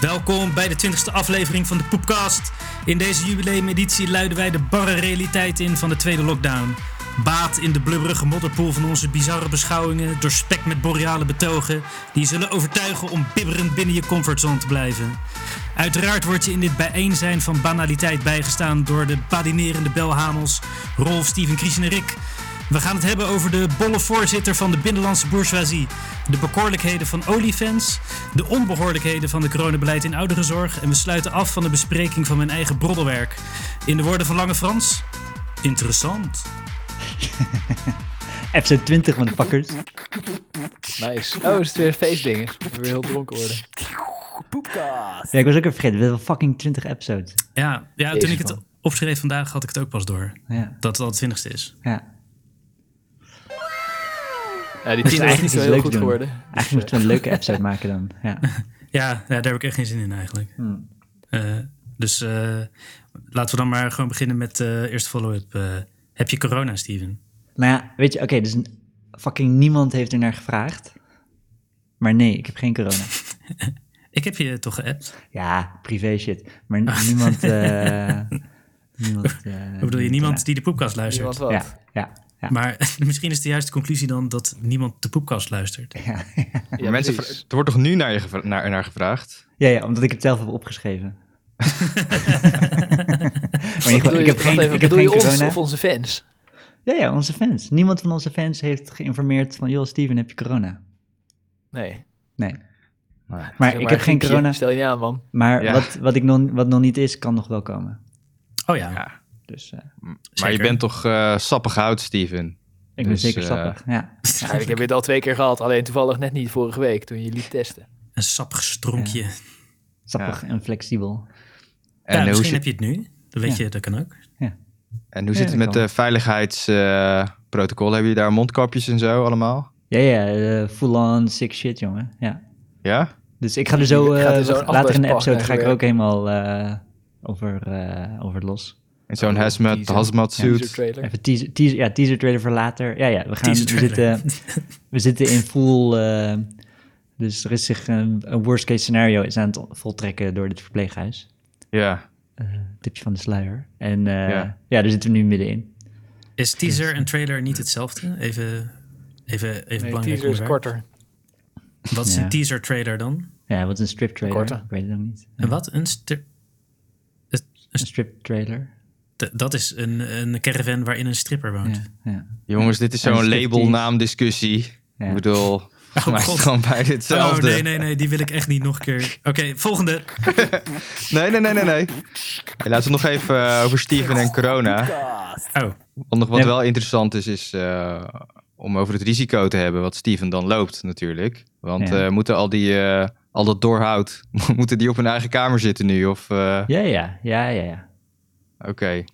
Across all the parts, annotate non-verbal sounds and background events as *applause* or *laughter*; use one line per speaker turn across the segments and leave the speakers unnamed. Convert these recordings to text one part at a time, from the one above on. Welkom bij de 20e aflevering van de Poepcast. In deze jubileumeditie luiden wij de barre realiteit in van de tweede lockdown. Baat in de blubberige modderpoel van onze bizarre beschouwingen, doorspekt met boreale betogen, die je zullen overtuigen om bibberend binnen je comfortzone te blijven. Uiteraard wordt je in dit bijeenzijn van banaliteit bijgestaan door de badinerende belhamels Rolf, Steven, Chris en Rick. We gaan het hebben over de bolle voorzitter van de binnenlandse bourgeoisie, de bekoorlijkheden van oliefans, de onbehoorlijkheden van de coronabeleid in ouderenzorg en we sluiten af van de bespreking van mijn eigen broddelwerk. In de woorden van Lange Frans, interessant.
Episode 20, motherfuckers.
Nice. Oh, is het weer feestdingen. Ik weer heel dronken
*laughs*
worden.
Ja, ik was ook even vergeten. We hebben fucking 20 episodes.
Ja, ja toen
Deze
ik het
man.
opschreef vandaag had ik het ook pas door,
Ja.
dat het al het twintigste is.
ja.
Ja, die tien is
Dus eigenlijk
niet
iets
zo heel
leuks
goed
doen.
geworden.
Eigenlijk moeten we een leuke
*laughs*
episode maken dan. Ja.
Ja, ja, daar heb ik echt geen zin in eigenlijk. Eh, dus eh, laten we dan maar gewoon beginnen met de eerste follow-up. Eh, heb je corona, Steven?
Nou ja, weet je, oké, dus n- fucking niemand heeft er naar gevraagd. Maar nee, ik heb geen corona.
Ik heb je toch geappt?
Ja, privé shit. Maar
*laughs*
n- niemand. eh niemand eh,
Ik bedoel, je niemand die de poepkast luistert?
Niemand wat.
Ja, ja, ja.
Maar *laughs* misschien is de juiste conclusie dan dat niemand de poepkast luistert.
Ja, *laughs*
Ja,
mensen
precies.
vra- er wordt toch nu naar, je gevra- naar, naar gevraagd?
ja, ja, omdat ik het zelf heb
*laughs*
opgeschreven. *laughs* maar in ieder
Bedoel
geval,
je-
ik heb
wacht
geen,
even,
ik heb
bedoel
geen
je ons
corona.
of onze fans?
Ja, ja, onze fans. Niemand van onze fans heeft geïnformeerd van... joh, Steven, heb je corona?
Nee.
Nee.
Nee.
Maar,
Zeg
ik heb geen
griepje.
corona.
Stel je niet aan, man.
Maar
Ja.
wat, wat, ik nog, wat nog niet is, kan nog wel komen.
Oh ja.
Ja.
Dus eh,
Maar je
Zeker.
bent toch eh, sappig hout, Steven?
ik ben
Dus,
zeker
eh,
sappig. Ja.
Ja, ik heb je het al twee keer gehad. Alleen toevallig net niet vorige week toen je liet testen.
*laughs* Een sappig stronkje. Ja,
Sappig en flexibel.
En hoe,
misschien heb
zit,
je het nu. Dat weet
Ja.
je, dat kan ook.
en hoe
Ja,
zit
dat
het met
kan.
de veiligheidsprotocol? Hebben jullie daar mondkapjes en zo allemaal?
Ja, ja, eh, full on sick shit, jongen. Ja.
Ja?
Dus ik ga er zo...
Je
eh,
gaat er zo'n
wat- later in de
afblijfpak
episode
naar
ga ik er
weer.
ook helemaal eh, over, eh, over los.
In zo'n
Oh,
hazmat,
teaser.
hazmat
User
suit.
trailer.
Even teaser, teaser, ja, teaser trailer voor later. Ja, ja, we, gaan,
Teaser
we,
trailer.
zitten, we zitten in full... eh, dus er is zich een, een worst case scenario is aan het voltrekken door dit verpleeghuis.
ja.
eh, tipje van de sluier. En eh, ja.
Ja.
daar zitten we nu middenin.
Is teaser en trailer niet hetzelfde? Even, even, even
Nee,
belangrijk
teaser is
onderwerp.
korter.
Wat is
Ja.
een teaser trailer dan?
Ja, wat is een strip trailer?
Korte.
Ik weet het nog niet.
En wat? Een ster-
Een strip trailer.
D- dat is een, een caravan waarin een stripper woont.
Ja, ja.
Jongens, dit is
En
zo'n
striptease.
labelnaamdiscussie.
Ja.
Ik bedoel, voor mij is
Oh, God.
het gewoon bij
Oh,
hetzelfde.
nee, nee, nee, die wil ik echt niet nog een keer. Oké, volgende.
nee, nee, nee, nee, nee. Hey, laten we nog even eh, over Steven en corona.
Oh,
Want nog wat
Nee.
wel interessant is, is eh, om over het risico te hebben wat Steven dan loopt natuurlijk. Want
Ja.
eh, moeten al die, eh, al dat doorhout, *laughs* moeten die op hun eigen kamer zitten nu? Of, eh,
Ja, ja, ja, ja. ja.
Oké.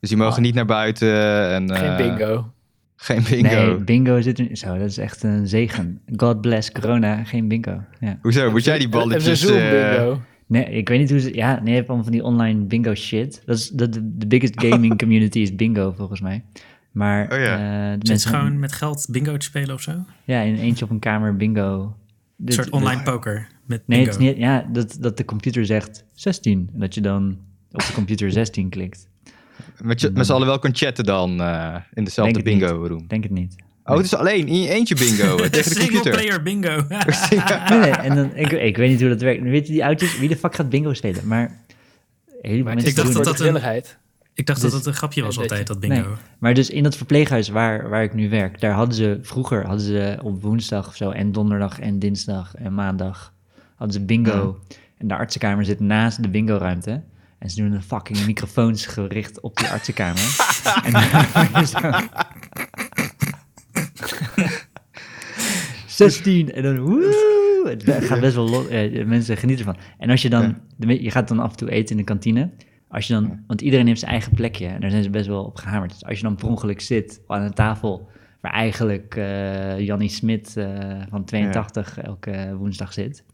Dus die mogen
Ah.
niet naar buiten en... eh,
Geen bingo.
Geen bingo.
Nee, bingo zit er Zo, dat is echt een zegen. God bless corona, geen bingo. Ja.
Hoezo, moet jij die
Even
balletjes...
Zoom
eh,
bingo.
Nee, ik weet niet hoe ze... Ja, nee, je hebt allemaal van die online bingo shit. Dat is dat, de de biggest
*laughs*
gaming community is bingo, volgens mij. Maar
Oh ja.
eh,
zit
de
ze
mensen
Dus gewoon met geld bingo te spelen of zo? Een
ja, in eentje op een kamer bingo. Dit-
soort online poker met bingo.
Nee, het is niet, ja, dat, dat de computer zegt 16. En dat je dan op de
*laughs*
computer 16 klikt.
met, je- met z'n allen wel kan chatten dan eh, in dezelfde
Denk het niet.
bingo room.
Denk het niet.
Oh, het is alleen in je eentje bingo eh, tegen de
Single
computer.
player bingo. *laughs* Ah.
Nee, nee, en dan, ik, ik weet niet hoe dat werkt. Weet je, die oudjes, wie de fuck gaat bingo spelen? Maar heel veel mensen
ik dacht
doen
dat dat
het.
Voor de
een-
grilligheid.
ik dacht dat het een grapje was
dat je-
altijd, dat
Dus Nee.
bingo.
Maar dus in dat verpleeghuis waar, waar ik nu werk, daar hadden ze vroeger, hadden ze op woensdag of zo, en donderdag en dinsdag en maandag, hadden ze bingo. En de artsenkamer zit naast de bingo-ruimte. En ze doen een fucking microfoons gericht op die artsenkamer. en dan hoor je zo- 16 en dan woe. Het
*laughs*
be- gaat best wel lo- eh, mensen genieten ervan. En als je dan, de me- je gaat dan af en toe eten in de kantine. Als je dan, want iedereen heeft zijn eigen plekje en daar zijn ze best wel op gehamerd. Dus als je dan per ongeluk zit aan een tafel waar eigenlijk eh Jannie Smit eh, van 82 elke woensdag zit,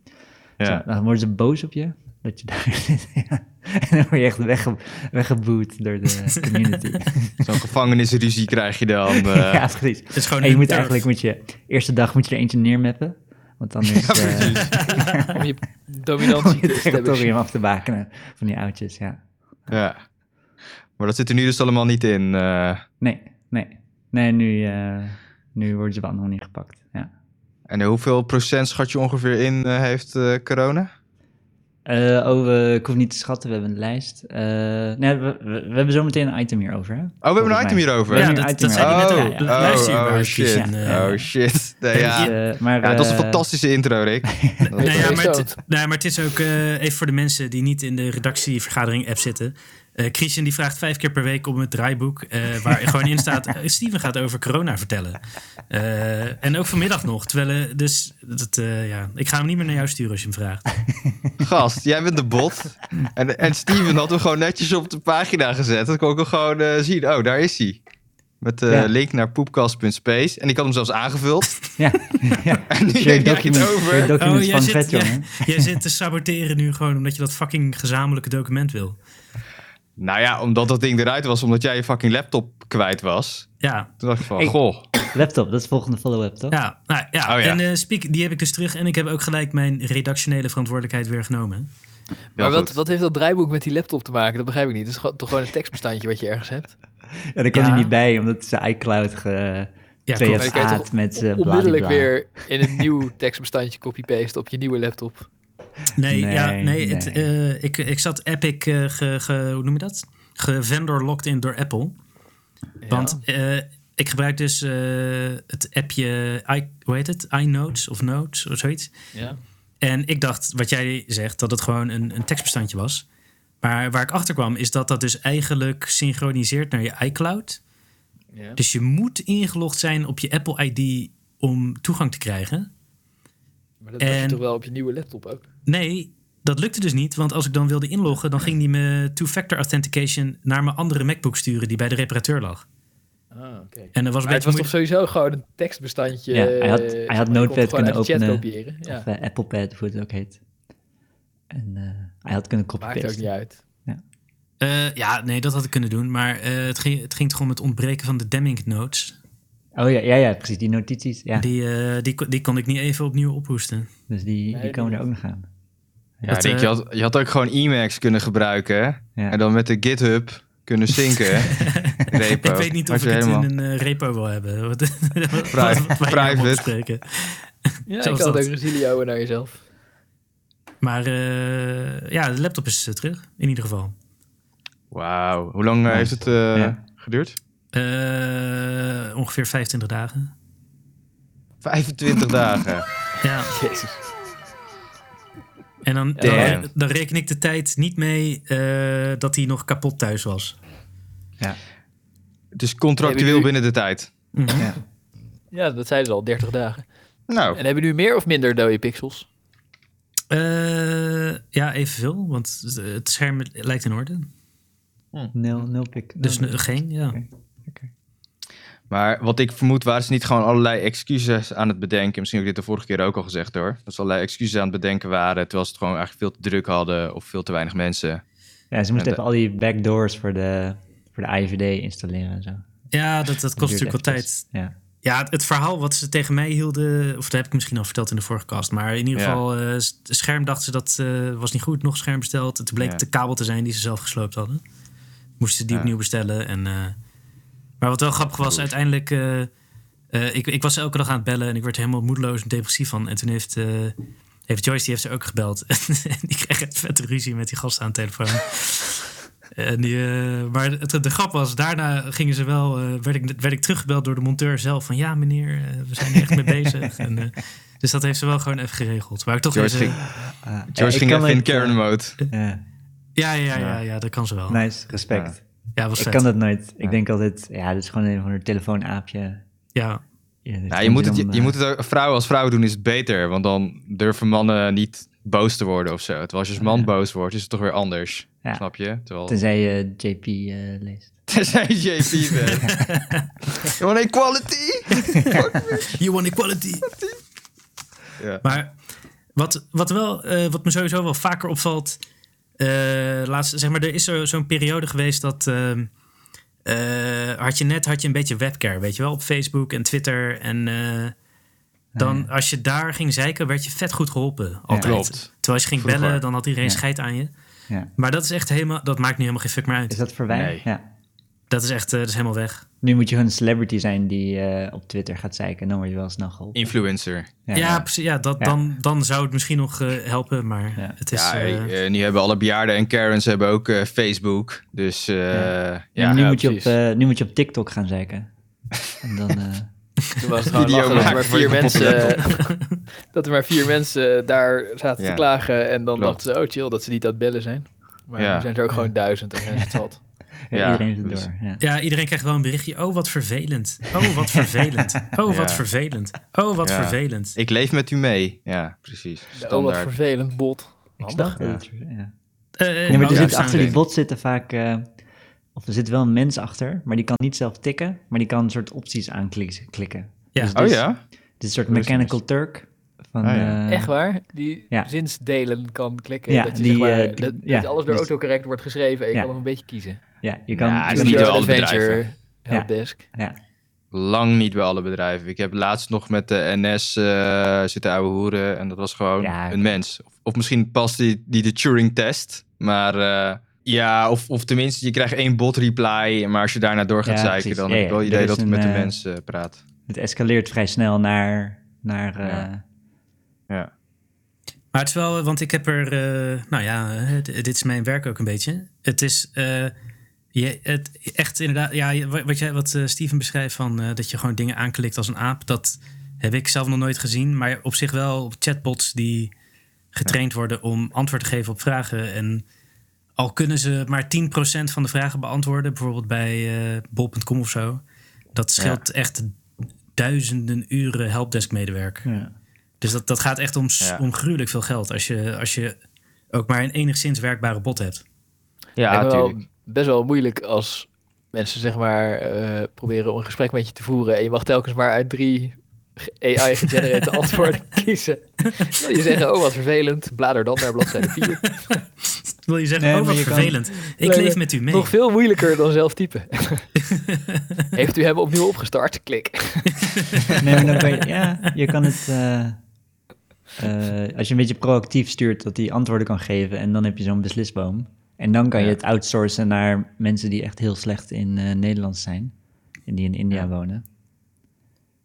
Ja.
zo, dan worden ze boos op je dat je daar *laughs* zit. ja. En dan word je echt wegge, weggeboet door
*laughs*
de community.
Zo'n gevangenisruzie krijg je dan. eh,
*laughs* ja, precies.
Het is gewoon
En je
een
moet
turf.
eigenlijk met je eerste dag moet je er eentje neermappen. Want dan is
Ja,
eh,
precies.
Om
*laughs*
je
om
dominantie
*laughs* je
te establishen.
territorium af te bakenen van die oudjes, ja.
Ja. Maar dat zit er nu dus allemaal niet in. eh.
Nee, nee. Nee, nu, eh, nu worden ze wel nog niet gepakt, ja.
en hoeveel procent schat je ongeveer in eh, heeft eh, corona?
Eh, oh, we, ik hoef niet te schatten, we hebben een lijst. Eh, nee, we, we, we hebben zo meteen een item hierover. Hè?
Oh, we hebben een
Volgens
item
mij.
hierover.
Ja,
Oh,
nu
dat,
uit
dat
die
zei hij net
oh,
al.
ja, ja.
De luisteraar
oh,
waar
shit.
kiezen, eh,
oh shit. Nee, ja.
Dus, eh, maar,
ja, dat is een
eh, *laughs*
fantastische intro, Rick. Dat-
Nee, nou ja,
Is
maar, het,
dood.
nee, maar het is ook eh, even voor de mensen die niet in de redactievergadering-app zitten. Eh Christian die vraagt vijf keer per week om het draaiboek. eh, waar gewoon in
*laughs*
staat. eh, Steven gaat over corona vertellen. Eh, en ook vanmiddag nog. Terwijl, eh, dus dat, eh, ja, ik ga hem niet meer naar jou sturen als je hem vraagt.
Gast, jij bent de bot. En, en Steven had hem gewoon netjes op de pagina gezet. Dat kon ik hem gewoon eh, zien. Oh, daar is hij. Met de
Ja.
link naar poepkast.space. En ik had hem zelfs aangevuld.
Ja, ja.
En
Shared
nu *laughs* heb jij het
document- shared
over.
document
Oh, jij
van
zit-
vet,
jij-
jongen.
*laughs* Jij zit te saboteren nu gewoon omdat je dat fucking gezamenlijke document wil.
Nou ja, omdat dat ding eruit was. Omdat jij je fucking laptop kwijt was.
Ja,
Toen dacht ik van,
Ik-
goh.
Laptop, dat is de volgende follow-up, toch?
ja, nou, ja.
Oh, ja.
En eh Speak, die heb ik dus terug. En ik heb ook gelijk mijn redactionele verantwoordelijkheid weer genomen.
Heel
Maar wat,
goed.
wat heeft dat draaiboek met die laptop te maken? Dat begrijp ik niet. Het is gewoon- toch gewoon een tekstbestandje wat je ergens hebt.
Ja, daar kon
Ja.
hij niet bij, omdat zijn iCloud ge...
Ja,
twee
klopt.
heeft
Maar dan kan je
aard met eh
Onmiddellijk
bladibla.
weer in een
*laughs*
nieuw tekstbestandje copy-paste op je nieuwe laptop.
Nee,
Nee,
ja, nee, Het,
nee.
eh, ik, ik zat Epic, eh, ge, ge- hoe noem je dat? Gevendor locked in door Apple.
Ja.
Want eh, ik gebruik dus eh, het appje, i, hoe heet het? iNotes of Notes of zoiets.
Ja.
En ik dacht, wat jij zegt, dat het gewoon een, een tekstbestandje was. Maar waar ik achter kwam, is dat dat dus eigenlijk synchroniseert naar je iCloud.
Ja.
Dus je moet ingelogd zijn op je Apple ID om toegang te krijgen.
Maar dat doe je
En-
toch wel op je nieuwe laptop ook?
Nee, dat lukte dus niet. Want als ik dan wilde inloggen, dan ging die me two-factor authentication naar mijn andere MacBook sturen die bij de reparateur lag.
Ah, oké.
En dat was een
Maar
beetje
het was toch
moeilijk.
sowieso gewoon een tekstbestandje.
Ja, hij had-
eh,
hij had
maar je kon
Notepad
het gewoon
kunnen
uit de
openen.
Chat kopiëren. Ja.
Of eh, Apple Pad, of hoe het ook heet. En eh, hij had kunnen
Maakt ook niet
copy-pasten.
uit.
Eh, ja, nee, dat had ik kunnen doen. Maar eh, het, ging, het ging toch om het ontbreken van de Deming notes.
Oh ja, ja, ja, precies, die notities. Ja,
Die, eh, die, kon- die kon ik niet even opnieuw ophoesten.
dus die,
Nee,
die
die
komen er
niet.
ook nog aan.
Ja,
Dat,
Rick,
eh,
je, had, je had ook gewoon Emacs kunnen gebruiken. hè?
Ja.
En dan met de GitHub kunnen synken.
*laughs*
Repo.
Ik weet niet
Had
of
je
ik het
helemaal-
in een eh, repo wil hebben. *laughs* Wat, wat- wat
Pri-
wij nou
private.
opspreken.
Ja,
Zo
je
is
kan het
dat.
ook resilioen naar jezelf.
Maar eh, ja, de laptop is eh, terug, in ieder geval.
Wauw. Hoe lang eh, heeft het eh,
Ja.
geduurd?
Eh, ongeveer 25 dagen.
25 dagen.
Ja.
Jezus.
En dan,
Damn.
dan, dan reken ik de tijd niet mee eh, dat hij nog kapot thuis was.
Dus contractueel binnen de tijd.
Mhm.
Ja.
Ja, dat zeiden ze al, 30 dagen.
Nou,
En hebben we nu meer of minder dode pixels?
Eh, ja, evenveel, want het scherm lijkt in orde.
Nul, nul pik.
Dus
nul.
ne- geen, ja.
maar wat ik vermoed waren ze niet gewoon allerlei excuses aan het bedenken. Misschien heb ik dit de vorige keer ook al gezegd hoor. Dat ze allerlei excuses aan het bedenken waren. Terwijl ze het gewoon eigenlijk veel te druk hadden of veel te weinig mensen.
Ja, ze moesten
En
even al die backdoors voor de, voor de IVD installeren en zo.
Ja, dat, dat kost natuurlijk wel tijd.
Ja.
Ja, het, het verhaal wat ze tegen mij hielden, of dat heb ik misschien al verteld in de vorige cast, maar in ieder
Ja.
geval, eh, s- scherm dachten ze dat eh, was niet goed, nog scherm besteld. Toen bleek
Ja.
het de kabel te zijn die ze zelf gesloopt hadden. Moesten ze die
Ja.
opnieuw bestellen. En, eh, maar wat wel grappig was, uiteindelijk, eh, eh, ik, ik was elke dag aan het bellen en ik werd er helemaal moedeloos en depressief van. En toen heeft, eh, heeft Joyce, die heeft ze ook gebeld. *laughs* en die kreeg echt vette ruzie met die gasten aan de telefoon. En die, eh, maar het, de grap was, daarna gingen ze wel, eh, werd, ik, werd ik teruggebeld door de monteur zelf. Van ja, meneer, eh, we zijn er echt mee bezig. En, eh, dus dat heeft ze wel gewoon even geregeld. Maar ik toch
Joyce
even-
ging,
Ah,
Joyce
ik
ging
kan
even in
het,
Karen
eh,
mode.
ja.
ja, ja, ja, ja, ja, dat kan ze Ah, wel.
Nice, respect.
Ja, was
Ik
vet.
kan dat nooit. Ik denk altijd, ja, dat is gewoon een van een telefoonaapje.
Ja,
Ja,
Nou, je, moet het,
eh,
je, je moet het ook, vrouwen als vrouw doen is het beter. Want dan durven mannen niet boos te worden of zo. Terwijl als je als man boos wordt, is het toch weer anders.
Ja.
Snap je? Terwijl...
Tenzij je JP eh, leest.
*laughs* Tenzij je
*laughs*
JP bent. You want equality?
you want equality.
Ja.
Maar wat, wat, wel, eh, wat me sowieso wel vaker opvalt. eh, laatst, zeg maar, er is zo- zo'n periode geweest dat. ehm, eh, had je net had je een beetje webcare, weet je wel, op Facebook en Twitter. En eh, dan als je daar ging zeiken, werd je vet goed geholpen. Altijd.
klopt.
Terwijl als je ging
Vroeger.
bellen, dan had iedereen
Ja.
scheid aan je.
Ja.
Maar dat is echt helemaal, dat maakt nu helemaal geen fuck meer uit.
Is dat verwijderd?
Nee.
Ja.
Dat is echt, eh, dat is helemaal weg.
Nu moet je gewoon een celebrity zijn die eh, op Twitter gaat zeiken. En dan word je wel snel geholpen.
Influencer.
Ja, precies. Ja, dat,
Ja.
Dan, dan zou het misschien nog eh, helpen, maar
Ja.
het is...
ja,
eh,
eh, nu hebben alle bejaarden en Karens hebben ook eh, Facebook. Dus eh, ja,
Ja, maar nu,
ja,
moet je op,
precies.
eh, nu moet je op TikTok gaan zeiken. En
*laughs*
dan, eh,
Toen was het gewoon lachen
Video
dat er maar
maken voor je
vier mensen... *laughs* dat er maar vier mensen daar zaten
Ja.
te klagen. En dan
Klopt.
dachten ze, oh chill, dat ze niet aan het bellen zijn. Maar
Ja.
nu zijn er ook gewoon duizend en dan is het
*laughs*
zat. oh,
Ja,
iedereen is er
dus-
door. Ja.
Ja, iedereen krijgt wel een berichtje. Oh, wat vervelend. Oh, wat
*laughs*
vervelend. Oh, wat
Ja.
vervelend. Oh, wat
Ja.
vervelend.
Ik leef met u mee. Ja, precies.
Oh, wat
Standaard.
vervelend, bot.
Ik
Handig.
dacht
Ja.
dat het- ja.
Eh, eh,
Nee, maar
oh,
er
ja,
zit,
staan
achter die
we.
bot zitten vaak... eh, of er zit wel een mens achter, maar die kan niet zelf tikken. Maar die kan een soort opties aanklikken. klikken.
Ja.
Dus dit
Oh
is-
ja?
Dit is een soort
Dat is
Mechanical Turk. Van,
Ah, ja.
eh,
Echt waar? Die
Ja.
zinsdelen kan klikken.
Ja,
dat je
die,
zeg maar,
eh, die-
dat,
ja,
dat alles door
dus-
autocorrect wordt geschreven. En je
Ja.
kan nog een beetje kiezen.
Ja, je kan...
Nou,
je
dat is
kan-
niet door alle
Adventure,
bedrijven.
helpdesk.
ja.
Lang niet bij alle bedrijven. Ik heb laatst nog met de NS eh, zitten ouwe hoeren. En dat was gewoon
Ja.
een mens. Of, of misschien past die, die de Turing-test. Maar eh, ja, of, of tenminste, je krijgt één bot-reply. Maar als je daarna door gaat
Ja,
zeiken,
precies.
dan
Ja,
heb ik
ja.
wel het idee
Er is
dat ik
een,
met de
eh,
mens eh, praat.
Het escaleert vrij snel naar... naar eh,
Ja. Ja.
Maar het is wel, want ik heb er, eh, nou ja, eh, d- dit is mijn werk ook een beetje. Het is eh, je, het, echt inderdaad, ja, je- wa- wat, jij, wat eh, Steven beschrijft van eh, dat je gewoon dingen aanklikt als een aap, dat heb ik zelf nog nooit gezien. Maar op zich wel chatbots die getraind worden om antwoord te geven op vragen. En al kunnen ze maar 10% van de vragen beantwoorden, bijvoorbeeld bij eh, bol.com of zo, dat scheelt echt duizenden uren helpdesk-medewerk.
eh, ja.
Dus dat, dat gaat echt om, s-
Ja.
om gruwelijk veel geld. Als je, als je ook maar een enigszins werkbare bot hebt.
Ja,
Lijkt me wel
natuurlijk.
best wel moeilijk als mensen zeg maar eh, proberen om een gesprek met je te voeren en je mag telkens maar uit drie AI-gegenereerde antwoorden kiezen. Wil je zeggen, oh wat vervelend, blader dan naar bladzijde 4.
Wil je zeggen,
Nee,
oh
maar
wat
je kan-
vervelend. Ik
Nee,
leef
nee.
met u mee.
Nog veel moeilijker dan zelf typen. Heeft u hem opnieuw opgestart? Klik.
Nee, maar dan kan je, ja, je kan het. eh, eh, als je een beetje proactief stuurt, dat hij antwoorden kan geven. En dan heb je zo'n beslisboom. En dan kan je
Ja.
het outsourcen naar mensen die echt heel slecht in eh, Nederlands zijn. En die in India wonen.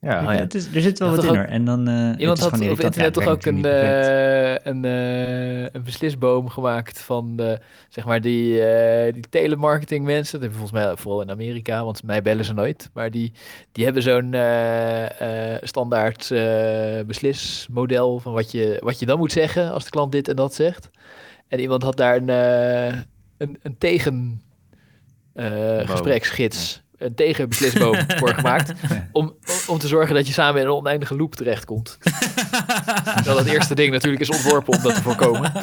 Ja.
Oh ja.
Het is, er zit wel
Ja,
wat in
toch
hoor. En dan, eh, het
Iemand
is
had
gewoon
op
irritant. Ja,
internet
het
toch ook
werkt
een,
natuurlijk niet perfect.
eh, een, eh, een beslisboom gemaakt van eh, zeg maar die, eh, die telemarketing mensen. Dat hebben volgens mij vooral in Amerika, want mij bellen ze nooit. Maar die, die hebben zo'n eh, eh, standaard eh, beslismodel van wat je, wat je dan moet zeggen als de klant dit en dat zegt. En iemand had daar een, eh, een, een tegen eh,
Boom.
gespreksgids, een
*laughs*
tegenbeslisboom voor gemaakt. Om, om, om te zorgen dat je samen in een oneindige loop terechtkomt. Terwijl dat eerste ding natuurlijk is ontworpen om dat te voorkomen.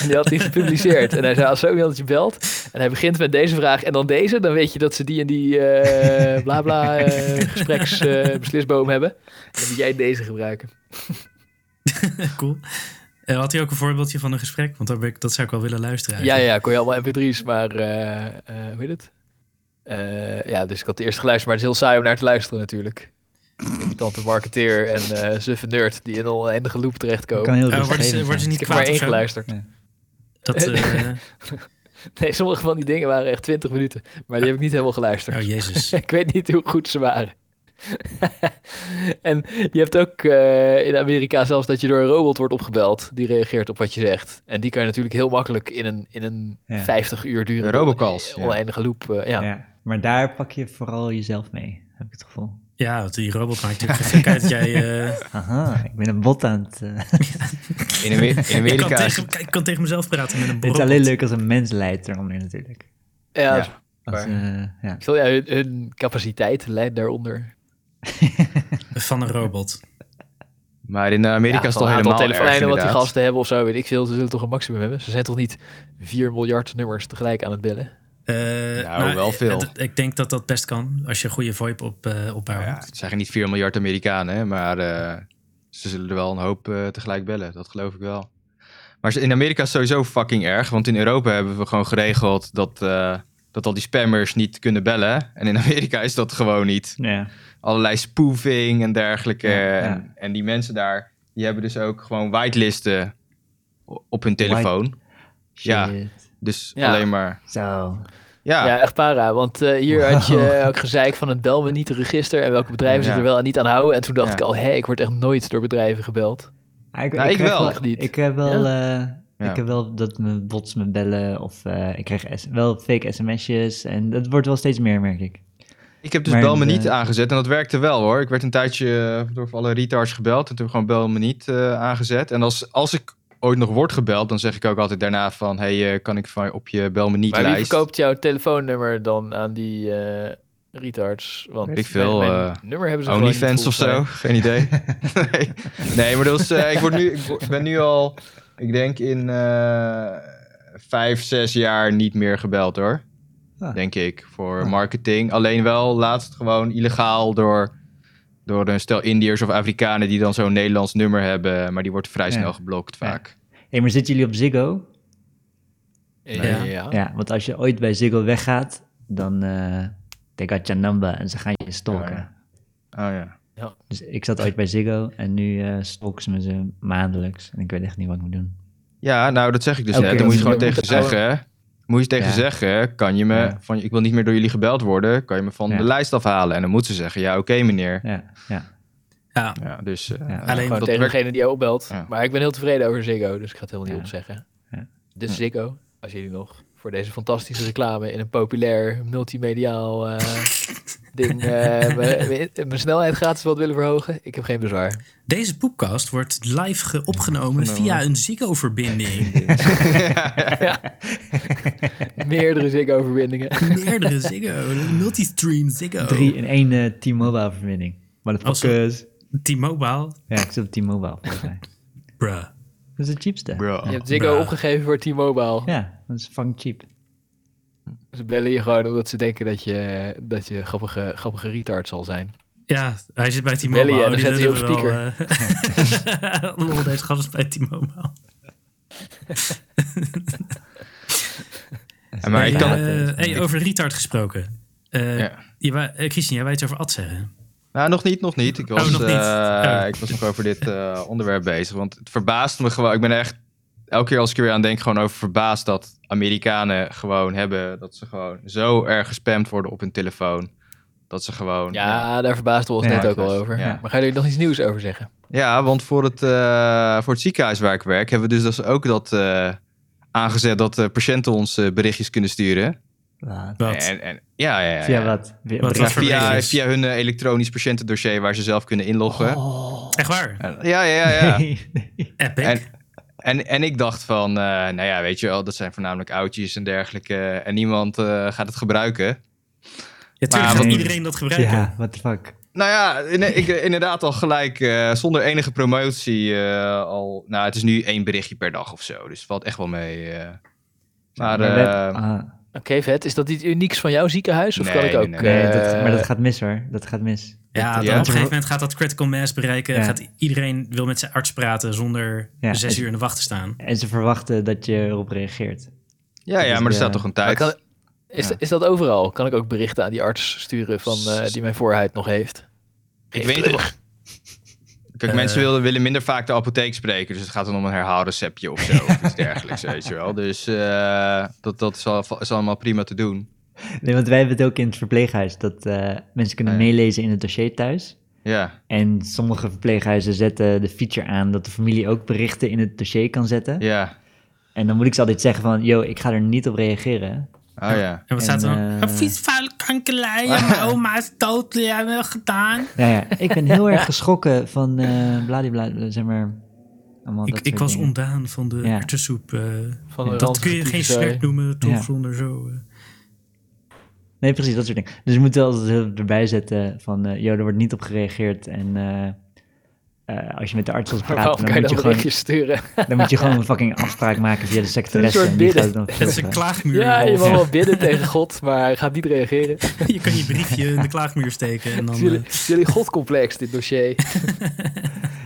En die had die gepubliceerd. En hij zei, als zo iemand je belt en hij begint met deze vraag en dan deze, dan weet je dat ze die en die eh, bla bla eh, gespreksbeslisboom hebben. En dan moet jij deze gebruiken.
*laughs* cool. Eh, had hij ook een voorbeeldje van een gesprek? Want daar ben ik, dat zou ik wel willen luisteren.
Ja,
eigenlijk.
ja, kon je allemaal mp3's, maar eh, eh, hoe heet het? Eh, ja, dus ik had eerst geluisterd, maar het is heel saai om naar te luisteren natuurlijk. Irritante marketeer en eh suffe nerd die in een oneindige loop
Het
terechtkomen.
kan heel
Eh, worden, ze,
rustgevend
worden ze
Ik
niet
heb er maar
kwaad
één
of zo?
geluisterd.
Dat, eh,
*laughs* Nee, sommige van die dingen waren echt 20 minuten, maar die heb ik niet helemaal geluisterd.
oh jezus.
*laughs* ik weet niet hoe goed ze waren. *laughs* en je hebt ook eh, in Amerika zelfs dat je door een robot wordt opgebeld. Die reageert op wat je zegt. En die kan je natuurlijk heel makkelijk in een, in een
Ja.
50 uur durende
Robocalls, ja.
oneindige loop. eh,
zijn.
ja.
Ja, Maar daar pak je vooral jezelf mee, heb ik het gevoel.
Ja, want die robot maakt natuurlijk geen fuck uit. dat Jij, eh,
Aha, ik ben een bot aan het... eh, *laughs*
In, Amer- in
ik, kan
Amerika is
tegen, ik kan tegen mezelf praten met een
het
robot.
is alleen leuk als een mens leidt eronder natuurlijk.
Ja,
Ja.
Als, eh, ja.
ik zal- ja, hun, hun capaciteit leidt daaronder.
Van een robot.
Maar in Amerika
ja,
is
van
het al
een
helemaal
aantal
erg,
telefoonlijnen wat die
inderdaad.
gasten hebben of zo, weet ik veel. Ze zullen toch een maximum hebben. Ze zijn toch niet 4 miljard nummers tegelijk aan het bellen.
Eh,
Nou, wel veel.
het- ik denk dat dat best kan. Als je goede VoIP op, eh opbouwt.
Ja, het zijn geen niet 4 miljard Amerikanen, hè, maar eh, ze zullen er wel een hoop eh, tegelijk bellen. Dat geloof ik wel. Maar in Amerika is het sowieso fucking erg, want in Europa hebben we gewoon geregeld dat eh, dat al die spammers niet kunnen bellen. En in Amerika is dat gewoon niet.
Nou Ja.
Allerlei spoofing en dergelijke.
Ja, ja.
En, en die mensen daar, die hebben dus ook gewoon whitelisten o- op hun telefoon. Ja.
Shit.
Dus
Ja.
alleen maar...
Zo.
Ja,
Ja, echt para. Want eh, hier had je
*laughs*
eh, ook gezeik van het bel me niet register en welke bedrijven zich
Ja.
er wel en niet aan houden. En toen dacht
Ja.
ik al, hé, ik word echt nooit door bedrijven gebeld.
Ah, Ik,
Nou, ik
krijg
wel.
Echt niet.
Ik heb wel, eh,
Ja.
ik heb wel dat mijn bots me bellen of eh, ik krijg s- wel fake sms'jes en dat wordt wel steeds meer, merk ik.
ik heb dus
Maar
Bel Me
de-
Niet aangezet en dat werkte wel hoor. Ik werd een tijdje eh, door alle retards gebeld en toen gewoon Bel Me Niet eh, aangezet. En als, als ik ooit nog word gebeld, dan zeg ik ook altijd daarna van... Hé, hey, eh, kan ik van, op je Bel Me Niet
Maar wie
lijst...
verkoopt jouw telefoonnummer dan aan die eh, retards? Want
Weet ik veel,
mijn,
eh,
mijn nummer hebben ze gewoon niet,
OnlyFans of
volgens
zo,
mij.
geen *laughs* idee. nee. nee, maar dat is, eh, ik, word nu, ik wo- ik ben nu al, ik denk in eh, vijf, zes jaar niet meer gebeld hoor.
Ah.
Denk ik, voor
Ah.
marketing. Alleen wel laatst gewoon illegaal door, door een stel Indiërs of Afrikanen die dan zo'n Nederlands nummer hebben. Maar die wordt vrij
Ja.
snel geblokt
Ja.
vaak.
hey, maar zitten jullie op Ziggo?
Ja.
Nee.
ja.
Ja, want als je ooit bij Ziggo weggaat, dan eh they got your number en ze gaan je stalken.
Ja, Oh ja.
Dus ik zat ooit bij Ziggo en nu eh stalken ze me ze maandelijks en ik weet echt niet wat ik moet doen.
Ja, nou dat zeg ik dus
Oké,
net. Dan moet je
dat
gewoon
is-
tegen
dat is-
zeggen. hè. Moet je tegen
Ja.
zeggen, kan je me
Ja.
van, ik wil niet meer door jullie gebeld worden, kan je me van
Ja.
de lijst afhalen? En dan moeten ze zeggen, ja, oké meneer.
Ja, ja.
Ja,
Ja, dus eh,
Ja.
alleen
Gewoon
dat
tegen
werkt-
degene die jou opbelt.
Ja.
Maar ik ben heel tevreden over Ziggo, dus ik ga het helemaal niet
Ja.
opzeggen.
Ja.
Dus Ziggo, als jullie nog voor deze fantastische reclame in een populair multimediaal eh,
*laughs*
ding eh, mijn- mijn mijn snelheid gratis wat willen verhogen, ik heb geen bezwaar.
Deze podcast wordt live ge- opgenomen via een Ziggo-verbinding.
Meerdere Ziggo-verbindingen.
Meerdere Ziggo, multistream Ziggo.
Drie in één eh, T-Mobile verbinding. Maar
Oh,
dat
zo.
eh, is.
T-Mobile,
Ja, ik zit op T-Mobile volgens mij.
bruh.
Dat is het cheapste.
bro.
Je hebt Ziggo
Bruh.
opgegeven voor T-Mobile.
Ja, dat is fucking cheap.
Ze bellen je gewoon omdat ze denken dat je, dat je grappige, grappige retard zal zijn.
Ja, hij zit bij T-Mobile.
Bellen je en dan
Die
zet hij op
zullen wel, eh, *laughs* Lol, deze gast is bij T-Mobile.
Ja, maar ik
Hey,
kan,
eh, hey, over retard gesproken. Eh,
Ja.
je wou- eh, Christian, jij wou iets over Ad zeggen.
nou, nog niet, nog niet. Ik was,
Oh, nog niet.
eh,
Oh.
ik was nog over dit eh, onderwerp bezig. Want het verbaast me gewoon. Ik ben er echt elke keer als ik er weer aan denk, gewoon over verbaasd dat Amerikanen gewoon hebben dat ze gewoon zo erg gespamd worden op hun telefoon. Dat ze gewoon.
Ja, daar verbaasden we ons
Ja,
net ook al
juist.
over.
Ja.
Maar gaan jullie nog iets nieuws over zeggen?
Ja, want voor het, eh, voor het ziekenhuis waar ik werk hebben we dus, dus ook dat eh, aangezet dat eh, patiënten ons eh, berichtjes kunnen sturen.
Wat?
Wat?
En, en, ja, ja, ja, ja.
Via wat? Via
Wat-
Ja,
wat voor
via,
berichtjes?
via hun eh, elektronisch patiëntendossier waar ze zelf kunnen inloggen.
Echt waar?
Ja, ja,
*laughs*
ja. ja.
Epic.
En, en, en ik dacht van, eh, nou ja, weet je wel, dat zijn voornamelijk oudjes en dergelijke. En niemand eh, gaat het gebruiken.
ja, tuurlijk
maar
gaat
wat-
iedereen dat gebruiken.
Ja, what the fuck.
Nou ja, in- ik, inderdaad al gelijk eh, zonder enige promotie eh, al. Nou, het is nu één berichtje per dag of zo, dus valt echt wel mee. eh. Maar,
Maar let-
eh,
ah,
Oké, vet. Is dat iets unieks van jouw ziekenhuis? Of
Nee,
kan ik ook...
nee,
nee, dat,
eh,
maar dat gaat mis hoor. Dat gaat mis.
Ja, dan
Ja.
op een gegeven moment gaat dat critical mass bereiken.
Ja.
Gaat iedereen wil met zijn arts praten zonder
Ja,
zes
en-
uur in de wacht te staan.
En ze verwachten dat je erop reageert.
ja,
dat is
ja, maar er
de-
staat toch een tijd.
Maar kan- is,
Ja.
is dat overal? Kan ik ook berichten aan die arts sturen van, eh, die mijn voorhuid nog heeft?
ik weet niet of... Kijk,
Eh.
mensen willen, willen minder vaak de apotheek spreken, dus het gaat dan om een herhaalreceptje of zo.
*laughs*
of iets dergelijks, weet je wel. Dus eh, dat, dat is, al- is allemaal prima te doen.
Nee, want wij hebben het ook in het verpleeghuis. Dat eh, mensen kunnen
Ah, ja.
meelezen in het dossier thuis.
Ja,
En sommige verpleeghuizen zetten de feature aan dat de familie ook berichten in het dossier kan zetten.
ja.
En dan moet ik ze altijd zeggen van, yo, ik ga er niet op reageren.
Oh ja.
En wat staat er dan?
eh,
Een vies vuil kankerlijn.
*laughs*
Mijn oma is dood. die hebben we gedaan.
Nou ja, ik ben
*laughs*
heel erg geschrokken van eh bladibla, zeg maar. allemaal
Ik,
dat
ik
soort
was
dingen.
ontdaan van de
Ja.
artsensoep. eh,
Van een
dat kun je
ranzige
geen
tyfuszooi.
snack noemen, toch?
Ja.
Zonder zo. eh.
Nee, precies, dat soort dingen. Dus we moeten wel altijd heel erbij zetten van, eh joh, er wordt niet op gereageerd. En eh, eh, als je met de arts wilt
Maar
praten,
waarom
dan
kan je
moet
dan
je, gewoon,
berichtjes sturen?
dan moet je gewoon een fucking afspraak maken via de
*laughs*
secretaresse.
soort
en die
bidden.
gaat het
Het
dan
is een
filteren.
klaagmuur.
Ja, je mag
Wolf.
wel bidden tegen God, maar hij gaat niet reageren. Het
Je kan je briefje in de klaagmuur steken. En dan,
is
eh,
jullie, het is *laughs* jullie godcomplex, dit *laughs* dossier.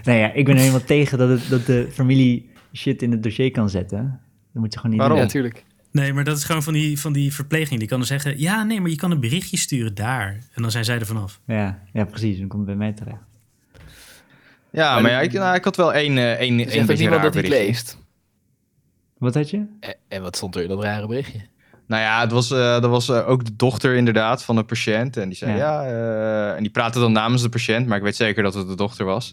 Nou ja, ik ben er helemaal tegen dat, het, dat de familie shit in het dossier kan zetten. Dat moet je gewoon niet
Waarom?
doen.
Ja, tuurlijk.
Nee, maar dat is gewoon van die, van die verpleging. Die kan dan zeggen, ja, nee, maar je kan een berichtje sturen daar. En dan zijn zij er vanaf.
Ja, ja precies. Dan komt het bij mij terecht.
Ja, maar ja, ik, nou, ik had wel één, eh, één,
Er
één
zegt ook
beetje
niemand
raar
dat hij het
berichtje.
leest.
Wat had je?
En, en wat stond er in dat rare berichtje?
Nou ja, het was, eh, dat was eh, ook de dochter inderdaad van een patiënt. En die
Ja.
zei ja. eh, en die praatte dan namens de patiënt, maar ik weet zeker dat het de dochter was.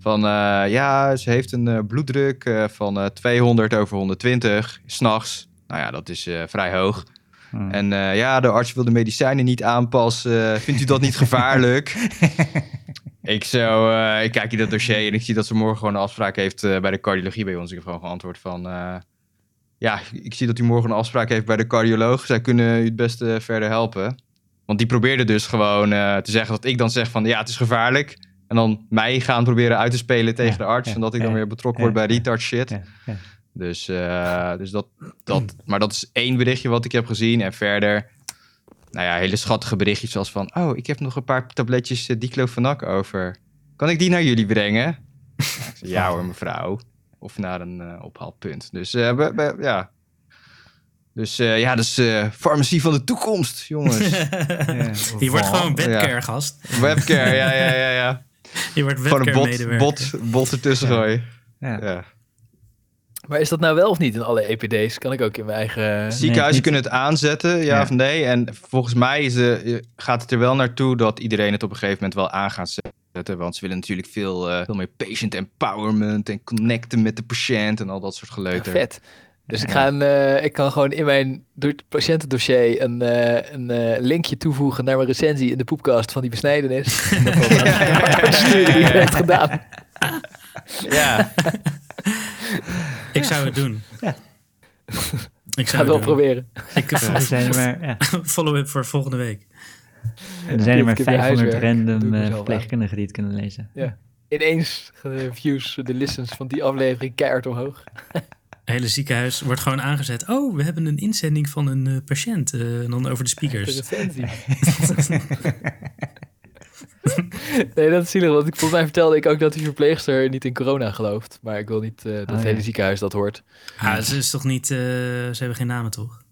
Van eh, ja, ze heeft een eh, bloeddruk eh, van eh, 200 over 120 s'nachts. Nou ja, dat is eh, vrij hoog.
Hmm.
En eh, ja, de arts wil de medicijnen niet aanpassen. Eh, vindt u dat niet
*laughs*
gevaarlijk? ik, zo, eh, ik kijk in dat dossier en ik zie dat ze morgen gewoon een afspraak heeft eh, bij de cardiologie bij ons. Ik heb gewoon geantwoord van... eh, ja, ik zie dat u morgen een afspraak heeft bij de cardioloog. Zij kunnen u het beste verder helpen. Want die probeerde dus gewoon eh, te zeggen dat ik dan zeg van... Ja, het is gevaarlijk. En dan mij gaan proberen uit te spelen tegen
Ja,
de arts.
ja,
en dat ik dan
ja,
weer betrokken
ja,
word bij
ja,
retard shit.
Ja, ja.
Dus, eh, dus dat, dat, maar dat is één berichtje wat ik heb gezien. En verder, nou ja, hele schattige berichtjes zoals van... Oh, ik heb nog een paar tabletjes eh, diclofenac over. Kan ik die naar jullie brengen? Ja, ik zei, ja hoor, mevrouw. Of naar een eh, ophaalpunt. Dus eh, we- we- ja... Dus eh, ja, dat is eh, farmacie van de toekomst, jongens.
*laughs*
Je wordt gewoon
Ja.
webcare gast.
Webcare, ja, ja, ja. ja.
Je wordt
Gewoon een
webcare
bot,
medewerker.
bot, bot ertussen gooien.
Ja.
Ja.
Maar is dat nou wel of niet in alle EPD's? Kan ik ook in mijn eigen...
Ziekenhuizen
niet.
kunnen het aanzetten, ja,
Ja.
of nee. En volgens mij is, eh, gaat het er wel naartoe dat iedereen het op een gegeven moment wel aan gaat zetten. Want ze willen natuurlijk veel, eh, veel meer patient empowerment en connecten met de patiënt en al dat soort
Ja,
geleuter.
eh, vet. Dus ik, ga een, eh, ik kan gewoon in mijn do- patiëntendossier een, eh, een eh, linkje toevoegen naar mijn recensie in de poepkast van die *laughs* besnijdenis. En dan gewoon een studie die heeft gedaan.
Ja,
Ik zou het doen.
Ja.
Ik
Ga
zou
het wel
het doen.
proberen.
Ik eh,
Er zijn er maar, ja.
*laughs* follow-up voor volgende week.
er zijn er maar
Ik heb weer
500
huiswerk. Doe ik
random eh,
mezelf aan.
verpleegkundigen die het kunnen lezen.
Ineens gaan de views, de listens van die aflevering keihard omhoog.
Het hele ziekenhuis wordt gewoon aangezet. Oh, we hebben een inzending van een eh, patiënt. eh, en dan over de
De
speakers.
recensie. Nee, dat is zielig. Want ik, volgens mij vertelde ik ook dat die verpleegster niet in corona gelooft. Maar ik wil niet eh, dat
Oh,
het hele
ja.
ziekenhuis dat hoort.
*laughs* ah, ze is toch niet... eh, ze hebben geen namen, toch?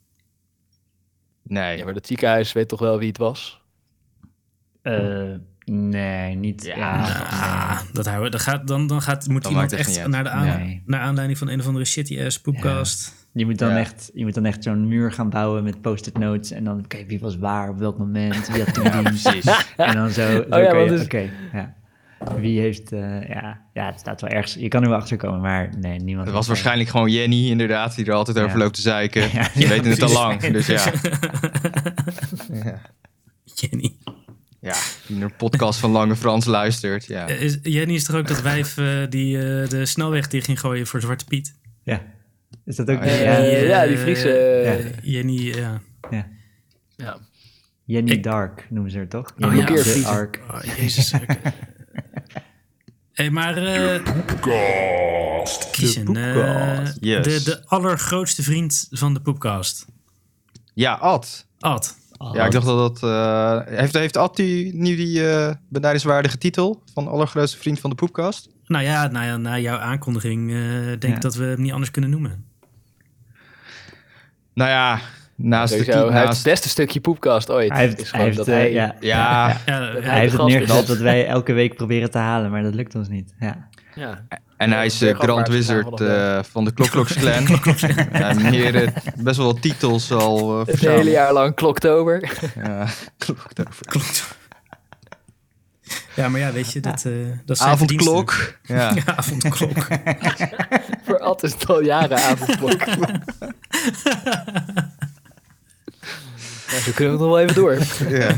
nee.
Ja, maar dat ziekenhuis weet toch wel wie het was?
Eh, nee, niet. Ja,
Ah, dat houden we. Dan gaat, dan, dan gaat, moet
Dan
iemand
maakt het
echt
niet uit.
naar, de aan,
Nee.
naar aanleiding van een of andere shitty-ass poepcast.
Je moet dan
Ja.
echt, je moet dan echt zo'n muur gaan bouwen met post-it notes en dan kijk wie was waar, op welk moment, wie
*laughs*
had toen dienst.
Precies.
En dan zo, zo
ja,
kan
want
je-
dus-
oké, ja. Wie heeft, eh, ja, ja, het staat wel ergens, je kan er wel achter komen, maar nee, niemand.
Het
heeft
was
er-
waarschijnlijk gewoon Jenny inderdaad die er altijd over
Ja.
loopt te zeiken.
*laughs* Ja,
Je
ja,
weet het al
precies.
lang,
*laughs*
dus ja.
*laughs* Jenny.
ja. Die naar een podcast van Lange Frans luistert, ja.
Eh, Is, Jenny is toch
*laughs*
ook dat wijf eh, die eh, de snelweg dicht ging gooien voor Zwarte Piet?
Ja. Is dat ook,
Ah, ja.
ja,
Eh,
eh,
ja, die Friese. eh,
Jenny, ja.
ja.
Jenny
Ik-
Dark noemen ze er
Oh,
toch?
ja,
Jenny
Parkeervliezen.
Dark.
Oh, jezus. Hé, maar eh, kiezen. eh,
poepcast, yes.
de, de allergrootste vriend van de poepcast.
Ja, Ad.
Ad.
Ja, ik dacht dat dat... eh, heeft, heeft Ad die, nu die eh benaderingswaardige titel van allergrootste vriend van de poepkast?
Nou ja, na, na jouw aankondiging eh, denk ik
Ja.
dat we hem niet anders kunnen noemen.
Nou ja, naast de
Sowieso,
ki-
hij heeft het
naast,
beste stukje poepkast ooit.
Hij heeft,
Is
hij
gewoon
heeft,
dat
eh,
hij-
ja,
ja,
Ja, eh,
Dat
ja,
hij heeft het
gast is.
neergezet wat wij elke week proberen te halen, maar dat lukt ons niet. Ja.
ja.
en hij is eh, Grand Wizard eh, van de
*laughs*
Klokloks Clan. ja, meneer, eh, best wel wat titels al eh
Het hele
verzameld.
jaar lang kloktober. *laughs*
Ja, Kloktober.
klopt. Ja, maar ja, weet je, dat, eh dat zijn verdiensten.
Avondklok. Ja.
Ja, avondklok.
Voor Ad is het al jaren avondklok. nou,
*laughs*
zo kunnen we nog wel even
*laughs*
door.
ja.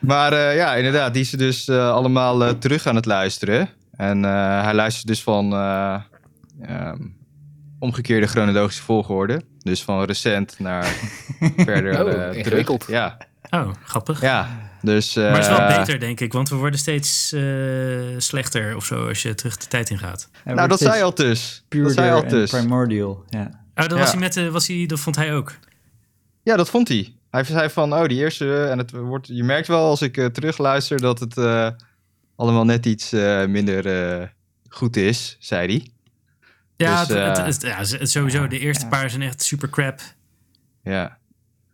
Maar eh, ja, inderdaad, die is dus eh, allemaal eh, terug aan het luisteren. En eh, hij luistert dus van eh, ehm, omgekeerde chronologische volgorde. Dus van recent
*laughs*
naar verder
Oh,
eh,
ingewikkeld.
terug. Ja,
Oh, grappig.
ja. Dus,
Maar het is wel
eh,
beter, denk ik, want we worden steeds eh, slechter of zo als je terug de tijd ingaat.
Hij
Nou,
wordt
dat
steeds
zei al dus. Dat
puurder
zei al
en
dus.
primordial. Ja.
Oh, dat was
Ja.
hij met, eh, was hij, dat vond hij ook.
Ja, dat vond hij. Hij zei van, oh, die eerste... eh, En het wordt, je merkt wel als ik eh, terugluister dat het eh, allemaal net iets eh, minder eh, goed is, zei hij.
Ja,
Dus,
het- het,
eh,
het- ja, z- sowieso. De eerste paar zijn echt super crap.
Ja.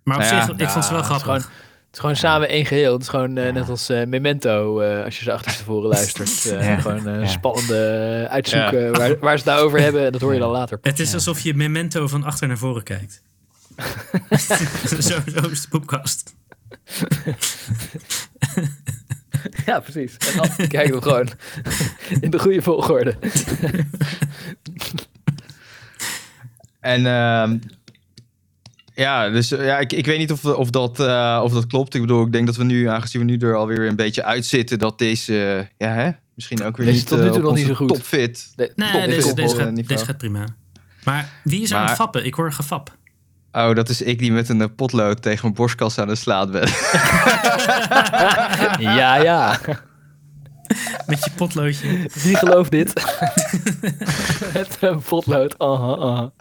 Maar op
Nou ja,
zich, ik vond ze wel
Ja, het
grappig.
is gewoon- Het is gewoon samen één geheel. Het is gewoon eh, net als eh, Memento, eh, als je ze achterstevoren luistert. Eh,
Ja.
Gewoon eh,
Ja.
spannende uitzoeken waar, waar ze het nou over hebben. Dat hoor je dan later.
Het is alsof je memento van achter naar voren
*laughs*
kijkt. zo, zo is de poepkast.
Ja, precies. En dan kijk ik hem gewoon *laughs* in de goede volgorde.
En ehm, ja, dus eh, ja, ik, ik weet niet of, of, dat, eh, of dat klopt. Ik bedoel, ik denk dat we nu, aangezien we nu er alweer een beetje uitzitten, dat deze, eh, ja, hè, misschien ook weer
Deze
niet
tot nu
eh,
toe
op
nog niet
onze
zo goed.
Topfit.
Nee,
Nee,
top is
deze,
top.
deze,
eh,
gaat,
niveau.
deze gaat prima. Maar wie is er aan
Maar-
het fappen? Ik hoor gefap.
Oh, dat is ik die met een eh, potlood tegen mijn borstkas aan de slaat ben.
*laughs* Ja, ja.
Met je potloodje.
*laughs*
Wie gelooft dit? Met een potlood. Aha, aha.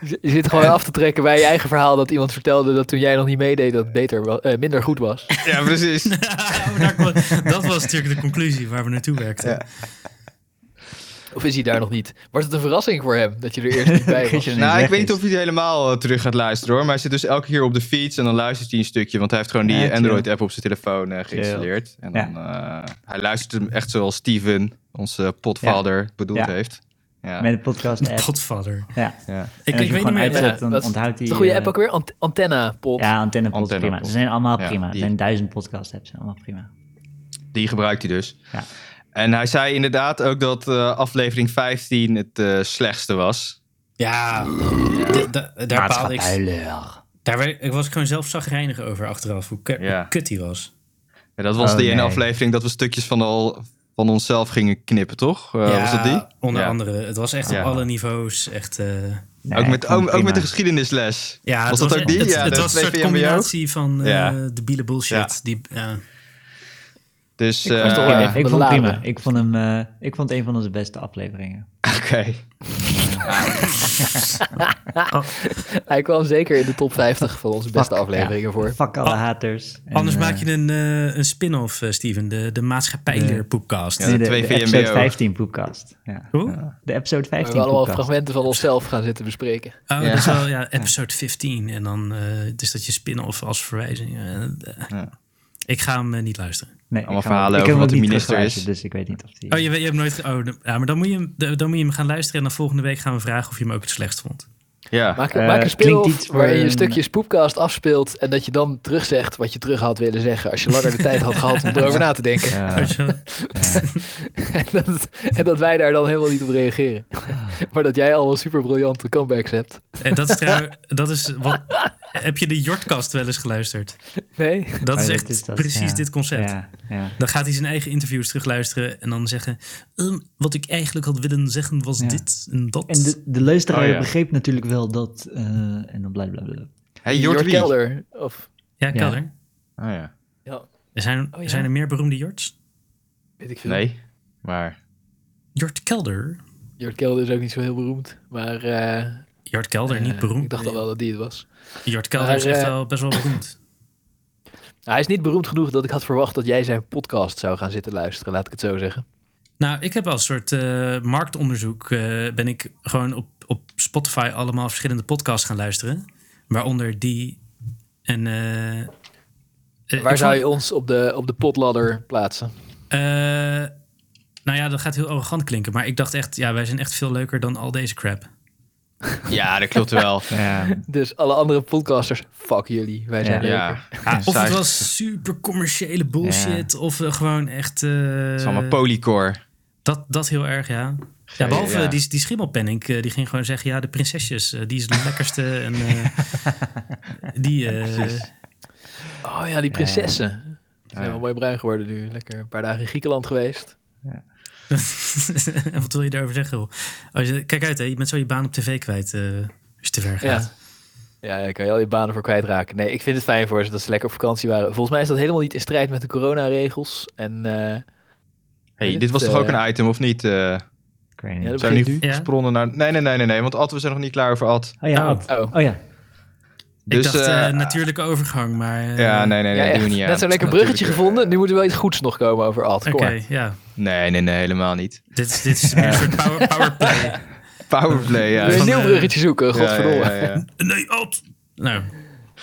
Je je zit gewoon af te trekken bij je eigen verhaal dat iemand vertelde dat toen jij nog niet meedeed dat het beter wa- eh, minder goed was.
*laughs* ja, precies.
Oh, daar kwam- dat was natuurlijk de conclusie waar we naartoe werkten.
Ja.
Of is hij daar nog niet? Wordt het een verrassing voor hem dat je er eerst niet bij was?
Gisteren
Nou,
ineens
ik weet
weg
niet
is.
of hij het helemaal eh, terug gaat luisteren hoor. Maar hij zit dus elke keer op de fiets en dan luistert hij een stukje. Want hij heeft gewoon die
Ja, chill.
Android-app op zijn telefoon eh, geïnstalleerd. En
Ja.
dan, eh, hij luistert hem echt zoals Steven, onze potvader, bedoeld
Ja.
heeft. Ja.
Met de
*laughs*
podcast app.
Godfather.
Ja.
ja.
Ik,
en als
ik
je hem
weet niet
gewoon
meer.
uit-
uitzet,
Ja,
dan
dat is-
onthoudt hij...
Is een goede
eh,
app ook weer? Ant- antenna pop.
Ja, antennepot,
Antennepot.
prima. Ze zijn allemaal
Ja,
prima. Er
die-
zijn duizend podcast apps, zijn allemaal prima.
Die gebruikt hij dus.
Ja.
En hij zei inderdaad ook dat eh, aflevering 15 het eh, slechtste was.
Ja, d- d- daar baalde ik.
Maatschappijleer.
Daar werd- ik was gewoon zelf zagrijnig over achteraf. Hoe, ke-
Ja.
hoe kut die was.
En dat was
Oh,
die ene
nee.
aflevering dat we stukjes van, al, van onszelf gingen knippen, toch? Eh,
Ja,
was dat die?
Onder
Ja.
andere. Het was echt
Ja.
op alle niveaus. Echt, eh,
Nee,
ook, met,
gewoon
ook, ook met
prima.
de geschiedenisles.
ja,
was
het
dat ook
e-
die?
Het,
ja,
het
de
was een soort
2VMBO?
combinatie van eh
Ja.
debiele bullshit.
Ja.
Die, ja.
Dus,
Ik was
eh,
toch
Prima.
Ja,
ik vond het
beladen.
prima. Ik vond, hem, eh, ik vond het een van onze beste afleveringen.
*laughs* oké.
Hij kwam zeker in de top 50 van onze beste afleveringen voor.
Fuck alle haters. En,
Anders
eh,
maak je een, eh, een spin-off, eh, Steven. De, de maatschappijleerpoepcast.
Ja.
nee, de,
twee
de
VMBO.
episode 15 poepcast. Ja. Eh,
Hoe?
De episode 15
We hebben allemaal
poepcast.
fragmenten van onszelf gaan zitten bespreken.
Oh,
Ja.
dat is wel ja, episode 15. En dan eh is dat je spin-off als verwijzing. Eh, eh,
Ja.
Ik ga hem eh, niet luisteren.
Nee,
Allemaal
ik ga hem-
verhalen
ik heb
over
hem ook
wat de
niet
minister
teruggeluisterd,
is.
Dus ik weet niet of die...
Oh, je, je hebt nooit... ge- Oh, de- ja, maar dan moet, je hem, de- dan moet je hem gaan luisteren. En dan volgende week gaan we vragen of je hem ook het slechtst vond.
Ja.
Maak,
Eh,
maak een
klinkt
speel
iets
waarin je
voor
een
een-
stukje Spoopcast afspeelt en dat je dan terugzegt wat je terug had willen zeggen als je langer de tijd had gehad om erover na te
*laughs*
denken.
Ja.
Weet je wel?
Eh,
en, dat, en dat wij daar dan helemaal niet op reageren. maar dat jij allemaal super briljante comebacks hebt.
En Eh, dat is trouwens... Dat is wat, heb je de Jortkast wel eens geluisterd?
Nee?
Dat
Oh,
is
dat
echt
is dat,
precies
ja.
dit concept.
*laughs* Ja, ja.
Dan gaat hij zijn eigen interviews terugluisteren en dan zeggen... "Ehm, wat ik eigenlijk had willen zeggen was
Ja.
dit en dat.
En de, de luisteraar
Oh, ja.
begreep natuurlijk wel dat... eh, en dan bla bla bla.
Hey, Jort Wie. Oh,
Kelder. Of
ja, Kelder. Oh,
ja.
Er Zijn,
Oh, ja.
zijn er meer beroemde Jorts?
weet ik veel.
Nee, maar...
Jort Kelder?
Jort Kelder is ook niet zo heel beroemd. Maar eh,
Jort Kelder, niet
eh,
beroemd.
ik dacht al wel dat die het was.
Jort Kelder is
Maar,
echt
eh,
wel best wel
*clears throat*
beroemd.
Nou, hij is niet beroemd genoeg dat ik had verwacht dat jij zijn podcast zou gaan zitten luisteren, laat ik het zo zeggen.
Nou, ik heb als soort eh, marktonderzoek eh, ben ik gewoon op, op Spotify allemaal verschillende podcasts gaan luisteren. Waaronder die en... eh, eh,
Waar
ik
zou
vond-
je ons op de, op de potladder plaatsen?
Eh, nou ja, dat gaat heel arrogant klinken. Maar ik dacht echt, ja, wij zijn echt veel leuker dan al deze crap.
Ja, dat klopt
*laughs*
wel.
Ja,
Dus alle andere podcasters, fuck jullie, wij zijn
Ja.
leuker.
ja.
Ah, of het was super commerciële bullshit. Of eh, gewoon echt... eh,
Het is allemaal polycore.
dat, dat heel erg, ja. Ja, behalve eh, Die, die schimmelpenning, eh, die ging gewoon zeggen... ja, de prinsesjes, eh, die is
*laughs*
de lekkerste. En, eh, die, eh,
Oh ja, die prinsessen. Ze zijn wel mooi bruin geworden nu. Lekker een paar dagen in Griekenland geweest.
*laughs* Wat wil je daarover zeggen, joh? Als je, kijk uit, hè, je bent zo je baan op tv kwijt eh, als je te ver
Ja.
gaat.
Ja, daar kan je al je banen voor kwijtraken. Nee, ik vind het fijn voor ze dat ze lekker op vakantie waren. Volgens mij is dat helemaal niet in strijd met de coronaregels. En eh,
Hey, dit was toch
Eh,
ook een item, of niet? eh
ik weet
ja,
niet.
dat
zijn we
begint
nu
nu.
Ja.
gesprongen naar... Nee, nee, nee, nee, nee, want Ad, we zijn nog niet klaar over Ad.
Oh ja,
Oh.
Ad.
Oh,
Oh ja,
Ik
Dus,
dacht, eh,
eh,
natuurlijke overgang, maar... eh,
Ja, nee, nee, nee,
ja,
doen
echt.
we niet aan.
Net zo'n lekker
*laughs* Natuurlijk,
bruggetje
eh,
gevonden. Nu moeten we wel iets goeds nog komen over Ad.
Oké,
Kom maar.
ja.
Nee, nee, nee, helemaal niet.
Dit is, dit is meer een soort power, powerplay.
Powerplay, ja.
*laughs* Wil je
van,
een nieuw
eh,
bruggetje zoeken,
Ja, ja,
godverdomme. Ja,
dus ja, ja.
*laughs* Nee, alt. Nou,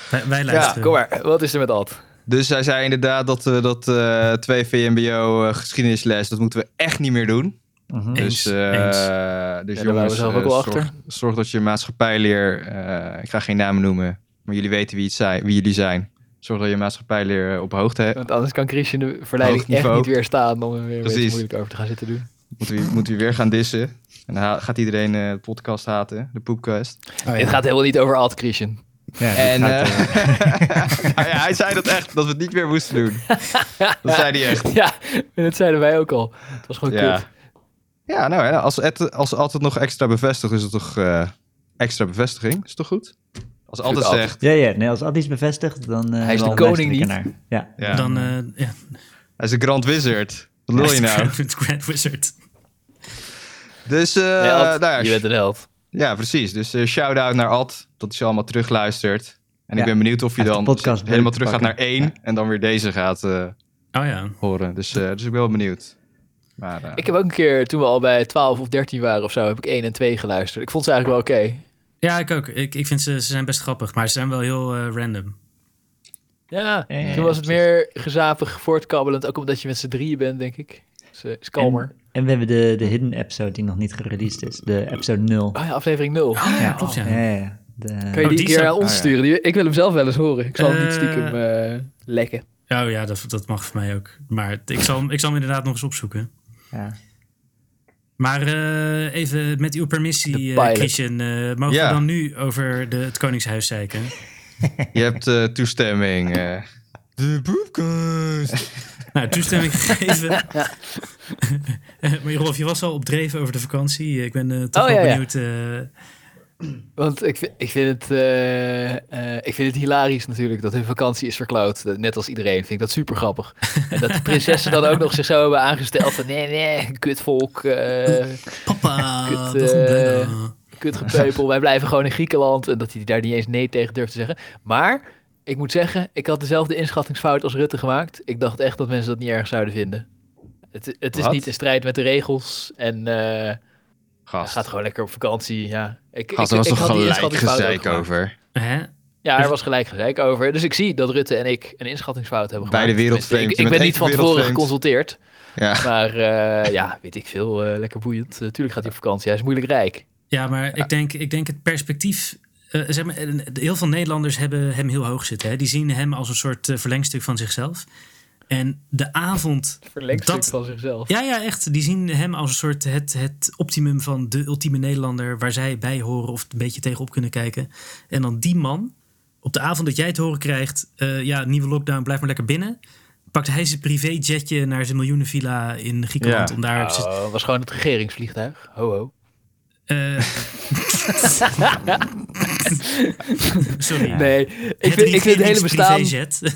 wij, wij luisteren.
eh.
kom maar. Wat is er met Alt?
Dus hij zei inderdaad dat, eh, dat eh, twee VMBO eh, geschiedenisles, dat moeten we echt niet meer doen.
Mhm.
Eens,
dus eh,
eens.
Ja,
dus
daar waren we
jongens,
zelf ook
eh,
wel
zorg,
achter.
zorg dat je maatschappijleer, eh, ik ga geen namen noemen, maar jullie weten wie, het zijn, wie jullie zijn. Zorg dat je maatschappijleer eh, op hoogte hebt.
Want anders kan Christian de verleiding
Hoog
echt
niveau.
niet weerstaan om er weer een beetje
Precies.
moeilijk over te gaan zitten doen.
Moeten we, moeten we weer gaan dissen. En dan ha- gaat iedereen eh, de podcast haten, de poepcast.
Oh,
Dit
ja.
gaat helemaal niet over Alt, Christian.
Ja, dit
En
gaat,
eh, *laughs*
eh,
nou ja, hij zei dat echt, dat we het niet meer moesten doen. *laughs* Dat zei hij
*laughs*
echt.
Ja, dat zeiden wij ook al. Het was gewoon
Ja.
Oh,
Eh,
kut.
Ja, nou ja, als, het, als altijd nog extra bevestigd is het toch eh, extra bevestiging? Is toch goed? Als altijd
Altijd.
zegt,
Ja, ja. Nee, als Ad iets bevestigt, dan... eh,
Hij is de
dan
koning
luister ik
niet.
ernaar. Ja.
ja,
Dan, eh, ja.
hij is een grand wizard.
*laughs*
Wat wil je
*laughs*
nou?
Grand Wizard.
Dus, eh,
Nee, Alt,
nou ja,
je bent een held.
ja, precies. Dus eh, shout-out naar Ad, dat je allemaal terugluistert. En ik
Ja.
ben benieuwd of je
Hij heeft
dan dus
de podcast
helemaal
beter
terug gaat naar
pakken.
één en dan weer deze gaat eh,
Oh ja.
horen. Dus, eh, dus ik ben wel benieuwd. Maar, eh,
Ik heb ook een keer, toen we al bij 12 of 13 waren of zo, heb ik 1 en 2 geluisterd. Ik vond ze eigenlijk wel oké.
Ja, ik ook. Ik, ik vind ze, ze zijn best grappig, maar ze zijn wel heel eh, random.
Ja,
Eh,
toen was het
precies.
meer gezapig, voortkabbelend. Ook omdat je met z'n drieën bent, denk ik. Dus, eh, is kalmer.
En, en we hebben de, de hidden episode die nog niet gereleased is. De episode 0.
Oh ja, aflevering 0.
ja, klopt, ja.
Ja, ja, ja. De-
Kun je
Oh,
die,
die
een keer
zou-
aan ons
Ah, ja.
sturen? Die- ik wil hem zelf wel eens horen. Ik zal hem niet
Eh.
stiekem eh, lekken.
Oh ja, dat, dat mag voor mij ook. Maar het- ik zal, hem- ik zal hem inderdaad nog eens opzoeken.
ja.
Maar eh, even met uw
De
permissie, eh,
pilot.
Christian. eh, mogen
Ja.
we dan nu over de, het Koningshuis zeiken?
Je hebt eh, toestemming. eh. de poepcast.
Nou,
*laughs*
toestemming gegeven. Eh, *laughs* maar Rolf, je was al opdreven over de vakantie. Ik ben eh, toch
Oh,
wel
ja, ja.
benieuwd. eh,
Want ik, vind- ik, vind het, eh, eh, ik vind het hilarisch natuurlijk dat hun vakantie is verklauwd. Dat- Net als iedereen vind ik dat super grappig. En dat de prinsessen dan ook nog zich zo hebben aangesteld van nee, nee, kutvolk, eh *laughs*
Papa,
Kut,
dat
eh,
ontbellen.
kutgepeupel. Wij blijven gewoon in Griekenland. En dat hij daar niet eens nee tegen durft te zeggen. Maar ik moet zeggen, ik had dezelfde inschattingsfout als Rutte gemaakt. Ik dacht echt dat mensen dat niet erg zouden vinden. Het, het is
Wat?
niet in strijd met de regels en... eh, Hij
Gast,
gaat gewoon lekker op vakantie, ja. Ik,
Gast, er was toch
had die
gelijk
inschattingsfout ook
gezeik
gemaakt.
over.
Hè?
Ja, er was gelijk gezeik over. Dus ik zie dat Rutte en ik een inschattingsfout hebben
Beide
gemaakt.
wereldvreemd.
Ik,
Je
ik
bent
ben niet
echt
van tevoren
wereldvreemd.
geconsulteerd.
Ja.
Maar eh, ja, weet ik veel. eh, lekker boeiend. Natuurlijk gaat hij op vakantie. Hij is moeilijk rijk.
Ja, maar Ik, denk, ik denk het perspectief. eh, zeg maar, eh, heel veel Nederlanders hebben hem heel hoog zitten. Hè? Die zien hem als een soort eh, verlengstuk van zichzelf. En de avond.
Verlengstuk
Dat-
van zichzelf.
Ja, ja, echt. Die zien hem als een soort het, het optimum van de ultieme Nederlander. waar zij bij horen of een beetje tegenop kunnen kijken. En dan die man, op de avond dat jij het horen krijgt. eh, ja, nieuwe lockdown, blijf maar lekker binnen. Pakt hij zijn privéjetje naar zijn miljoenenvilla in Griekenland.
Ja.
om daar zijn-
Oh, was gewoon het regeringsvliegtuig. Ho, ho.
Eh. *laughs* Sorry.
Nee, ik vind, ik, vind het hele bestaan,
privéjet. *laughs*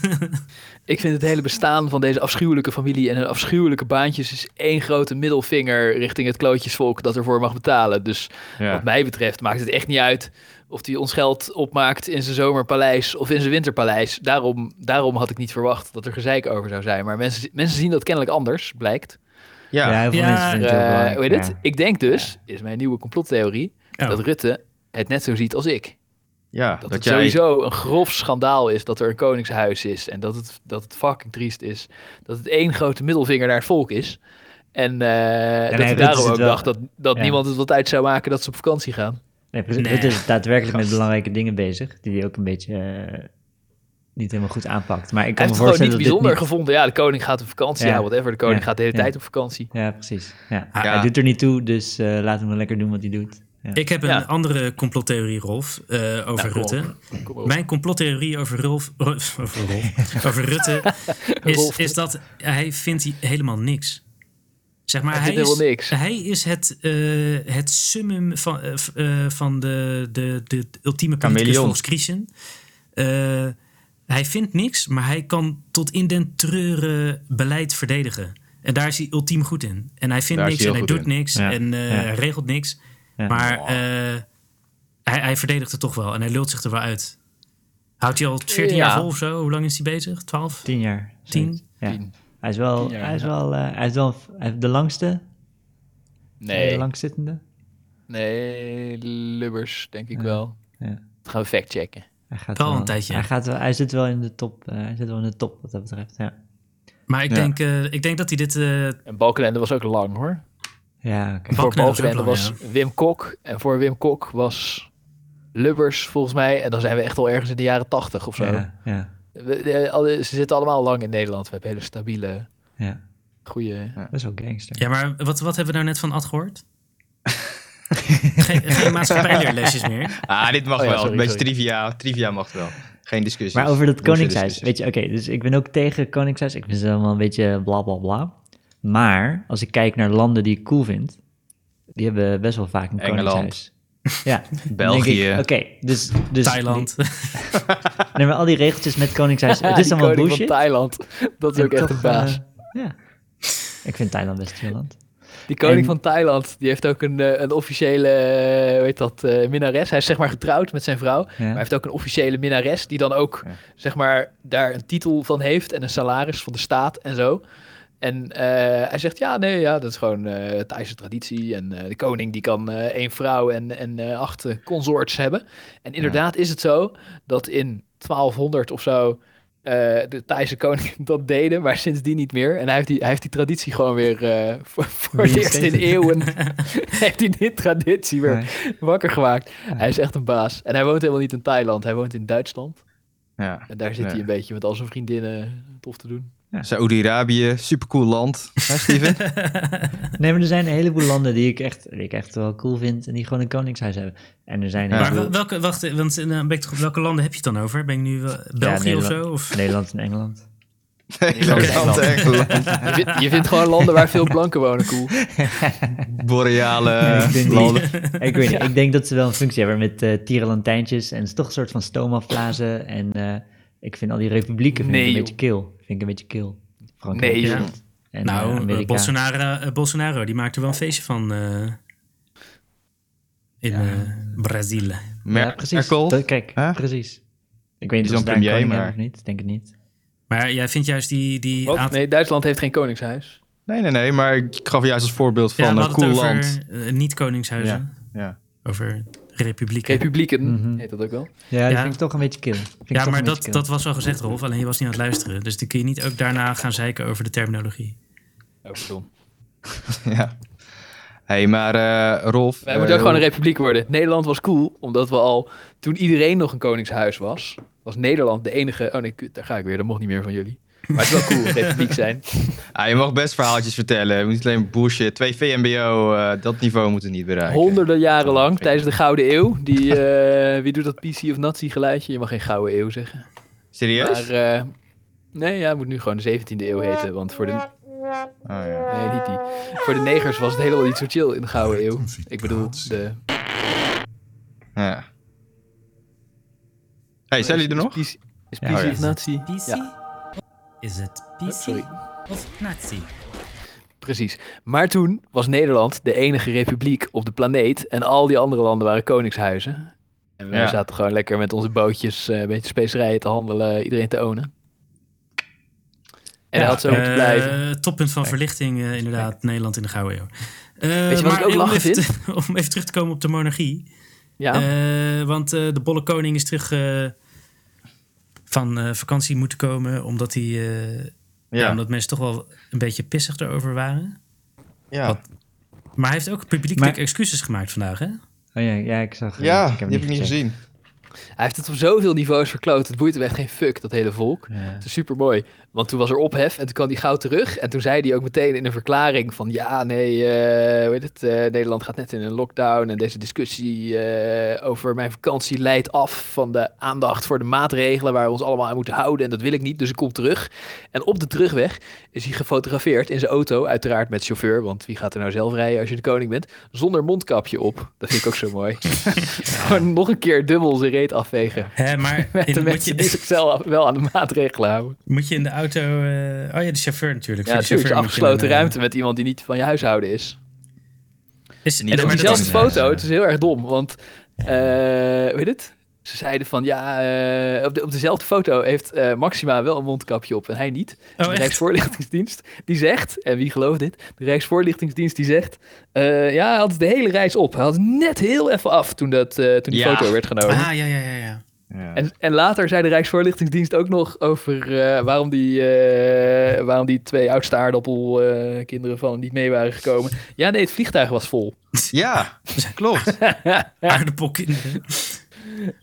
ik vind het hele bestaan van deze afschuwelijke familie en hun afschuwelijke baantjes is één grote middelvinger richting het klootjesvolk dat ervoor mag betalen. Dus Wat
Ja.
mij betreft maakt het echt niet uit of hij ons geld opmaakt in zijn zomerpaleis of in zijn winterpaleis. Daarom, daarom had ik niet verwacht dat er gezeik over zou zijn. Maar mensen, mensen zien dat kennelijk anders, blijkt.
Ja.
Ja, heel veel
Ja,
mensen vinden het heel
Eh,
belangrijk,
hoe heet het?
ja.
Ik denk dus, is mijn nieuwe complottheorie,
Oh.
dat Rutte het net zo ziet als ik.
Ja,
Dat,
dat,
het
jij...
sowieso een grof schandaal is dat er een koningshuis is. En dat het, dat het fucking triest is. Dat het één grote middelvinger naar het volk is. En eh, dat
Rutte
ik daarom
zit
ook
wel-
dacht dat, dat
Ja.
niemand het wat uit zou maken dat ze op vakantie gaan.
Nee, precies.
Nee.
Rutte is daadwerkelijk met
Gast.
belangrijke dingen bezig. Die hij ook een beetje eh, niet helemaal goed aanpakt. Maar ik kan
Hij
me
heeft het gewoon
voorstellen dat
niet
dit
bijzonder
niet-
gevonden. Ja, de koning gaat op vakantie. Ja,
Ja.
whatever. De koning
Ja.
gaat de hele
Ja.
tijd op vakantie.
Ja, precies. Ja.
Ah,
ja.
Hij doet er niet toe, dus eh laat hem wel lekker doen wat hij doet. Ja.
Ik heb een
Ja.
andere complottheorie, Rolf, eh, over
Nou, kom op.
Rutte.
Kom op.
Mijn complottheorie over Rolf, Rolf- over, Rolf, over Rutte is,
Rolf.
is dat hij vindt hi- helemaal niks. Zeg maar,
Hij
hij,
vindt
is,
helemaal niks.
hij is het, eh, het summum van, eh, v- eh, van de, de, de, de ultieme politicus
Chameleon.
volgens Christian. Eh, hij vindt niks, maar hij kan tot in den treuren beleid verdedigen. En daar is hij ultiem goed in. En hij vindt
Daar is
niks
hij
en
heel
hij
goed
doet niks
Ja.
en eh,
Ja.
hij regelt niks.
Ja.
Maar eh, hij, hij verdedigt het toch wel en hij lult zich er wel uit. Houdt hij al 14
Ja.
jaar vol of zo? Hoe lang is hij bezig? 12?
Tien jaar.
Tien?
zoiets. Ja.
Tien.
Hij is wel,
Ja,
hij is
ja.
wel, eh, hij is wel hij heeft de langste, de
Nee,
langzittende.
nee, lubbers, denk ik
Ja.
wel.
Ja.
Dat gaan we factchecken.
Hij gaat
Wel
wel
een tijdje.
Hij, gaat wel, hij zit wel in de top. eh, hij zit wel in de top wat dat betreft. Ja,
Maar ik,
Ja.
denk, eh, ik denk dat hij dit... eh
En Balkenende was ook lang hoor.
ja
Balkenende
oké.
voor
was ook
Balkenende
lang,
was Wim Kok. En voor Wim Kok was Lubbers volgens mij. En dan zijn we echt al ergens in de jaren tachtig of zo.
Ja, ja,
We- de- alle- ze zitten allemaal lang in Nederland. We hebben hele stabiele,
ja.
goede...
Best wel gangster.
Ja, maar wat, wat hebben we nou net van Ad gehoord? geen geen maatschappijleerlesjes
*laughs*
meer.
Ah, dit mag
Oh ja,
wel.
sorry,
Een beetje
sorry.
trivia. Trivia mag wel. Geen discussie.
Maar over dat Koningshuis. Weet je, oké, dus ik ben ook tegen Koningshuis. Ik vind ze allemaal een beetje bla bla bla. Maar als ik kijk naar landen die ik cool vind, die hebben best wel vaak een
Engeland.
Koningshuis.
*laughs*
Ja, dan denk
België.
ik, Oké, dus, dus.
Thailand.
die- nee, maar al die regeltjes met
*laughs*
Koningshuis. het is
Die
allemaal
koning
bullshit.
van Thailand. *laughs* Dat is
en
ook echt
toch,
een baas.
eh, ja. Ik vind Thailand best een chill land.
Die koning
En-
van Thailand, die heeft ook een, eh, een officiële, eh, hoe heet dat, eh, minnares. Hij is zeg maar getrouwd met zijn vrouw. Maar hij heeft ook een officiële minnares die dan ook,
Ja.
zeg maar, daar een titel van heeft en een salaris van de staat en zo. En eh, hij zegt, ja, nee, ja, dat is gewoon eh Thaise traditie. En eh, de koning die kan eh, één vrouw en, en eh, acht eh, consorts hebben. En inderdaad is het zo dat in 1200 of zo eh, de Thaise koning *laughs* dat deden, maar sindsdien niet meer. En hij heeft die, hij heeft die traditie gewoon weer eh, *laughs* voor, voor het eerst in
Reinstated.
eeuwen *laughs* heeft hij dit traditie weer
Nee.
wakker gemaakt. Hij is echt een baas. En hij woont helemaal niet in Thailand, hij woont in Duitsland.
Ja.
En daar zit
Ja.
hij een beetje met al zijn vriendinnen tof te doen.
Saoedi-Arabië, supercool land.
*laughs*
Hè, Steven?
Nee, maar er zijn een heleboel landen die ik, echt, die ik echt wel cool vind en die gewoon een koningshuis hebben. En er zijn een
Ja.
Maar wel-
heleboel-
welke, wacht, eh, want eh, ben ik toch, welke landen heb je het dan over? Ben ik nu wel- België of zo?
Nederland.
Of?
Nederland en
*laughs*
Engeland.
Nederland, Engeland.
Je, vindt- je vindt gewoon landen waar veel blanken wonen cool.
Boreale
ik vind die-
landen.
ik weet niet, ik denk dat ze wel een functie hebben met eh tierenlantijntjes en het is toch een soort van stoma-flazen. En eh, ik vind al die republieken vind ik
Nee,
een beetje kil. Vind ik een beetje kil. Frankrijk
Nee,
Ja.
joh.
en eh,
Nou, eh,
Amerika.
Bolsonaro, eh, Bolsonaro, die maakt er wel een feestje van eh, in eh Brazilië.
Ja,
Mer-
precies.
Merkel.
Dat- kijk,
Huh?
precies. Ik weet
is
niet of ze
dan
daar een
premier,
koning
maar-
hebben of niet. Ik Denk het niet.
Maar jij vindt juist die, die
Wat?
aantal-
Oh, Nee, Duitsland heeft geen koningshuis.
Nee, nee, nee. Maar ik gaf juist als voorbeeld
Ja,
van
we
een
hadden
cool
het over
land.
eh, niet-koningshuizen.
Ja.
Over republieken.
Republieken
Mhm.
heet dat ook wel.
Ja,
Ja.
die vind ik toch een beetje kil. Vind ik
ja,
toch een
maar
beetje
dat,
kil.
dat was al gezegd, Rolf. Alleen je was niet aan het luisteren. Dus dan kun je niet ook daarna gaan zeiken over de terminologie.
Oh, pardon.
ja. hey, maar eh, Rolf.
Wij
eh,
moeten ook gewoon een republiek worden. Nederland was cool, omdat we al toen iedereen nog een koningshuis was, was Nederland de enige. Oh nee, kut, daar ga ik weer. Dat mocht niet meer van jullie. Maar het is wel cool een republiek zijn.
ah, je mag best verhaaltjes vertellen. We moeten alleen bullshit. Twee VMBO, eh, dat niveau moeten we niet bereiken.
Honderden jaren lang, tijdens de Gouden Eeuw. Die, eh, wie doet dat PC of Nazi geluidje? Je mag geen Gouden Eeuw zeggen.
Serieus?
Maar eh, nee, ja, het moet nu gewoon de 17e eeuw heten. Want voor de,
Oh, ja.
nee, niet die. voor de negers was het helemaal niet zo chill in de Gouden Eeuw. Ik bedoel, de,
ja. hey, zijn jullie er nog? oh,
Is, is PC
Ja,
of Nazi?
PC?
Ja,
Is het
oh,
PC
sorry.
of Nazi?
Precies. Maar toen was Nederland de enige republiek op de planeet. En al die andere landen waren koningshuizen. En wij
Ja.
zaten gewoon lekker met onze bootjes eh, een beetje specerijen te handelen, iedereen te ownen. En dat had zo moeten
Eh,
blijven.
Toppunt van verlichting, eh, inderdaad. Nederland in de Gouden Eeuw. Eh,
wat
maar
ik ook
om
lachen
even te- *laughs* om even terug te komen op de monarchie.
Ja,
Eh, want eh, de bolle koning is terug eh, van eh, vakantie moeten komen. Omdat, hij, eh, ja.
Ja.
omdat mensen toch wel een beetje pissig erover waren.
Ja,
Maar hij heeft ook publiekelijk
Maar-
excuses gemaakt vandaag, hè?
Oh ja, ja, ik zag... eh,
ja
ik
die heb ik niet
gecheckt.
gezien.
hij heeft het op zoveel niveaus verkloot. Het boeit hem echt geen fuck, dat hele volk.
Ja.
Het is super mooi. Want toen was er ophef en toen kwam hij gauw terug. En toen zei hij ook meteen in een verklaring van... Ja, nee, eh, hoe heet het? eh, Nederland gaat net in een lockdown. En deze discussie eh, over mijn vakantie leidt af van de aandacht voor de maatregelen... waar we ons allemaal aan moeten houden. En dat wil ik niet, dus ik kom terug. En op de terugweg is hij gefotografeerd in zijn auto. Uiteraard met chauffeur, want wie gaat er nou zelf rijden als je de koning bent? Zonder mondkapje op. Dat vind ik ook zo mooi. Gewoon nog een keer dubbel zijn reet afvegen. *laughs*
Hè, maar
Met de
in, moet,
mensen die
je,
zichzelf wel aan de maatregelen houden.
*laughs* moet je in de auto... eh, oh ja, de chauffeur natuurlijk.
Ja,
Voor de
natuurlijk.
chauffeur moet je
Een afgesloten
een, eh,
ruimte met iemand die niet van je huishouden is.
Is, en,
Niet
En
dat
op
maar
die
dat
diezelfde
is,
zelfs- dat is-
foto, het is heel erg dom, want... eh, hoe heet het? Ze zeiden van ja, eh, op, de- op dezelfde foto heeft eh, Maxima wel een mondkapje op en hij niet. Dus de
Oh, echt?
Rijksvoorlichtingsdienst die zegt, en wie gelooft dit? De Rijksvoorlichtingsdienst die zegt, eh, ja, hij had de hele reis op. Hij had het net heel even af toen, dat, eh, toen die
Ja.
foto werd genomen.
Ah, ja, ja, ja. ja.
Ja.
En, en later zei de Rijksvoorlichtingsdienst ook nog over eh, waarom, die, eh, waarom die twee oudste aardappelkinderen kinderen van hem niet mee waren gekomen. Ja, nee, het vliegtuig was vol.
ja, klopt.
*laughs*
*laughs* Aardappelkinderen.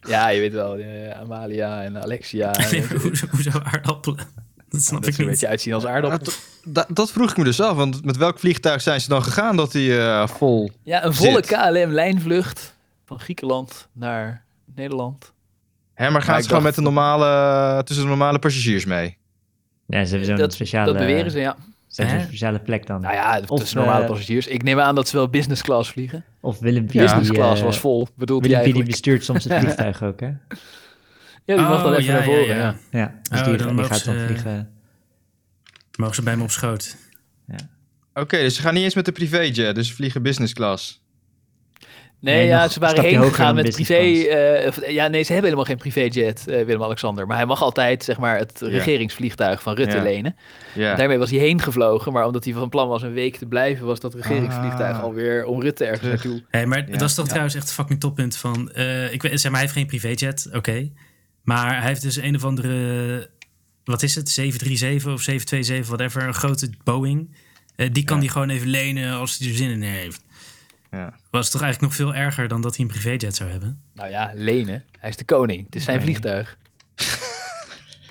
Ja, je weet wel, eh, Amalia en *laughs* Alexia. en, eh,
Hoezo- Hoezo aardappelen? *laughs* Dat snap
dat
ik
ze een
niet.
beetje uitzien als
Maar
aardappel.
dat- dat- dat vroeg ik me dus af, want met welk vliegtuig zijn ze dan gegaan dat die eh, vol...
Ja, een volle
Zit.
KLM-lijnvlucht van Griekenland naar Nederland.
Hè, maar gaan
ik
ze gewoon
dacht-
met de normale, tussen de normale passagiers mee?
Ja, ze hebben zo'n speciale,
dat beweren ze, ja.
ze hebben zo'n
Hè?
speciale plek dan.
Nou ja, dat
Of,
tussen normale
eh,
passagiers. Ik neem aan dat ze wel business class vliegen.
Of Willem Pie,
Business
die,
class
eh,
was vol, bedoelde jij
Willem Pie die
eigenlijk.
bestuurt soms *laughs* het vliegtuig ook, hè?
Ja, die mag dan
Oh,
even
ja,
naar
ja,
voren,
ja.
ja.
Ja, dus
Oh,
die,
dan
die
mogen
gaat dan
ze-
vliegen.
Mogen ze bij me op schoot?
Oké, dus ze gaan niet eens met de privéjet, dus ze vliegen business class.
Nee,
Nee,
ja,
nog
ze
een
waren
stapje
heen
hoger
gegaan
dan
met privé.
business
eh, of- ja, nee, ze hebben helemaal geen privéjet, eh, Willem-Alexander. Maar hij mag altijd zeg maar, het regeringsvliegtuig van Rutte
Ja.
lenen.
Ja.
Daarmee was hij heen gevlogen. Maar omdat hij van plan was een week te blijven, was dat regeringsvliegtuig
Ah.
alweer om Rutte ergens
Terug.
naartoe.
Hé, maar
Ja.
dat is toch trouwens echt een fucking toppunt van... eh, ik weet, zeg maar, hij heeft geen privéjet, oké. Maar hij heeft dus een of andere... Wat is het? 737 of 727, whatever. Een grote Boeing. Eh, die kan
Ja.
die gewoon even lenen als hij er zin in heeft.
Ja. *laughs*
Was toch eigenlijk nog veel erger dan dat hij een privéjet zou hebben?
Nou ja, lenen. Hij is de koning. Het is zijn
Nee.
vliegtuig.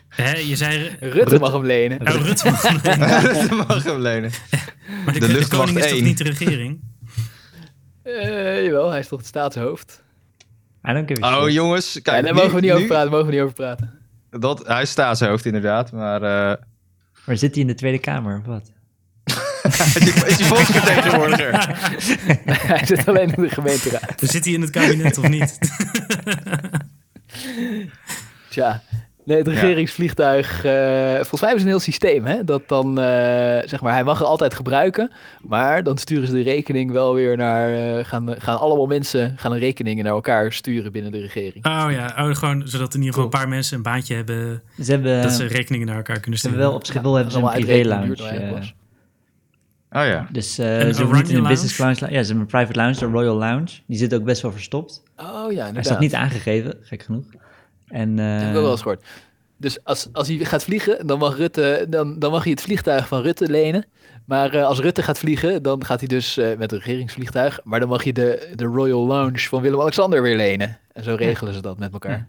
Hè, je zei...
Rutte, mag hem lenen.
Oh, Rutte mag hem lenen.
dat mag hem lenen.
Maar de,
De
de
luchtmacht
koning is toch
één.
niet de regering?
Eh, jawel, hij is toch het staatshoofd.
I don't give a
Oh
shit.
jongens, kijk.
Ja, daar
nu-
mogen we niet
nu-
over praten. Mogen we niet over praten. *laughs*
Dat, hij is staatshoofd inderdaad, maar eh,
Maar zit hij in de Tweede Kamer of wat?
is hij is hij volksvertegenwoordiger?
hij zit alleen in de gemeenteraad.
Dus Zit hij in het kabinet of
*laughs*
niet?
Tja. Nee, het regeringsvliegtuig. eh, volgens mij hebben ze een heel systeem. Hè? Dat dan, eh, zeg maar, hij mag er altijd gebruiken. Maar dan sturen ze de rekening wel weer naar. eh, gaan, gaan allemaal mensen gaan een rekeningen naar elkaar sturen binnen de regering.
Oh ja, oh, gewoon zodat in ieder geval een paar mensen een baantje hebben...
Ze hebben,
dat
ze
Ehm,
ze rekeningen naar elkaar kunnen sturen.
hebben wel op Schiphol hebben ze een
allemaal
privé
uitrekenen hoe
lounge.
duur het nou eigenlijk
eh,
was.
Oh ja.
dus
Een
eh ze hoeven niet in
oranje
een business
lounge?
lounge. Ja, ze hebben een private lounge, de Royal Lounge. Die zit ook best wel verstopt.
Oh ja,
Hij
inderdaad.
staat niet aangegeven, gek genoeg. En, eh,
Dat heb ik ook
Ehm.
wel eens gehoord. Dus als, als hij gaat vliegen, dan mag, Rutte, dan, dan mag hij het vliegtuig van Rutte lenen. Maar eh, als Rutte gaat vliegen, dan gaat hij dus eh, met een regeringsvliegtuig. Maar dan mag je de, de Royal Lounge van Willem-Alexander weer lenen. En zo regelen ze dat met elkaar.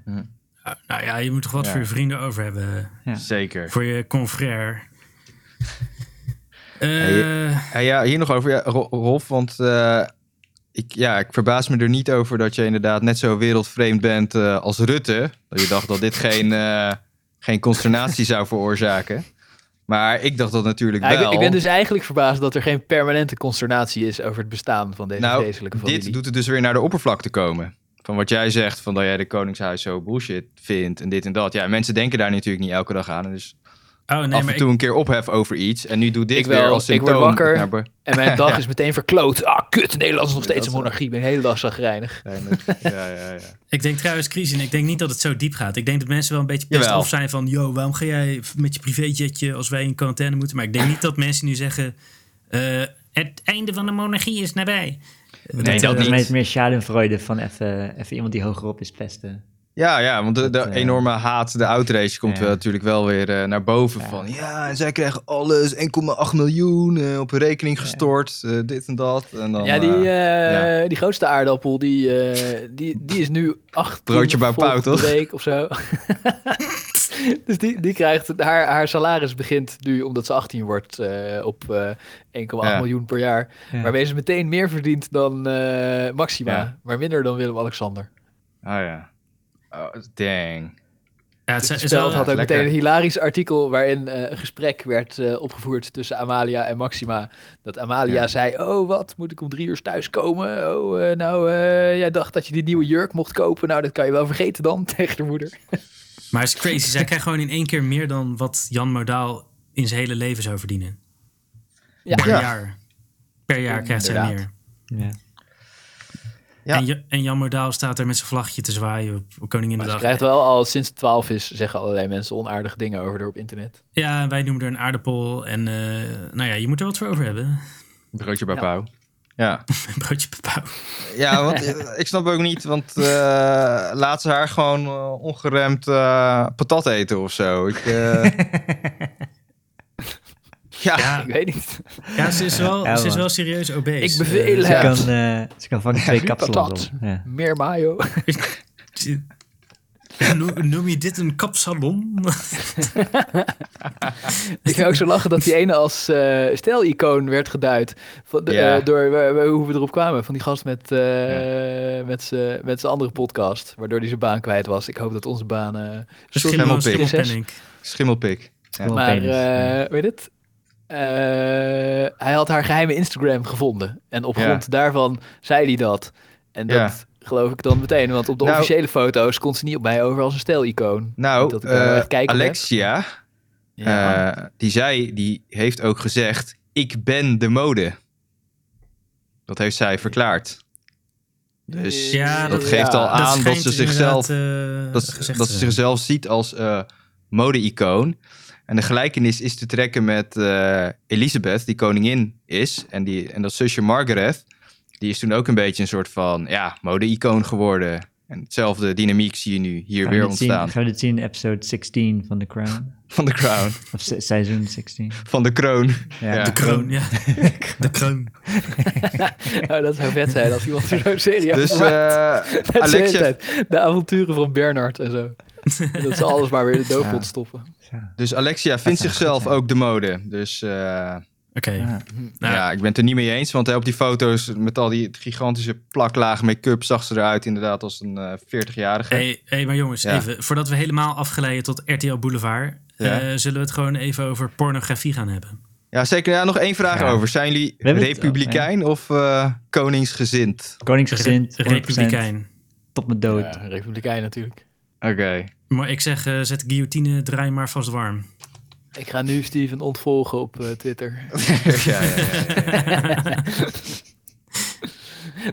Ah, Nou ja, je moet toch wat
Ja.
voor je vrienden over hebben.
Ja.
Zeker.
Voor je confrère. *laughs* Eh,
Ja, ja, hier nog over, ja, Ro- Rolf, want eh, ik, ja, ik verbaas me er niet over dat je inderdaad net zo wereldvreemd bent eh, als Rutte. Dat je dacht dat dit geen, eh, geen consternatie zou veroorzaken. Maar ik dacht dat natuurlijk
Ja, ik,
wel.
ik ben dus eigenlijk verbaasd dat er geen permanente consternatie is over het bestaan van deze
nou,
vreselijke familie.
dit doet het dus weer naar de oppervlakte komen. Van wat jij zegt, van dat jij de Koningshuis zo bullshit vindt en dit en dat. Ja, mensen denken daar natuurlijk niet elke dag aan. En Dus
oh nee,
af
maar
en
ik,
toe een keer ophef over iets. En nu doet dit
Ik wel,
weer als
ik word
symptoom.
wakker.
naar be-
En mijn
*laughs*
dag is meteen verkloot. Ah, kut, Nederland is nog steeds een
Dat is-
monarchie. Ik ben de hele dag zagrijnig.
*laughs* ja, ja, ja.
ik denk trouwens, Christian, ik denk niet dat het zo diep gaat. Ik denk dat mensen wel een beetje pissed
Jawel.
off zijn van... yo, waarom ga jij met je privéjetje als wij in quarantaine moeten? Maar ik denk niet dat mensen nu zeggen... eh, het einde van de monarchie is nabij.
Nee, dat
volgens
niet.
mij is het meer schadenfreude van even, even iemand die hogerop is pesten.
Ja, ja, want de, de
Dat, eh,
enorme haat, de outrage komt
ja.
wel natuurlijk wel weer eh, naar boven.
Ja.
Van ja, en zij krijgen alles, 1,8 miljoen eh, op hun rekening gestort, eh, dit en dat. En dan,
ja, die,
eh,
eh, die grootste aardappel, die, eh, die, die is nu acht
Broodje bij
volgende
Pauw, toch?
week of zo. *laughs* dus die, die krijgt, haar, haar salaris begint nu, omdat ze 18 wordt, eh, op eh, 1,8
Ja.
miljoen per jaar.
Ja.
Waarmee ze meteen meer verdient dan eh, Maxima,
Ja.
maar minder dan Willem-Alexander.
Ah ja. Oh, dang.
Ja, het, is-
Het
het is
spel
wel,
had ook
lekker.
meteen een hilarisch artikel waarin eh, een gesprek werd eh, opgevoerd tussen Amalia en Maxima. Dat Amalia
Ja.
zei, oh wat, moet ik om drie uur thuiskomen? Oh, eh, nou, eh, jij dacht dat je die nieuwe jurk mocht kopen. Nou, dat kan je wel vergeten dan, *laughs* tegen de moeder.
maar het is crazy.
*laughs*
Zij krijgt gewoon in één keer meer dan wat Jan Modaal in zijn hele leven zou verdienen.
Ja.
Per
Ja.
jaar. Per jaar krijgt zij
Inderdaad.
meer.
Ja.
Ja.
En, Ja- en Jammer Daal staat er met zijn vlaggetje te zwaaien op, op
Maar ze
Koninginnedag.
krijgt wel al sinds het 12 is, zeggen allerlei mensen onaardige dingen over haar op internet.
Ja, en wij noemen er een aardappel. En eh, nou ja, je moet er wat voor over hebben. *laughs*
Broodje bij
Ja.
Pauw. Ja.
Broodje papau.
Ja, want eh, ik snap ook niet, want eh, laat ze haar gewoon eh, ongeremd eh, patat eten of zo. Ik, eh, ja,
Ja,
Ik weet niet.
ja, ze, is wel,
Ja,
ze is
man.
wel serieus obese.
Ik beveel
Eh,
Ze
Ja.
kan, eh, ze kan *laughs* vangen twee
Ja,
kapsels
patat.
op. Ja.
Meer mayo.
*laughs* Noem- Noem je dit een
*laughs*
kapsalon?
Ik ging ook zo lachen dat die ene als eh stijl-icoon werd geduid. Van de-
Ja.
eh, door eh, hoe we erop kwamen. Van die gast met, eh, met zijn met zijn andere podcast. Waardoor hij zijn baan kwijt was. Ik hoop dat onze baan... eh, soort-
Schimmel,
Schimmelpik.
schimmelpenning.
schimmelpik. Ja.
Wel
maar,
penis.
eh, weet je het? Eh, hij had haar geheime Instagram gevonden. En op
Ja.
grond daarvan zei hij dat. En dat
Ja.
geloof ik dan meteen. Want op de
Nou-
officiële foto's kon ze niet op mij over als een
*laughs*
stijl-icoon. Niet
Nou,
dat ik daar
eh,
echt kijk op heb.
Alexia, eh, die zei, die heeft ook gezegd, ik ben de mode. Dat heeft zij verklaard. Dus
Ja,
dat geeft al aan dat
schijnt
ze
dus
zichzelf-
inderdaad, eh,
dat,
gezegd
dat
te
ze
zijn.
zichzelf ziet als eh, mode-icoon. En de gelijkenis is te trekken met eh, Elisabeth, die koningin is. En, die, en dat zusje Margaret, die is toen ook een beetje een soort van ja, mode-icoon geworden. En hetzelfde dynamiek zie je nu hier
Gaan we
weer
dit zien?
ontstaan.
Gaan we dit zien in episode 16 van The
*laughs*
Crown?
Van de crown.
Of se- seizoen 16?
Van de kroon. Ja.
De kroon, ja.
*laughs*
De kroon.
Nou, dat zou vet zijn als iemand zo serieus
Dus
maakt. *laughs*
eh,
Dat is de hele
Alexia,
tijd. De avonturen van Bernard en *laughs* zo. En dat ze alles maar weer in de doofpot stoppen.
dus Alexia vindt
zou
zichzelf
goed zijn.
ook de mode. Dus eh,
Oké.
Ja.
Nou,
ja, ik ben het er niet mee eens. Want hè, op die foto's met al die gigantische plaklaag make-up zag ze eruit inderdaad als een eh, 40-jarige.
Hey, hey, maar jongens,
Ja.
even, voordat we helemaal afgeleiden tot RTL Boulevard,
Ja.
eh, zullen we het gewoon even over pornografie gaan hebben.
Ja, zeker. Ja, nog één vraag
Ja.
over. Zijn jullie
We hebben het-
republikein of eh, koningsgezind?
Koningsgezind, 100%,
Re- Republikein.
tot mijn dood.
Ja, Republikein natuurlijk.
Oké. *laughs*
Maar ik zeg, eh, zet de guillotine, draai maar vast
*laughs*
warm.
Ik ga nu Steven ontvolgen op eh, Twitter.
ja, ja, ja, ja.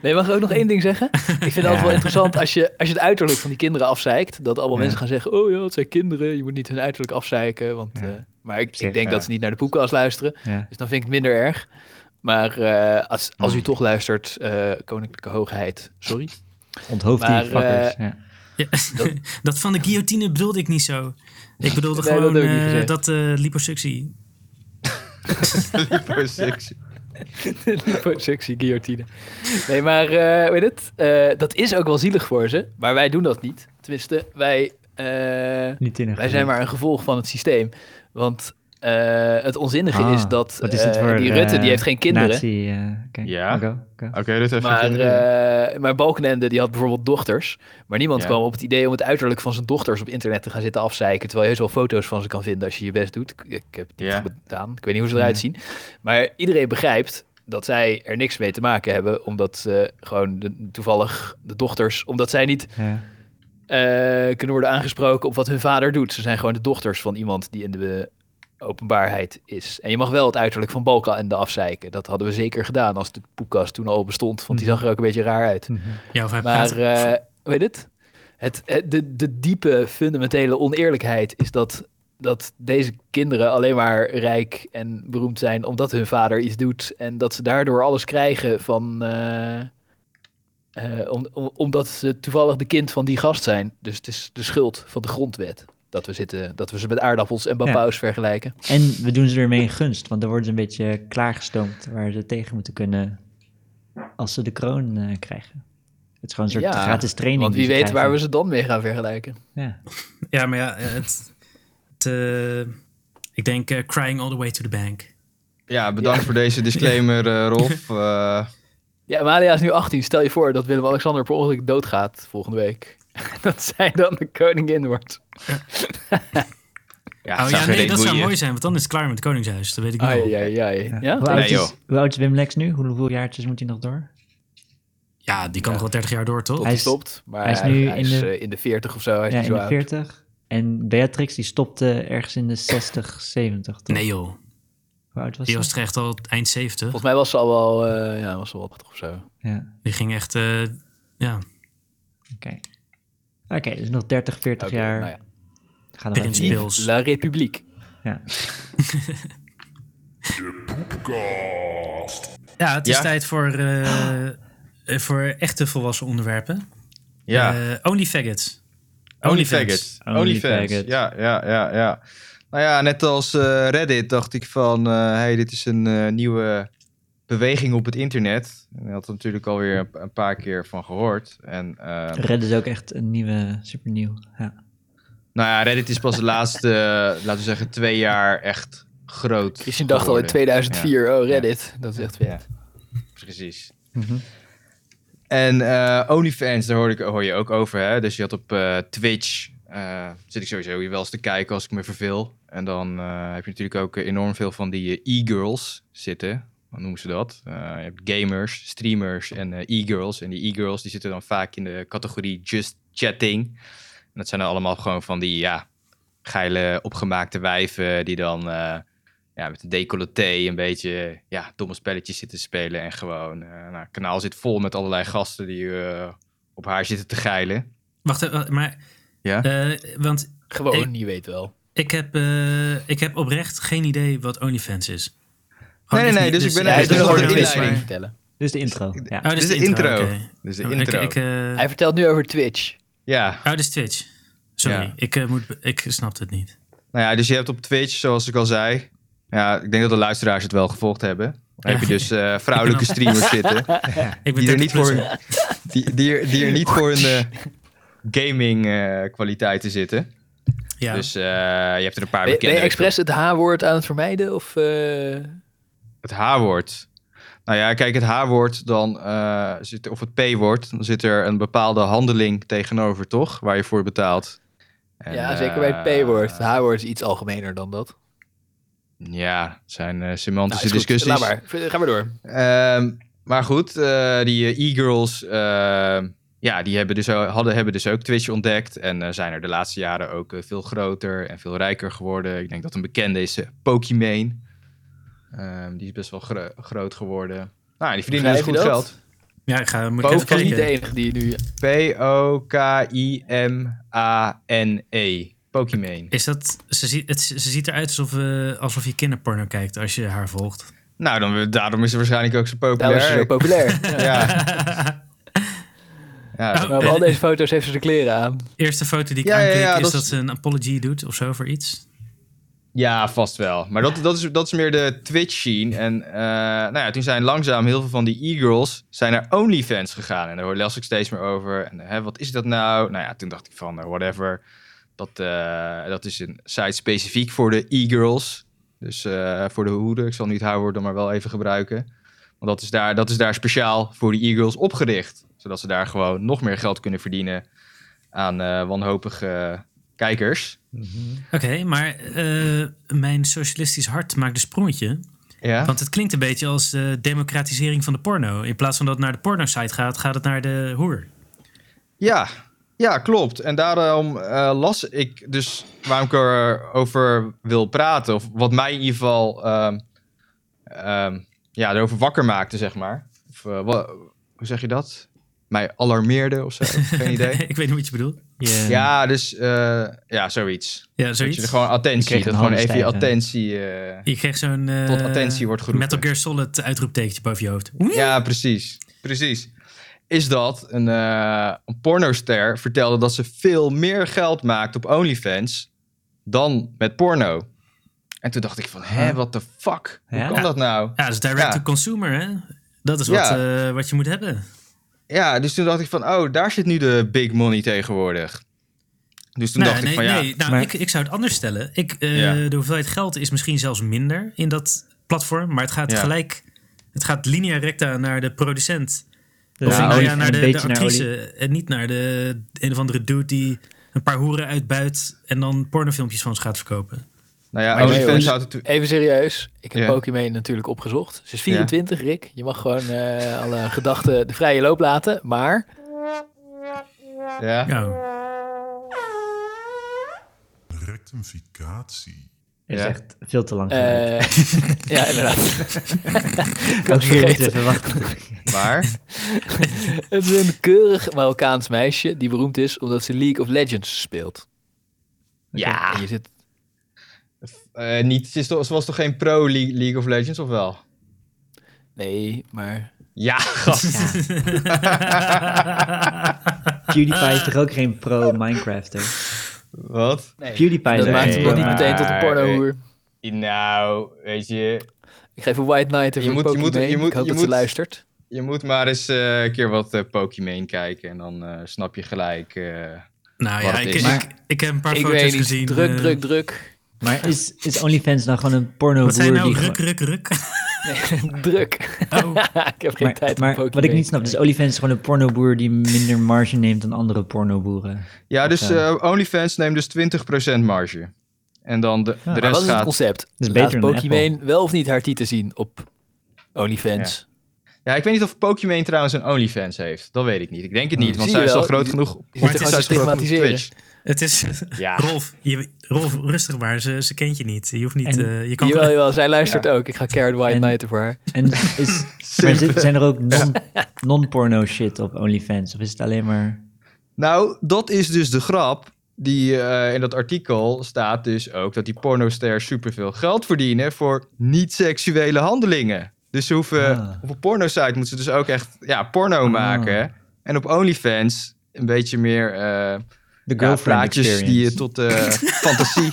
Nee, mag ik ook nog één ding zeggen? Ik vind het altijd wel interessant als je, als je het uiterlijk van die kinderen afzeikt. Dat allemaal
Ja.
mensen gaan zeggen, oh ja, het zijn kinderen. Je moet niet hun uiterlijk afzeiken. Want, eh, maar ik,
zich,
ik denk
ja.
dat ze niet naar de podcast luisteren.
Ja.
Dus dan vind ik het minder erg. Maar eh, als, als u toch luistert, eh, Koninklijke Hoogheid, sorry.
Onthoofd die
Maar, eh,
fuckers. ja.
Ja, dat... van de guillotine bedoelde ik niet zo. Ik bedoelde
Nee, dat
gewoon
heb ik niet
eh,
gezegd.
dat eh, liposuctie.
*laughs* Liposuctie.
*laughs* Voor Sexy guillotine. Nee, maar eh, weet het? Eh, dat is ook wel zielig voor ze. Maar wij doen dat niet. Tenminste, wij, eh,
Niet in een
wij zijn
groep.
maar een gevolg van het systeem. Want eh, het onzinnige
Ah,
is dat
Wat is dit
eh,
voor,
die Rutte
eh,
die heeft geen kinderen.
Nazi, eh, oké.
Ja.
Oké, oké.
Oké, dit even.
Maar, eh, maar Balkenende die had bijvoorbeeld dochters. Maar niemand
Ja.
kwam op het idee om het uiterlijk van zijn dochters op internet te gaan zitten afzeiken. Terwijl je zo foto's van ze kan vinden als je je best doet. Ik, ik heb het niet
Ja. Mhm.
gedaan. Ik weet niet hoe ze eruit zien. Maar iedereen begrijpt dat zij er niks mee te maken hebben. Omdat ze gewoon de- toevallig de dochters. Omdat zij niet
Ja.
eh, kunnen worden aangesproken op wat hun vader doet. Ze zijn gewoon de dochters van iemand die in de openbaarheid is. En je mag wel het uiterlijk van Balkan en de afzeiken. Dat hadden we zeker gedaan als de podcast toen al bestond. Want die
Mhm.
zag er ook een beetje raar uit.
Ja, of hij
Maar
praat-
eh weet het? het, het de, de diepe fundamentele oneerlijkheid is dat, dat deze kinderen alleen maar rijk en beroemd zijn omdat hun vader iets doet. En dat ze daardoor alles krijgen van. eh, eh, om, om- omdat ze toevallig de kind van die gast zijn. Dus het is de schuld van de grondwet. Dat we, zitten, dat we ze met aardappels en bapaus vergelijken.
En we doen ze ermee een gunst, want dan worden ze een beetje klaargestoomd waar ze tegen moeten kunnen als ze de kroon eh, krijgen. Het is gewoon een soort
Ja,
gratis training.
Want wie
die ze
weet waar we
krijgen.
ze dan mee gaan vergelijken.
Ja.
ja, maar ja, eh, het, het, eh, ik denk eh, crying all the way to the bank. Oh,
ja, bedankt
ja.
voor deze disclaimer, eh, Rolf.
Oh
Eh,
Ja, Amalia is nu 18. Stel je voor dat Willem-Alexander per ongeluk doodgaat volgende week. *laughs* Dat zij dan de koningin wordt.
ja,
oh
zou
ja, nee,
geen
dat zou
boeien.
mooi zijn, want dan is het klaar met het Koningshuis. Dat weet ik
Oh.
niet.
Ai, ai, ai. Ah, Ja?
Hoe, oud
Nee,
is,
joh.
hoe oud is Wim Lex nu? Hoe- Hoeveel jaartjes moet hij nog door?
Ja, die kan nog wel 30 jaar door, toch?
Tot
Hij
hij
is-
stopt. Maar
hij
hij
is
is
nu in
is,
de-
eh, in de 40 of zo. Hij is
ja,
niet
in
zo
de
oud.
40. En Beatrix die stopte ergens in de 60, 70. Toch?
Nee joh,
Hoe oud was
die
ze?
was terecht al eind 70.
Volgens mij was ze al wel, eh, ja, was ze wel 80 of zo.
Ja.
Die ging echt eh, Ja,
Oké, dus nog 30, 40
Oké,
jaar.
nou ja.
Gaat dan
Prins
even
Pils.
La Republiek.
Ja.
Ja, het is
Ja.
tijd voor, eh, eh, voor echte volwassen onderwerpen.
Ja.
Eh, only faggots.
Only
fans.
faggots.
Only
Only fans.
faggots.
Ja, ja, ja, ja. Nou ja, net als eh, Reddit dacht ik van... eh hey, dit is een eh, nieuwe beweging op het internet. En ik had er natuurlijk alweer een, een paar keer van gehoord. En eh,
Red is ook echt een nieuwe, supernieuw. Ja.
nou ja, Reddit is pas de laatste, *laughs* eh, laten we zeggen, twee jaar echt groot
Christian dacht al in
geworden.
2004, oh Reddit, dat is echt vet.
Ja. Precies. En eh, OnlyFans, daar hoor, ik, hoor je ook over. Hè? Dus je had op eh, Twitch, eh, zit ik sowieso hier wel eens te kijken als ik me verveel. En dan eh, heb je natuurlijk ook eh, enorm veel van die eh, e-girls zitten. Wat noemen ze dat? Eh, je hebt gamers, streamers en eh, e-girls. En die e-girls die zitten dan vaak in de categorie just chatting. En dat zijn dan allemaal gewoon van die ja, geile opgemaakte wijven die dan... eh, ja, met een decolleté een beetje ja, domme spelletjes zitten spelen. En gewoon, eh, nou, het kanaal zit vol met allerlei gasten die eh, op haar zitten te geilen.
Wacht even, maar...
Ja?
eh, want
Gewoon,
Ik-
je weet wel.
ik heb, eh, ik heb oprecht geen idee wat OnlyFans is. Gewoon
nee,
echt
nee,
niet,
dus ik ben
Ja, hij
Ja, hij
is dus
doet
gewoon
gewoon een
een
maar-
quiz
inleiding.
vertellen.
Dus de intro. Ja.
Oh, dit is de intro. oké.
Dus de
Oh,
intro.
Ik, ik, eh,
Hij vertelt nu over Twitch.
Ja,
oh, dit is Twitch. Sorry,
Ja.
ik, eh, moet, ik snapte het niet.
Nou ja, dus je hebt op Twitch, zoals ik al zei. Ja, ik denk dat de luisteraars het wel gevolgd hebben. Dan heb je
*laughs*
dus eh, vrouwelijke streamers zitten.
Ik ben
Die er
30
niet
plus.
voor hun, die, die, er- die er niet voor hun
*laughs*
eh, gaming eh, kwaliteiten zitten.
Ja.
Dus eh, je hebt er een paar
Ben, ben je
bekende.
expres het H-woord aan het vermijden? Of, eh,
Het H-woord. Nou ja, kijk, het H-woord dan, eh, zit, of het P-woord, dan zit er een bepaalde handeling tegenover, toch? Waar je voor betaalt. En,
ja, zeker bij het
eh,
P-woord. Het H-woord is iets algemener dan dat.
Ja, het zijn eh,
Nou,
Dus
semantische
is goed.
discussies.
Laat maar. V- Ga maar door.
Ehm, maar goed, eh, die eh, e-girls, ehm, ja, die hebben dus, ook, hadden, hebben dus ook Twitch ontdekt. En eh, zijn er de laatste jaren ook eh, veel groter en veel rijker geworden. Ik denk dat een bekende is eh, Pokimane. Ehm, die is best wel gro- groot geworden. Nou, die verdienen dus
Begrijp
goed
je dat?
geld.
ja, ik ga moet ik
Boven
even
Ik was niet de
kijken.
enige die nu...
P-O-K-I-M-A-N-E. Pokimane.
Is dat, ze, ziet, het, ze ziet eruit alsof, eh, alsof je kinderporno kijkt als je haar volgt.
Nou, dan, daarom is ze waarschijnlijk ook zo
Daar
populair.
was ze zo *laughs* populair.
ja. ja,
*laughs*
Oh,
Maar op
eh,
al deze foto's heeft ze de kleren aan.
eerste foto die ik
Ja, ja,
aanklik
ja,
is
dat is-
dat ze een apology doet of zo voor iets.
Ja, vast wel. Maar dat, dat, is, dat is meer de Twitch-scene. En eh, nou ja, toen zijn langzaam heel veel van die e-girls zijn naar OnlyFans gegaan. En daar las ik steeds meer over. En hè, wat is dat nou? Nou ja, toen dacht ik van, eh, whatever. Dat, eh, dat is een site specifiek voor de e-girls. Dus eh, voor de hoeden. Ik zal niet haar woord dan maar wel even gebruiken. Want dat is daar, dat is daar speciaal voor de e-girls opgericht. Zodat ze daar gewoon nog meer geld kunnen verdienen aan eh, wanhopige eh, kijkers.
Oké, maar eh, mijn socialistisch hart maakt een sprongetje.
Ja.
Want het klinkt een beetje als de democratisering van de porno. In plaats van dat het naar de porno-site gaat, gaat het naar de hoer.
Ja, ja, klopt. En daarom eh, las ik dus waarom ik erover wil praten. Of wat mij in ieder geval ehm, ehm, ja, erover wakker maakte, zeg maar. Of, eh, wa- hoe zeg je dat? Mij alarmeerde of zo.
*laughs*
Geen idee.
ik weet niet wat je bedoelt.
Je,
Ja, dus eh, ja, zoiets.
Ja,
Dat je er
zoiets.
gewoon
Je
attentie,
kreeg
dat
een
gewoon even je
handstijf,
attentie eh,
Je kreeg zo'n eh,
tot attentie wordt geroepen.
Metal Gear Solid uitroeptekentje boven je hoofd.
Ja, precies. Precies. Is dat een, eh, een pornoster vertelde dat ze veel meer geld maakt op OnlyFans dan met porno. En toen dacht ik van, hè, wat de fuck? Hoe
Ja.
kan dat nou?
Ja, dat is direct
Ja.
to consumer, hè? Dat is wat,
Ja.
eh, wat je moet hebben.
Ja, dus toen dacht ik van, oh, daar zit nu de big money tegenwoordig. Dus toen
Nou,
dacht
nee,
ik van, ja,
nee, nou,
maar-
ik, ik zou het anders stellen. Ik, eh,
Ja.
De hoeveelheid geld is misschien zelfs minder in dat platform, maar het gaat
Ja.
gelijk, het gaat linea recta naar de producent.
de-
Of
Ja,
nou
olie-
ja, naar
een
de, de
beetje naar
actrice
olie.
en niet naar de een of andere dude die een paar hoeren uitbuit en dan pornofilmpjes van ze gaat verkopen.
nou ja
Maar nee,
OnlyFans
hoor.
houdt het...
Even serieus. Ik heb
Ja.
Pokimane natuurlijk opgezocht. Ze is 24, Rick. Je mag gewoon eh, alle gedachten de vrije loop laten. Maar
Ja.
Ja.
Rectificatie.
is
Ja.
echt veel te lang geleden.
*laughs*
Eh, ja, inderdaad. *laughs* ik
Ook
had
hier moeten we
vergeten.
Oh, even wachten.
Maar,
*laughs*
Het is een keurig Marokkaans meisje die beroemd is omdat ze League of Legends speelt.
Ah.
Ja.
En je zit...
eh, niet, ze, is toch, ze was toch geen pro League, League of Legends, of wel?
Nee, maar...
Ja, *laughs* gast.
PewDiePie is toch ook geen pro-Minecrafter?
Wat?
PewDiePie is
dat
ook
maakt hem
geen
nog niet
maar-
meteen tot een pornohoer.
Nou, weet je,
Ik geef een White Knight even
Je moet-
een
je moet-
Pokémon.
je moet-
Ik hoop
je
dat ze
moet-
luistert.
je moet maar eens eh, een keer wat eh Pokémon kijken en dan eh, snap je gelijk. eh,
Nou
Wat
ja,
het
ik,
is.
ik, ik heb een paar
Ik
foto's
weet niet.
gezien.
druk,
eh,
druk, druk.
Maar is, is OnlyFans nou gewoon een porno
Wat zijn nou?
die
Ruk,
gewoon-
ruk, ruk. *laughs*
*laughs* druk.
Oh.
ik heb geen
Maar,
tijd
maar
voor Pokémon.
wat ik niet snap, dus is OnlyFans gewoon een pornoboer die minder marge neemt dan andere pornoboeren.
Ja, dus
Oké.
eh, OnlyFans neemt dus 20% marge. En dan de, de
maar
Maar
rest
wat is het
gaat...
concept?
is
Laat
beter dan
Pokémon wel of niet haar titel zien op OnlyFans.
Ja, ik weet niet of Pokémon trouwens een OnlyFans heeft. Dat weet ik niet. Ik denk het niet, want
Oh, Zie
zij
je
is al
wel,
groot
je-
genoeg.
je zit
er
zij
gewoon
is
te
groot genoeg op
stigmatiseren.
Twitch.
Het is...
Ja.
Rolf, je, Rolf, rustig maar. Ze, ze kent je niet. Je hoeft niet...
En-
eh, je kan
jawel, jawel, zij luistert ook. Ik ga Carrot White
En-
Knight voor haar.
*laughs*
En is, maar zit- zijn er ook non- non-porno shit op OnlyFans? Of is het alleen maar...
Nou, dat is dus de grap. Die eh, in dat artikel staat dus ook dat die pornosters superveel geld verdienen voor niet-seksuele handelingen. Dus ze hoeven
Ah.
op een pornosite moeten ze dus ook echt ja, porno
Ah.
maken. En op OnlyFans een beetje meer eh
De
ja,
girlfriend
plaatjes
experience.
die je tot eh, fantasie.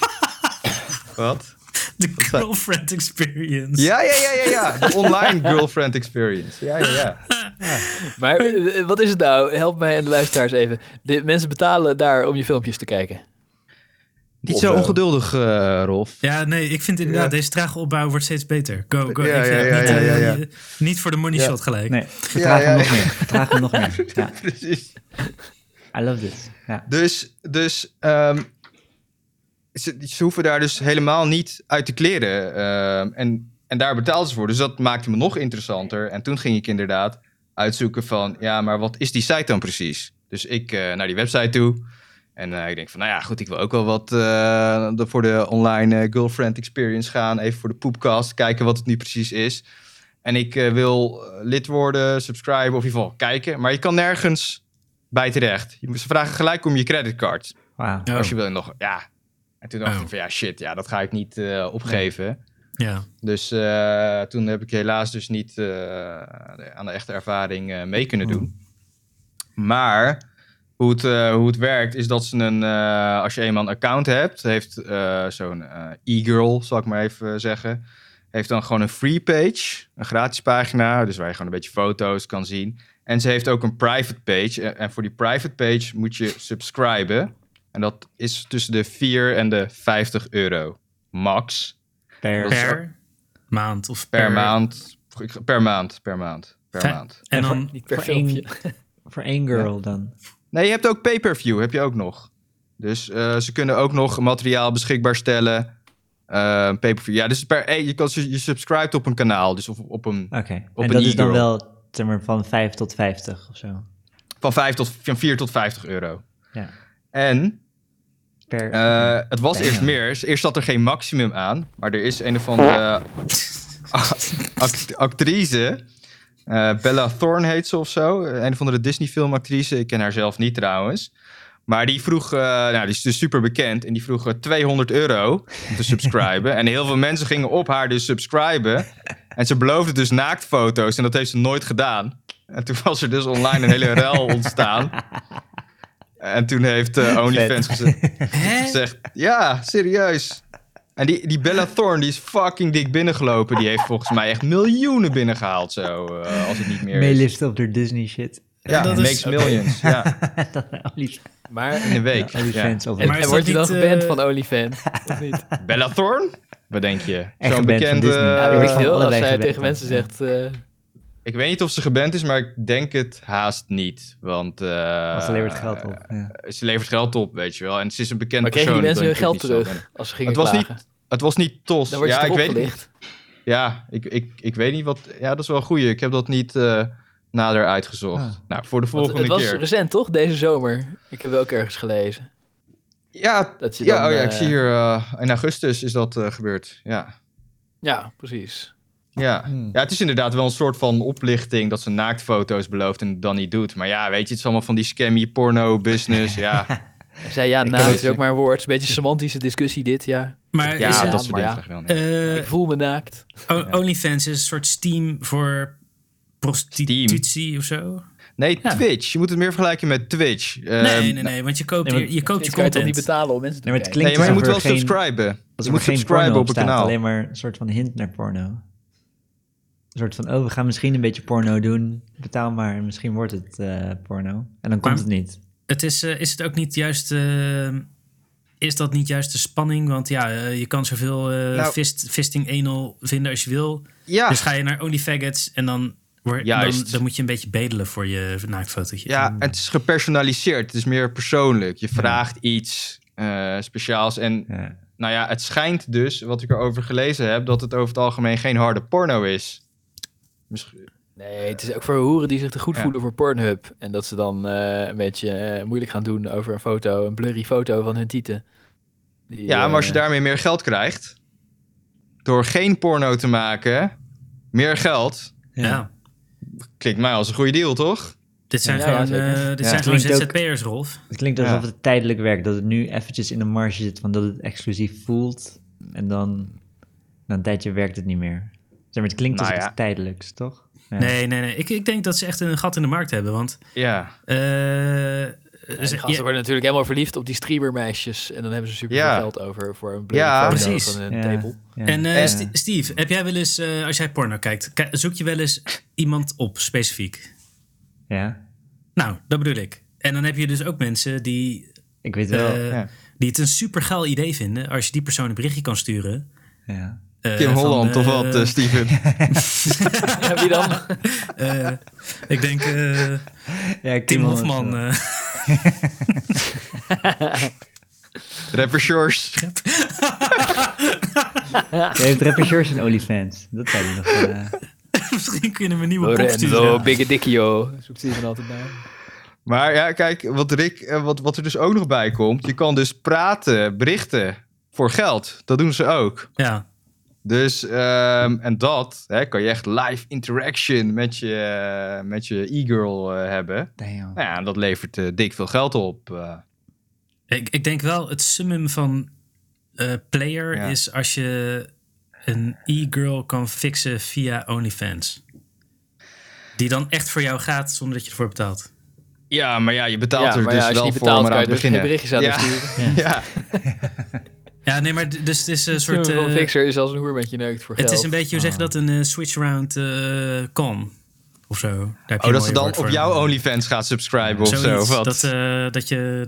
Wat?
*laughs* De girlfriend experience.
Ja, ja, ja, ja, ja. De online girlfriend experience. Ja, ja, ja.
Maar eh, wat is het nou? Help mij en de luisteraars even. De mensen betalen daar om je filmpjes te kijken.
Niet
Of,
zo
eh,
ongeduldig, eh, Rolf.
Ja, nee, ik vind inderdaad, deze trage opbouw wordt steeds beter. Go, go.
Ja,
Ik, eh,
ja, ja,
niet, eh,
ja, ja, ja.
niet voor de money
Ja.
shot gelijk.
Nee, vertraag
Ja,
hem
ja,
nog
ja.
meer. Vertraag hem nog
*laughs*
meer. Ja,
Precies.
I love this. Ja.
Dus, dus ehm, ze, ze hoeven daar dus helemaal niet uit te kleren. ehm, en, en daar betaalden ze voor. Dus dat maakte me nog interessanter. En toen ging ik inderdaad uitzoeken van... ja, maar wat is die site dan precies? Dus ik eh, naar die website toe. En eh, ik denk van, nou ja, goed, ik wil ook wel wat eh, de- voor de online eh, girlfriend experience gaan. Even voor de poepkast, kijken wat het nu precies is. En ik eh, wil eh, lid worden, subscriben of in ieder geval kijken. Maar je kan nergens bij terecht. Je- Ze vragen gelijk om je creditcard.
Wauw.
Oh,
Als je wil nog, ja. En toen dacht
Oh.
ik van, ja, shit, ja, dat ga ik niet eh, opgeven.
ja.
Dus eh, toen heb ik helaas dus niet eh, aan de echte ervaring eh, mee kunnen doen. Maar hoe het, eh, hoe het werkt is dat ze een, eh, als je eenmaal een account hebt, heeft eh, zo'n eh, e-girl, zal ik maar even eh, zeggen, heeft dan gewoon een free page, een gratis pagina, dus waar je gewoon een beetje foto's kan zien. En ze heeft ook een private page. En, en voor die private page moet je subscriben. En dat is tussen de 4 en de 50 euro max
Per.
dat is-
Per maand of per,
per maand. Per maand, per maand, per
Fijn.
maand.
En dan,
Niet per
Voor één-
filmpje.
Voor één girl dan.
Nee, je hebt ook pay-per-view, heb je ook nog. Dus eh, ze kunnen ook nog materiaal beschikbaar stellen. Eh, pay-per-view. Ja, dus per, eh, je, kan, je subscribt op een kanaal, dus op, op een,
Oké.
Op
En
een
dat is dan
e-girl.
wel zeg maar, van 5 tot 50 of zo.
van, 5 tot, van 4 tot 50 euro.
Ja.
En
Per.
eh, het was
Damn.
eerst meer. Eerst zat er geen maximum aan, maar er is een of andere eh, act- actrice. eh, Bella Thorne heet ze of zo. Een of andere Disney filmactrice. Ik ken haar zelf niet trouwens. Maar die vroeg, eh, nou die is dus super bekend. En die vroeg eh, 200 euro om te subscriben. en heel veel mensen gingen op haar dus subscriben. En ze beloofde dus naaktfoto's. En dat heeft ze nooit gedaan. En toen was er dus online een hele ruil ontstaan. En toen heeft eh, OnlyFans gezegd, gezegd, ja, serieus. En die, die Bella Thorne, die is fucking dik binnengelopen. Die heeft volgens mij echt miljoenen binnengehaald zo, eh, als het niet meer is.
Meeliften op door Disney shit.
Ja,
Dat
makes
is-
millions. Ja,
dat Only-
Maar,
in de week. Ja.
OnlyFans over.
en,
Maar
en
is
word
dat
je dan
niet, eh,
geband van
*laughs*
OnlyFans? Eh, Of niet?
Bella Thorne? Wat denk je?
Echt
Zo'n
geband van
bekende...
Disney.
ja, weet ik
eh,
veel. Als
allebei
zij
geband
tegen
van.
mensen zegt... eh,
Ik weet niet of ze geband is, maar ik denk het haast niet. Want eh,
Als alleen maar het geld op. Ja.
Ze levert geld op, weet je wel. En ze is een bekende
maar kregen die
persoon.
mensen hun
dat
geld
denk ik niet zo
terug als ze gingen
Het was niet-
klagen?
ben. Het was niet tos.
Dan word je
ja,
toch
ik weet, niet-
opgelicht?
ja ik, ik, ik weet niet wat... Ja, dat is wel een goeie. Ik heb dat niet eh, nader uitgezocht.
Ah.
Nou, voor de
Want
volgende
Het was
keer.
recent, toch? Deze zomer. Ik heb wel ook ergens gelezen.
Ja,
Dat je
ja,
dan,
oh ja,
eh,
ik zie hier eh, in augustus is dat eh, gebeurd. Ja.
Ja, precies.
Ja. ja, het is inderdaad wel een soort van oplichting dat ze naaktfoto's belooft en het dan niet doet. Maar ja, weet je, het is allemaal van die scammy porno business. ja,
Hij zei ja, nou,
kan
het
het-
is ook maar een woord. Het is een beetje een semantische discussie dit, ja.
Maar
ja
is
het-
dat soort
maar
dingen.
ja.
graag wel, ja.
eh,
Ik voel me naakt.
O- OnlyFans is een soort Steam voor prostitutie of
Ehm,
zo.
Nee,
Ja.
Twitch. Je moet het meer vergelijken met Twitch. Ehm,
Nee, nee, nee, want je koopt,
Nee,
je, je koopt je
Dit kan je toch niet
content.
betalen om mensen te
Nee, maar het
bekijken?
nee, maar je moet
alsof
wel
er geen-
subscriben.
Als
Je
er
moet
geen
subscriben
porno
op een
staat,
kanaal.
alleen maar een soort van hint naar porno. Een soort van, oh, we gaan misschien een beetje porno doen. Betaal maar, en misschien wordt het eh, porno. En dan komt
Maar-
het niet.
Het is, eh, is het ook niet juist... eh, is dat niet juist de spanning? Want ja, eh, je kan zoveel eh
Nou.
fist, fisting anal vinden als je wil.
Ja,
Dus ga je naar OnlyFaggots en dan, word, dan,
Juist.
dan moet je een beetje bedelen voor je naaktfotootje.
ja, het is gepersonaliseerd. Het is meer persoonlijk. Je vraagt iets eh, speciaals. En
Ja.
nou ja, het schijnt dus, wat ik erover gelezen heb, dat het over het algemeen geen harde porno is. Misschien...
Nee, het is ook voor hoeren die zich te goed
Ja.
voelen voor Pornhub. En dat ze dan eh, een beetje eh, moeilijk gaan doen over een foto, een blurry foto van hun tieten. Die,
Ja, maar als je
eh,
daarmee meer geld krijgt, door geen porno te maken, meer geld,
Ja. Ja.
klinkt mij als een goede deal, toch?
Dit zijn
Ja,
gewoon, eh,
zeker.
dit
Ja.
zijn gewoon
Klinkt ook-
ZZP'ers, Rolf.
Het klinkt alsof het tijdelijk werkt. Dat het nu eventjes in de marge zit van dat het exclusief voelt. En dan, na een tijdje werkt het niet meer. Zeg maar, het klinkt
Nou
als
ja.
iets tijdelijks, toch? Ja.
Nee, nee, nee. Ik, ik denk dat ze echt een gat in de markt hebben, want...
Ja.
eh,
die
ze-
gasten worden natuurlijk helemaal verliefd op die streamermeisjes. En dan hebben ze super veel
Ja.
geld over voor een blurry
Ja.
foto
Precies.
van hun
Ja. *laughs*
table.
Ja.
En eh,
En-
Sti- Steve, heb jij wel eens, eh, als jij porno kijkt, ki- zoek je wel eens iemand op specifiek?
ja,
Nou, dat bedoel ik. En dan heb je dus ook mensen die,
ik weet wel.
eh,
ja.
die het een super geil idee vinden als je die persoon een berichtje kan sturen.
ja.
eh,
Kim
van,
Holland of
eh,
wat, eh,
*laughs*
Steven?
Ja, wie dan?
eh, ik denk
*laughs*
eh,
ja
Tim
Holland is
Hofman.
wel-
eh,
Rapper Shores.
eh.
Je hebt rapper Shores en OnlyFans. Dat zou je
*laughs*
nog... eh,
misschien kunnen we een nieuwe pop
Lorenzo
sturen.
Bigadickio. Zoekt Steven altijd naar.
Maar ja, kijk, wat, Rick, eh, wat, wat er dus ook nog bij komt. Je kan dus praten, berichten voor geld. Dat doen ze ook.
Ja,
Dus, ehm, en dat hè, kan je echt live interaction met je, eh, met je e-girl eh, hebben.
damn.
Nou ja, dat levert eh, dik veel geld op. eh.
ik, ik denk wel het summum van eh, player
Ja.
is als je een e-girl kan fixen via OnlyFans. Die dan echt voor jou gaat zonder dat je ervoor betaalt.
ja, maar ja, je
Ja,
betaalt er
maar ja,
dus
als je
wel
niet
voor om
betaalt, kan
eraan
je dus
te
geen
beginnen.
berichtjes aan haar
Ja.
sturen.
ja. Oh, ja.
Ja, nee, maar d- dus het is een
Een
soort.
soort
eh,
fixer is als een hoer met je neukt voor
het
geld.
is een beetje, hoe zeg je
Ah.
dat, een eh, switch-around eh con of zo. Daar heb je
Oh,
een
dat
mooie
ze dan
woord
op
voor.
jouw OnlyFans gaat subscriben of zo.
Zoiets,
Of wat.
Dat, eh, dat, je,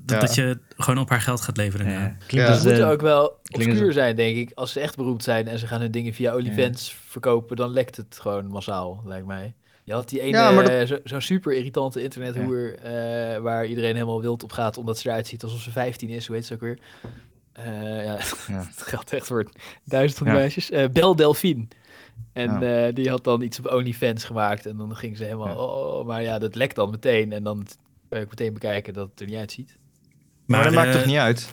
dat,
Ja.
dat je gewoon op haar geld gaat leveren.
Ja.
Ja.
Klinkt
Ja.
als,
Ze moeten
eh,
Dus ook wel
klinken
obscuur zijn, denk ik. Als ze echt beroemd zijn en ze gaan hun dingen via OnlyFans verkopen, dan lekt het gewoon massaal, lijkt mij. Je had die ene,
Ja, maar dat-
eh, zo- zo'n super irritante internethoer eh, waar iedereen helemaal wild op gaat, omdat ze eruit ziet alsof ze 15 is, hoe heet ze ook weer? Eh, ja, *laughs* het geldt echt voor duizend van die
Ja.
meisjes. Eh Bel Delphine. En
Ja.
eh, die had dan iets op OnlyFans gemaakt en dan ging ze helemaal,
Ja.
oh, maar ja, dat lekt dan meteen. En dan kan je ook meteen bekijken dat het er niet uitziet.
Maar, dat maakt
eh,
toch niet uit?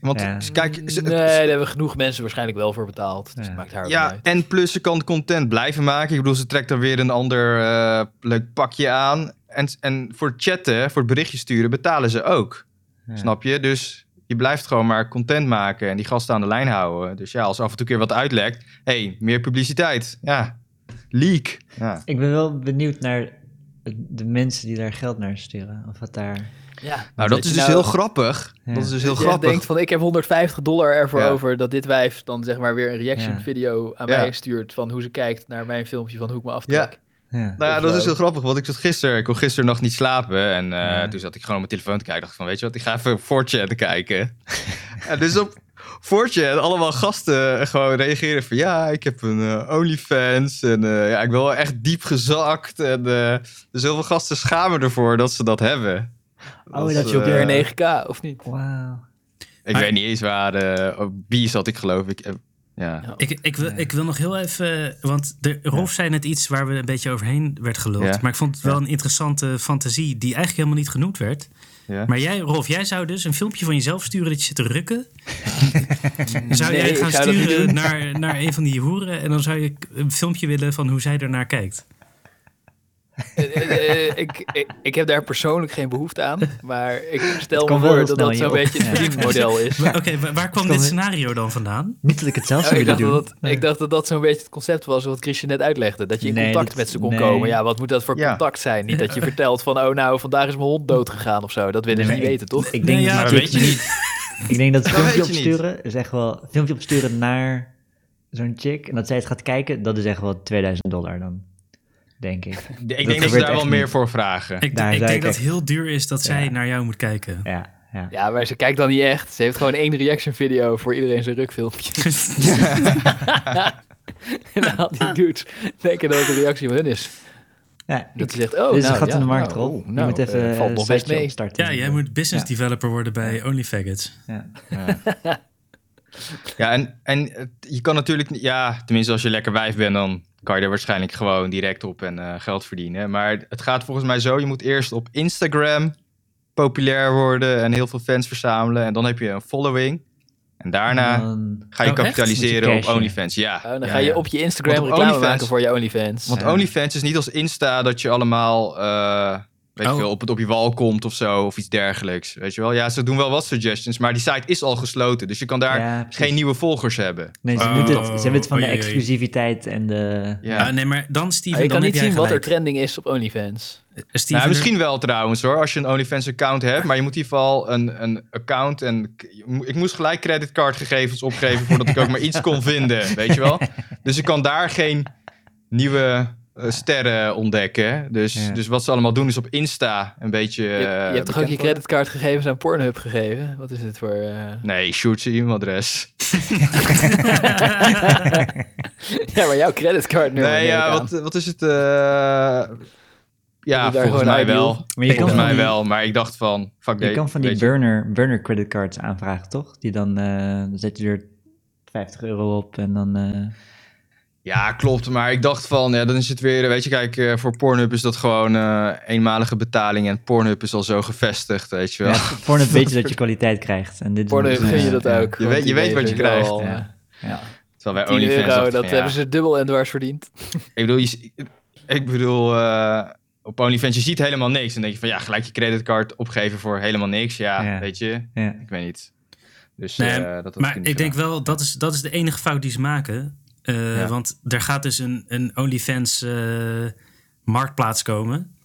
Want
Ja.
kijk, ze-
nee, daar hebben genoeg mensen waarschijnlijk wel voor betaald. Dus
Ja.
het maakt haar ook niet
Ja,
uit.
en plus ze kan content blijven maken. Ik bedoel, ze trekt dan weer een ander eh, leuk pakje aan. En, en voor het chatten, voor het berichtje sturen, betalen ze ook.
Ja.
Snap je? Dus je blijft gewoon maar content maken en die gasten aan de lijn houden. Dus ja, als af en toe een keer wat uitlekt, hé, hey, meer publiciteit. Ja, leak. Ja.
Ik ben wel benieuwd naar de mensen die daar geld naar sturen. Of wat daar...
Ja.
Nou, dat
je
is dus heel grappig.
Ja.
Dat is dus
dat je
heel
echt
grappig.
denkt van ik heb 150 dollar ervoor
Ja.
over dat dit wijf dan zeg maar weer een reaction
Ja.
video aan
Ja.
mij stuurt van hoe ze kijkt naar mijn filmpje van hoe ik me aftrek.
Ja.
Nou ja,
Of
dat is
zo.
heel grappig, want ik zat gisteren, ik kon gisteren nog niet slapen. En eh,
Ja.
toen zat ik gewoon op mijn telefoon te kijken. dacht ik van, weet je wat, ik ga even 4chan kijken. en dus op 4chan allemaal gasten gewoon reageren van... Ja, ik heb een eh, OnlyFans en eh, ja, ik ben wel echt diep gezakt. En eh, dus heel veel gasten schamen ervoor dat ze dat hebben.
Oh, dat
is,
je op
eh,
je *laughs*
Weer 9k of niet?
Wauw.
Ik
Maar-
weet niet eens waar, eh, op B zat ik geloof ik. Eh, Ja.
Ik, ik, wil, ik wil nog heel even, eh, want de Rolf zei net iets waar we een beetje overheen werd geluld.
Ja.
Maar ik vond het wel een interessante fantasie die eigenlijk helemaal niet genoemd werd.
Ja.
Maar jij, Rolf, jij zou dus een filmpje van jezelf sturen dat je zit te
*laughs*
rukken. zou
Nee,
jij
ik
gaan
zou dat niet
sturen
doen.
naar, naar een van die hoeren en dan zou je een filmpje willen van hoe zij ernaar kijkt.
Eh, eh, eh, ik, ik, ik heb daar persoonlijk geen behoefte aan. Maar ik stel
Het
me
kwam wel heel snel
voor dat dat
in je
zo'n
op.
beetje het
Ja.
verdienmodel
*laughs*
is.
Wa- Oké, wa- waar kwam
Stom,
dit
hè?
scenario dan vandaan?
Niet dat ik het zelf
Nou,
zou
ik,
willen
dacht dat
doen.
dat, ik dacht dat dat zo'n beetje het concept was wat Christian net uitlegde. Dat je in
Nee,
contact
dat-
met ze kon
nee.
komen. Ja, wat moet dat voor
Ja.
contact zijn? Niet
*laughs*
dat je vertelt van, oh nou, vandaag is mijn hond doodgegaan of zo. Dat willen ze
Nee,
niet
maar
weten, toch?
Ik denk
Nee, ja,
dat
Maar
dat
weet je niet.
*laughs* Ik denk dat
Dat
filmpje
weet je niet.
opsturen is echt wel... Filmpje opsturen naar zo'n chick en dat zij het gaat kijken, dat is echt wel 2000 dollar dan, denk ik.
Ik denk dat, ze
gebeurt
daar wel
echt
meer
niet.
voor vragen.
Ik,
Daar
ik
zei
denk
ik
dat het
echt-
heel duur is dat zij
Ja.
naar jou moet kijken.
Ja, ja.
Ja, maar ze kijkt dan niet echt. Ze heeft gewoon één reaction video voor iedereen zijn rukfilmpje. *laughs* en dan had
Ah.
die dudes denken dat het een reactie van hen is.
ja
Dat hij zegt, oh,
dus
nou,
het gaat
ja,
in de markt,
nou,
Rob.
oh,
je
nou,
moet even
eh,
eh,
valt
een
nog best
siteje
mee.
*laughs*
opstarten.
Ja, jij moet business developer worden bij OnlyFaggots.
Ja.
Ja. Ja, en, en het- je kan natuurlijk... niet- Ja, tenminste als je lekker wijf bent, dan kan je er waarschijnlijk gewoon direct op en eh, geld verdienen. Maar het gaat volgens mij zo, je moet eerst op Instagram populair worden en heel veel fans verzamelen. En dan heb je een following. En daarna
Dan-
ga je
Oh, echt?
kapitaliseren
Moet je
op
cashen.
OnlyFans. Ja,
Oh, dan
Ja,
ga je
ja.
op je Instagram
Want op
reclame
OnlyFans-
maken voor je OnlyFans.
Want OnlyFans is niet als Insta dat je allemaal eh, weet
Oh.
je, wel, op, het, op je wal komt of zo, of iets dergelijks. Weet je wel? Ja, ze doen wel wat suggestions, maar die site is al gesloten. Dus je kan daar
Ja, precies.
geen nieuwe volgers hebben.
Nee, ze,
Oh,
moeten het, ze hebben het van de
oei, oei, oei.
exclusiviteit en de...
Ja.
Ah, nee, maar dan, Steven,
Maar je
dan
kan
heb
niet
jij
zien wat er
gelijk.
trending is op OnlyFans.
Steven,
nou, misschien wel trouwens hoor, als je een OnlyFans-account hebt. Maar je moet in ieder geval een, een account en... k- je mo- Ik moest gelijk creditcardgegevens opgeven voordat ik ook maar iets kon vinden, weet je wel? Dus ik kan daar geen nieuwe eh, sterren ontdekken. Dus,
Ja.
dus wat ze allemaal doen is op Insta een beetje...
Je, je
eh,
hebt toch ook je
bekend worden.
creditcardgegevens aan Pornhub gegeven? Wat is dit voor... eh,
Nee, shoot zijn e-mailadres.
Ja, maar jouw creditcardnummer.
Nee,
neem ik
ja,
aan.
wat, wat is het? eh,
daar
Ja, volgens
gewoon
mij
ideal?
wel.
Maar je kan
volgens
van
mij
die-
wel, maar ik dacht van, fuck
Je
nee,
kan van die
weet je.
burner, burner creditcards aanvragen, toch? Die dan, eh, dan zet je er 50 euro op en dan... eh,
Ja, klopt, maar ik dacht van, ja, dan is het weer, weet je, kijk, eh, voor Pornhub is dat gewoon eh, eenmalige betaling en Pornhub is al zo gevestigd, weet je wel.
Ja, voor een beetje dat je kwaliteit krijgt. En dit is
Pornhub
natuurlijk,
gun je
eh,
dat ook.
Je
want
weet- je
die
weet wat
leveren
je krijgt, Oh,
wel,
ja.
eh,
*laughs* Terwijl bij
10
OnlyFans
euro,
dacht ik
dat
van, ja.
hebben ze dubbel en dwars verdiend.
Ik bedoel, je, ik bedoel eh, op OnlyFans, je ziet helemaal niks. En denk je van, ja, gelijk je creditcard opgeven voor helemaal niks. Ja,
Ja.
weet je,
Ja.
ik weet niet. Dus
Nee,
eh, dat had
maar
niet
ik denk
gedaan.
wel, dat is, dat is de enige fout die ze maken. Eh,
Ja.
Want er gaat dus een, een OnlyFans eh, marktplaats komen.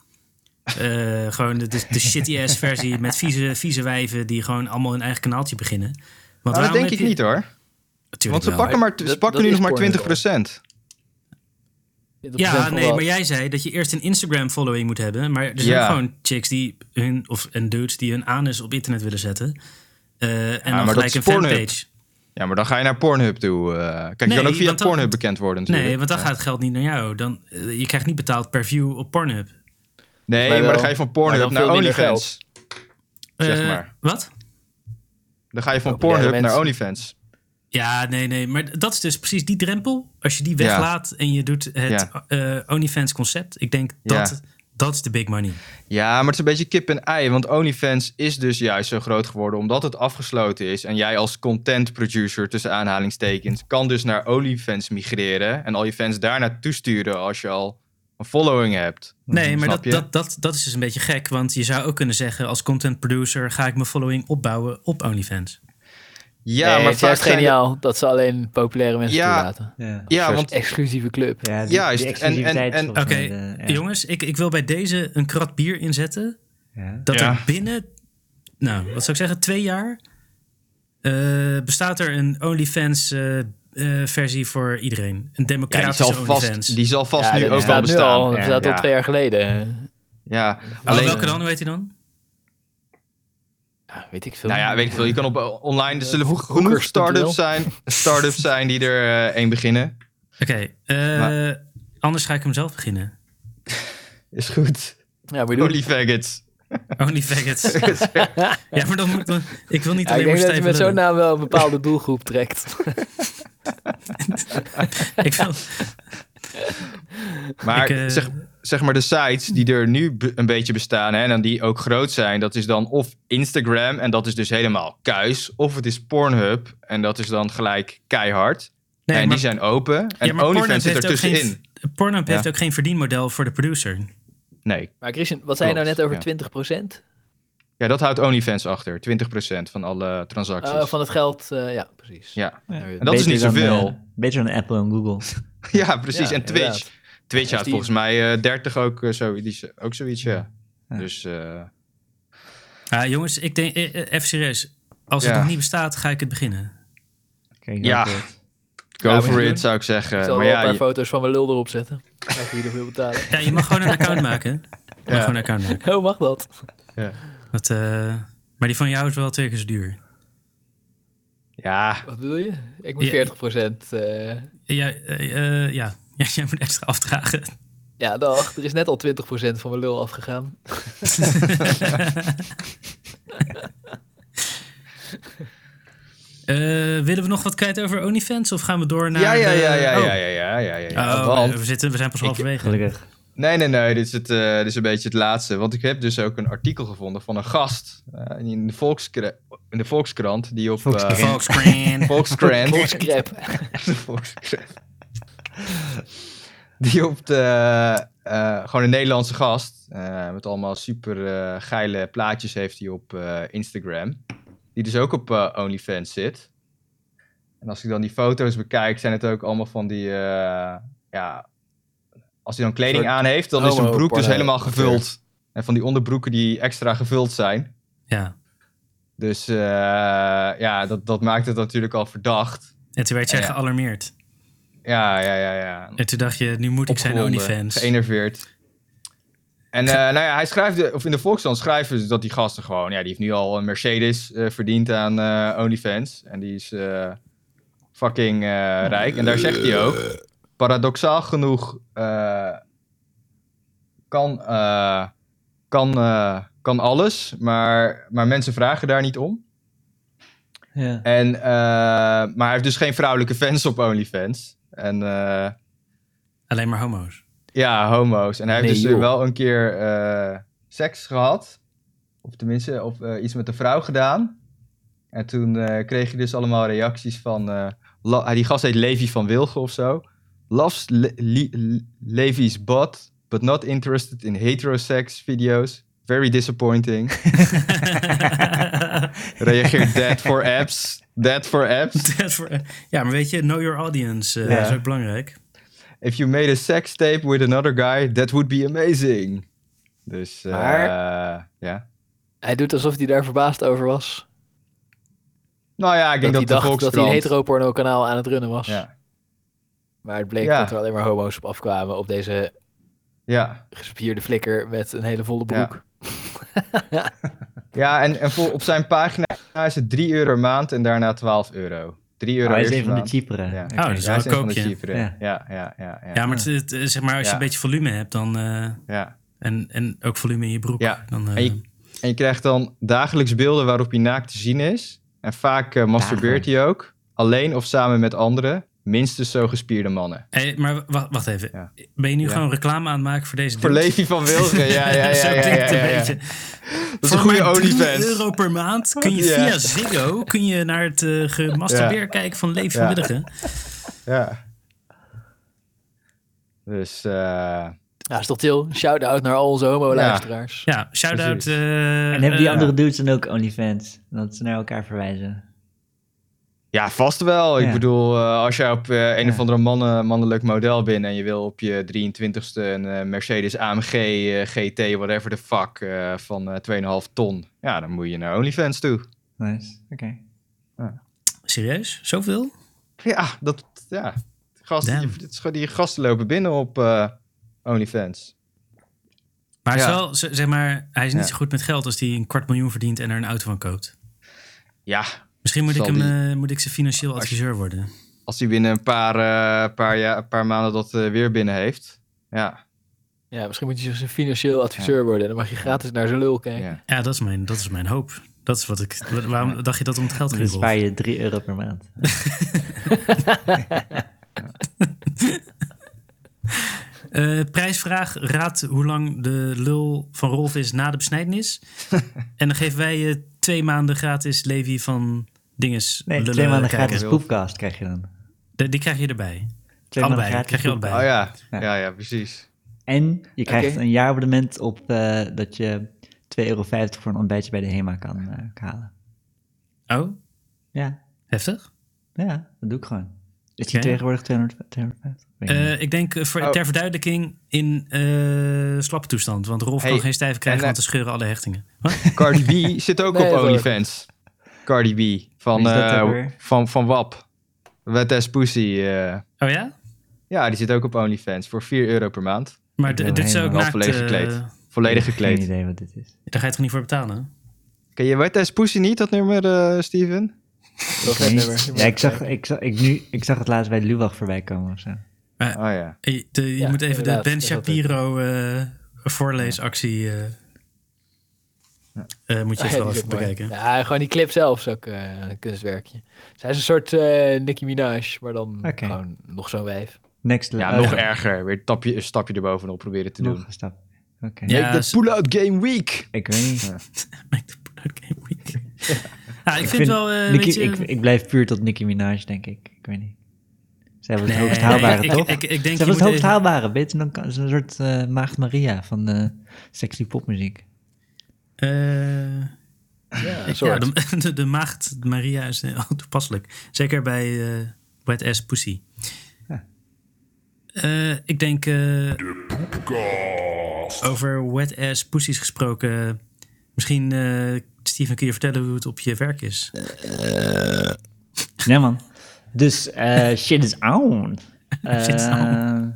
Eh, *laughs* gewoon de, de, de shitty ass versie met vieze, vieze wijven die gewoon allemaal hun eigen kanaaltje beginnen. Want
Nou, dat
waarom
denk
heb
ik
je-
niet hoor.
Natuurlijk
Want ze
wel.
pakken, maar,
Dat-
ze pakken
dat
nu
is
nog maar
porno,
20
Ja, nee, maar jij zei dat je eerst een Instagram-following moet hebben. Maar er zijn
Ja.
gewoon chicks die hun, of en dudes die hun anus op internet willen zetten. Eh, en
maar
dan
dat
gelijk
is
een
Pornhub.
fanpage.
Ja, maar dan ga je naar Pornhub toe. eh. kijk,
Nee,
je kan ook via
want dan-
Pornhub bekend worden natuurlijk.
Nee, want dan gaat het geld niet naar jou. Dan, eh, je krijgt niet betaald per view op Pornhub.
Maar
Nee, maar,
wel.
dan ga je van Pornhub
Maar dan
naar
veel minder
OnlyFans. Zeg
Eh,
maar.
Wat?
Dan ga je van
Populaire
Pornhub naar
mensen.
OnlyFans.
Ja, nee, nee. Maar dat is dus precies die drempel. Als je die weglaat en je doet het eh, OnlyFans-concept. Ik denk dat, dat is de big money.
Ja, maar het is een beetje kip en ei. Want OnlyFans is dus juist zo groot geworden omdat het afgesloten is. En jij als content producer, tussen aanhalingstekens, kan dus naar OnlyFans migreren. En al je fans daarna toesturen als je al een following hebt.
Nee, maar dat,
Snap je?
dat, dat, dat is dus een beetje gek. Want je zou ook kunnen zeggen als content producer... ga ik mijn following opbouwen op OnlyFans.
Ja,
maar
maar
het is juist
zijn de-
geniaal dat ze alleen populaire mensen
Ja.
toelaten.
Ja.
Ja, want
Exclusieve club.
Ja, die,
Juist,
die
en- en-
exclusiviteit.
en-
is volgens
Oké,
mij
eh,
de- ja.
jongens, ik, ik wil bij deze een krat bier inzetten.
Ja.
Dat
Ja.
er binnen, nou, wat zou ik zeggen, twee jaar... eh, bestaat er een OnlyFans eh, eh, versie voor iedereen. Een
ja, die
democratische
zal
OnlyFans.
vast, die zal vast nu
dat
ook al
bestaat nu
bestaan.
Dat
Ja,
bestaat al
ja.
twee jaar geleden.
Ja,
Oh,
alleen...
welke dan? Hoe heet die dan?
Ja, weet ik veel.
Nou ja, weet ik veel. Je kan op eh, online, er zullen genoeg- genoeg
hoekers.nl.
start-ups zijn, start zijn die er eh, één beginnen.
Oké, eh,
*laughs*
anders ga ik hem zelf beginnen.
Is goed.
Ja, maar je doet-
Holy faggots.
Only
*laughs*
faggots. ja, maar dan moet dan- ik wil niet
Ja,
alleen maar
ik denk dat je
stijve
met zo'n
lullen.
naam
*laughs*
wel een bepaalde doelgroep trekt.
Ik wil,
Maar
Ik, eh,
zeg, zeg maar de sites die er nu be- een beetje bestaan hè, en dan die ook groot zijn, dat is dan of Instagram en dat is dus helemaal kuis, of het is Pornhub en dat is dan gelijk keihard.
nee,
en
maar,
die zijn open en
ja, maar Pornhub
OnlyFans zit
heeft
er
ook
tussenin.
geen, Pornhub heeft
Ja.
ook geen verdienmodel voor de producer.
Nee,
Maar Christian, wat zei je nou
Klopt,
net over
ja.
20%?
ja, dat houdt OnlyFans achter, 20% van alle transacties.
Eh, van het geld, eh, ja, precies.
Ja. *laughs*
Ja.
En dat is niet zoveel.
beter dan Apple en Google.
*laughs* ja, precies.
Ja,
en Twitch.
inderdaad.
Twitch
Ja,
had
die-
volgens mij eh, 30 ook, eh, zo, die, is ook zoiets, ja.
Ja.
Dus eh,
Ja, jongens, ik denk, eh, eh, even serieus. Als het
Ja.
nog niet bestaat, ga ik het beginnen.
Kijk,
Ja.
welke-
go
Ja,
for
maar-
it, zou ik zeggen.
Ik zal
Eh,
wel
maar
een
ja,
paar
je-
foto's van mijn lul erop zetten. Als jullie ervoor betalen.
Ja, je mag gewoon een account maken. Je mag
Ja.
gewoon een account maken.
*laughs* Hoe mag dat?
Dat, eh, maar die van jou is wel twee keer zo duur.
ja,
Wat bedoel je? Ik moet
Ja.
40%. eh,
Ja, eh, eh, ja. *laughs* Ja, jij moet extra afdragen.
ja, dag. Er is net al 20% van mijn lul afgegaan.
Eh, willen we nog wat kwijt over OnlyFans? Of gaan we door naar...
ja, ja, ja,
de-
ja,
Oh.
ja, ja, ja, ja, ja, ja.
Oh,
Want-
we, zitten, we zijn pas
Ik-
halverwege.
Gelukkig.
Nee, nee, nee. Dit is, het, eh, dit is een beetje het laatste. Want ik heb dus ook een artikel gevonden van een gast eh, in, de Volkskra- in de Volkskrant. Die op eh,
Volkskrant.
*laughs*
Volkskrant.
Volkskrant.
Volkscrap.
de Volkskrant. Die op de, eh, gewoon een Nederlandse gast. eh, met allemaal super eh, geile plaatjes heeft hij op eh, Instagram. Die dus ook op eh, OnlyFans zit. En als ik dan die foto's bekijk, zijn het ook allemaal van die. eh, ja, als hij dan kleding
Soort
aan heeft, dan is zijn
homo
broek dus
porno
helemaal
acteur.
gevuld. En van die onderbroeken die extra gevuld zijn.
Ja.
Dus eh, ja, dat, dat maakt het natuurlijk al verdacht.
En toen werd jij
Ja.
gealarmeerd.
Ja, ja, ja, ja.
En toen dacht je, nu moet ik nou zijn
Opgewonden,
OnlyFans.
Geënerveerd. En eh, nou ja, hij schrijft, de- of in de Volkskrant schrijven ze dat die gasten gewoon, ja, die heeft nu al een Mercedes eh, verdiend aan eh, OnlyFans. En die is eh, fucking eh, rijk. En daar zegt hij ook, paradoxaal genoeg eh, kan, eh, kan, eh, kan alles, maar, maar mensen vragen daar niet om.
Ja.
En, eh, maar hij heeft dus geen vrouwelijke fans op OnlyFans. En eh,
Alleen maar homo's. *laughs*
ja, homo's. En hij heeft
Nee,
dus eh,
joh.
wel een keer eh, seks gehad. Of tenminste, of eh, iets met een vrouw gedaan. En toen eh, kreeg je dus allemaal reacties van... eh, La- ah, die gast heet Levi van Wilgen of zo. Loves Le- Le- Le- Levi's butt, but not interested in heterosex videos. Very
*laughs*
disappointing. Reageert dead for apps. Dead for apps.
Dat voor- ja, maar weet je, know your audience eh,
Ja.
is ook belangrijk.
If you made a sex tape with another guy, that would be amazing. Dus, eh, ja.
Hij doet alsof hij daar verbaasd over was.
Nou ja,
Dat
ik denk
hij
dat, de
dacht dat hij een
Volkskrant...
heteroporno kanaal aan het runnen was.
ja.
Maar het bleek
Ja.
dat er alleen maar homo's op afkwamen op deze
Ja.
gespierde flikker met een hele volle broek.
ja, en, en voor, op zijn pagina is het 3 euro maand en daarna 12 euro. 3 euro
Oh, hij is
eerste
een van de
maand.
cheapere.
Ja.
Oh, dat is
Ja,
wel
hij
een
is een van de
koopje.
cheapere.
Ja.
Ja, ja, ja. ja, ja.
Ja, maar het, het- eh, zeg maar, als je
Ja.
een beetje volume hebt, dan... eh,
Ja.
en, en ook volume in je broek.
Ja.
Dan, eh,
En, je, en je krijgt dan dagelijks beelden waarop hij naakt te zien is. En vaak eh, masturbeert hij ook. Alleen of samen met anderen. Minstens zo gespierde mannen.
hey, maar wa- wacht even.
Ja.
Ben je nu
Ja.
gewoon reclame aan het maken voor deze
Voor
dude?
Levi van Wilgen, ja,
*laughs*
ja, ja.
Zo
ja, ja,
klinkt het
ja,
een
ja.
beetje.
Dat is
Voor
een goede
maar 3
OnlyFans.
euro per maand kun je
*laughs* Ja.
via Ziggo kun je naar het eh gemasturbeer kijken van Leef van
Ja.
Willigen.
Ja. Dus, eh,
Ja, is toch chill? Shout-out naar al onze homo-luisteraars.
Ja, shout-out.
Precies.
eh,
En hebben die
eh,
andere dudes dan ook OnlyFans? Dat ze naar elkaar verwijzen.
ja, vast wel. Ik
Ja.
bedoel, eh, als jij op eh, een
Ja.
of andere mannen, mannelijk model bent en je wil op je 23ste een eh, Mercedes AMG, eh, GT, whatever the fuck, eh, van eh 2,5 ton, ja, dan moet je naar OnlyFans toe.
Nice. Oké.
Serieus? Zoveel?
Ja, dat, ja. Gasten,
Damn.
die, dit is gewoon- die gasten lopen binnen op eh, OnlyFans.
Maar, hij is
Ja.
wel, z- zeg maar hij is niet
Ja.
zo goed met geld als hij een kwart miljoen verdient en er een auto van koopt.
Ja,
Misschien moet ik,
Zal
hem,
die-
eh, moet ik zijn financieel adviseur worden.
als hij binnen een paar, eh, paar, ja, paar maanden dat eh, weer binnen heeft, ja,
Ja, misschien moet je dus een financieel adviseur worden. En dan mag je gratis naar zijn lul kijken.
Ja.
Ja, dat is mijn, dat is mijn hoop. Dat is wat ik. wa- Waarom dacht je dat om het geld
Dan
ging?
Dus spaar
Rolf?
je 3 euro per maand.
Eh, prijsvraag: raad hoe lang de lul van Rolf is na de
*laughs*
besnijdenis. en dan geven wij je twee maanden gratis Levi van dinges.
Nee,
lullen
twee maanden
kijken.
gratis poepcast krijg je dan.
De- die krijg je erbij.
Twee
allebei.
maanden gratis
krijg je
poep-
allebei.
Oh ja.
Ja.
ja, ja, *laughs* precies.
En je krijgt
Oké.
een jaarabonnement op eh, dat je 2,50 euro voor een ontbijtje bij de HEMA kan eh, kan halen.
Oh,
Ja,
heftig.
ja, dat doe ik gewoon. Is die
Oké.
tegenwoordig 200, 250? Weet ik niet.
Eh, ik denk eh, voor,
Oh.
ter verduidelijking in eh slappe toestand. Want Rolf
Hey,
kan geen stijve krijgen,
en,
want
eh,
er scheuren alle hechtingen. Wat?
Cardi B zit ook
Nee,
op
hoor.
OnlyFans. Cardi B van,
Wie is dat
eh,
ook weer?
van, van WAP. Wet as Pussy. eh.
Oh ja?
ja, die zit ook op OnlyFans voor 4 euro per maand.
Maar d-
ben
dit is ook
helemaal
naakt.
volledig
eh,
gekleed. Volledig gekleed.
Geen idee wat dit is.
daar ga je toch niet voor betalen?
Ken je Wet as Pussy niet, dat nummer, eh, Steven?
Dat is een nummer.
Ja, ik zag, ik, zag, ik, nu, ik zag het laatst bij Lubach voorbij komen of zo.
Oh ja.
Eh, Je, de- je
Ja,
moet even de
inderdaad,
Ben
dat is altijd-
Shapiro eh, voorleesactie eh, eh, moet je
Ah,
even,
ja,
wel
die is
even
ook mooi.
bekijken. *laughs*
Ja, gewoon die clip zelf is ook eh, een kunstwerkje. Zij is een soort eh Nicki Minaj, maar dan
Oké.
gewoon nog zo'n wijf.
Next
Ja,
level.
nog erger. Weer een tapje, een stapje erbovenop proberen te
Nog
doen.
een stap. Oké.
Ja. Eh,
Make the
s-
pull-out game week!
Ik weet niet.
Make the product game week. Ja, ik, vind,
vind
wel eh, een
Nicki-
beetje...
ik, ik blijf puur tot Nicki Minaj, denk ik. Ik weet niet. Zij was het
Nee,
hoogst haalbare,
ik-
toch?
Ik, ik, ik denk
Zij
je
was het
moet
hoogst
even-
haalbare, beter dan kan- zo'n soort eh Maagd Maria van eh, sexy popmuziek.
Eh,
Ja, een
ik-
soort.
ja, de, *laughs* de, de maagd Maria is heel *laughs* toepasselijk. Zeker bij eh, Wet Ass Pussy. Eh, ik denk... eh, over Wet Ass Pussies gesproken... Misschien, eh Steven, kun je vertellen hoe het op je werk is?
Ja, man. Dus eh, shit is on.
*laughs*
Eh,
Shit is
We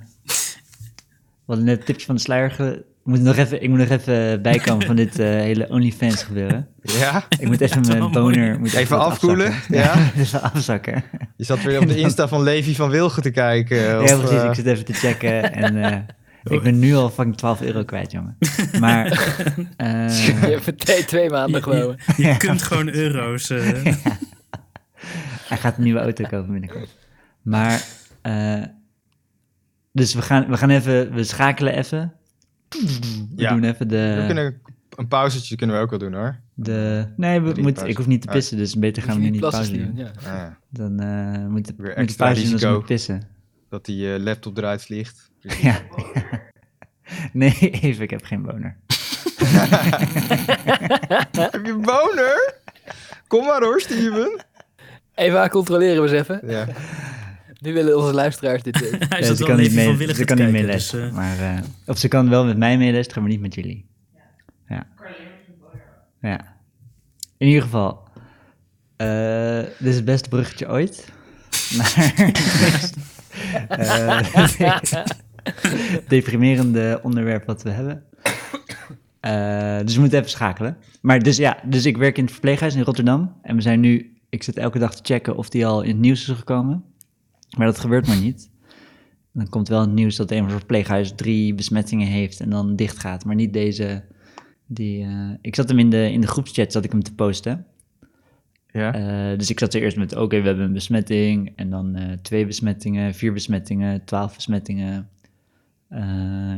hadden net een tipje van de sluier. ge- Ik moet nog even, ik moet nog even bijkomen van dit eh, hele OnlyFans gebeuren.
Ja?
Ik
*laughs*
moet even
is wel
mijn
mooi.
boner... Moet
Even
wat
afkoelen,
*laughs* afzakken.
ja.
even afzakken.
Je zat weer op de Insta van Levi van Wilgen te kijken. of,
Ja, precies.
eh,
Ik zit even te checken. En
*laughs*
eh, ik ben nu al fucking 12 euro kwijt, jongen. Maar
*laughs*
eh,
*laughs* Je hebt het twee, twee maanden
Je-
gewoon.
Je, je kunt gewoon euro's.
*laughs*
eh.
hij gaat een nieuwe auto kopen binnenkort. Maar, eh, dus we gaan, we gaan even, we schakelen even. We
Ja.
doen even de,
we kunnen een pauzetje kunnen we ook wel doen hoor.
de nee, we,
Drie
moet,
pauze.
ik hoef niet te
Ah.
pissen, dus beter gaan we nu niet
Plassen,
pauze doen.
Steven, ja.
Ah,
Dan eh moet de,
Weer
moet de
extra
pauze doen als we
risico.
moeten pissen. *laughs*
dat die eh, laptop eruit vliegt.
Ja. Nee, even, ik heb geen boner.
*laughs* Heb je een boner? Kom maar hoor, Steven.
Even aan controleren we eens even.
Ja.
Nu willen onze luisteraars
*laughs*
dit weten.
Hij
Ja,
zat
Eh, ze
wel
kan niet
even van
mee,
Willig
ze
te
kan niet
kijken. Dus,
meelesten.
eh,
maar, eh, of ze kan wel met mij meelesten, maar niet met jullie. Ja. ja. In ieder geval. eh, dit is het beste bruggetje ooit. *laughs* Maar, *laughs* eh, *laughs* het deprimerende onderwerp wat we hebben. Eh, dus we moeten even schakelen. Maar dus ja, dus ik werk in het verpleeghuis in Rotterdam. En we zijn nu, ik zit elke dag te checken of die al in het nieuws is gekomen. Maar dat gebeurt maar niet. Dan komt wel het nieuws dat een van de verpleeghuis drie besmettingen heeft en dan dicht gaat. Maar niet deze. Die, eh, ik zat hem in de, in de groepschat, zat ik hem te posten.
Ja.
Eh, dus ik zat er eerst met, oké, we hebben een besmetting. En dan eh, twee besmettingen, vier besmettingen, twaalf besmettingen. Eh,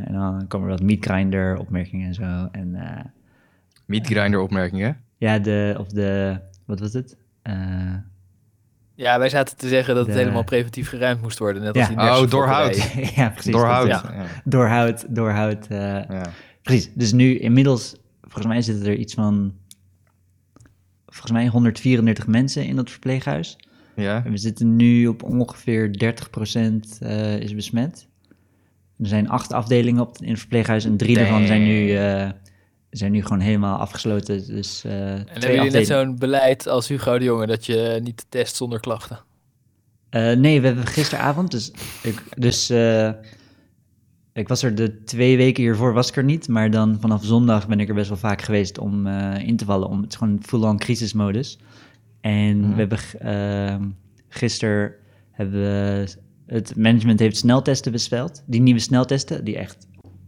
en dan kwam er wat meatgrinder opmerkingen en zo. En eh,
Meatgrinder opmerkingen.
ja, de, of de, wat was het? Eh, *laughs*
Ja, wij zaten te zeggen dat het
De-
helemaal preventief geruimd moest worden. Net als
Ja.
die
Oh,
nertsen
doorhout.
fokkerij.
ja, precies.
Doorhout.
dat,
Ja. Ja.
eh, Doorhout, doorhout. eh, Precies. Dus nu inmiddels, volgens mij zitten er iets van. Volgens mij 134 mensen in dat verpleeghuis.
Ja.
En we zitten nu op ongeveer 30% eh, is besmet. Er zijn acht afdelingen op, in het verpleeghuis en drie daarvan zijn nu, eh, zijn nu gewoon helemaal afgesloten. Dus eh,
En hebben
twee
jullie net
afdelingen.
zo'n beleid als Hugo de Jonge dat je niet test zonder klachten?
Eh, nee, we hebben gisteravond, dus, ik, dus eh, ik was er de twee weken hiervoor was ik er niet, maar dan vanaf zondag ben ik er best wel vaak geweest om eh, in te vallen. Om, het is gewoon full-on crisismodus. En we hebben g- ehm, gisteren hebben we, het management heeft sneltesten besteld. Die nieuwe sneltesten, die echt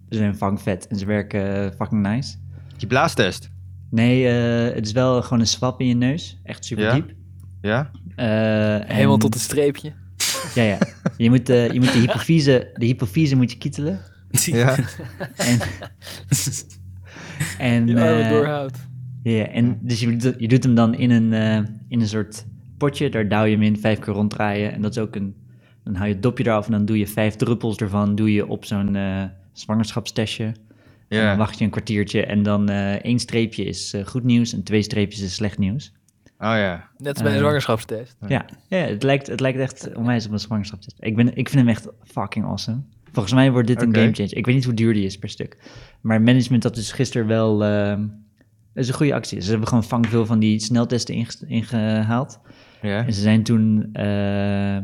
Ze zijn fucking vet en ze werken eh, fucking nice.
Je blaastest.
Nee, eh, het is wel gewoon een swap in je neus. Echt super
Ja?
diep.
Ja?
Eh,
Helemaal
en-
tot het streepje.
Ja, ja. Je moet, eh, je moet de hypofyse, de hypofyse moet je kietelen.
Ja.
En,
dus, eh.
*laughs* en,
Die arme
eh,
doorhoudt.
ja, ja, en dus je, doet- je doet hem dan in een, eh, in een soort potje. Daar douw je hem in, vijf keer ronddraaien. En dat is ook een... Dan hou je het dopje eraf en dan doe je vijf druppels ervan. Doe je op zo'n eh zwangerschapstestje. En dan
Ja.
wacht je een kwartiertje. En dan eh, één streepje is eh, goed nieuws en twee streepjes is slecht nieuws.
Oh ja.
Net als bij een
Eh,
zwangerschapstest.
Ja, ja het, lijkt, het lijkt echt onwijs op een zwangerschapstest. Ik, ben, ik vind hem echt fucking awesome. Volgens mij wordt dit een
Oké.
game change. Ik weet niet hoe duur die is per stuk. Maar management had dus gisteren wel... ehm, dat is een goede actie. Ze hebben gewoon vang veel van die sneltesten inge- ingehaald.
Ja.
En ze zijn toen... eh,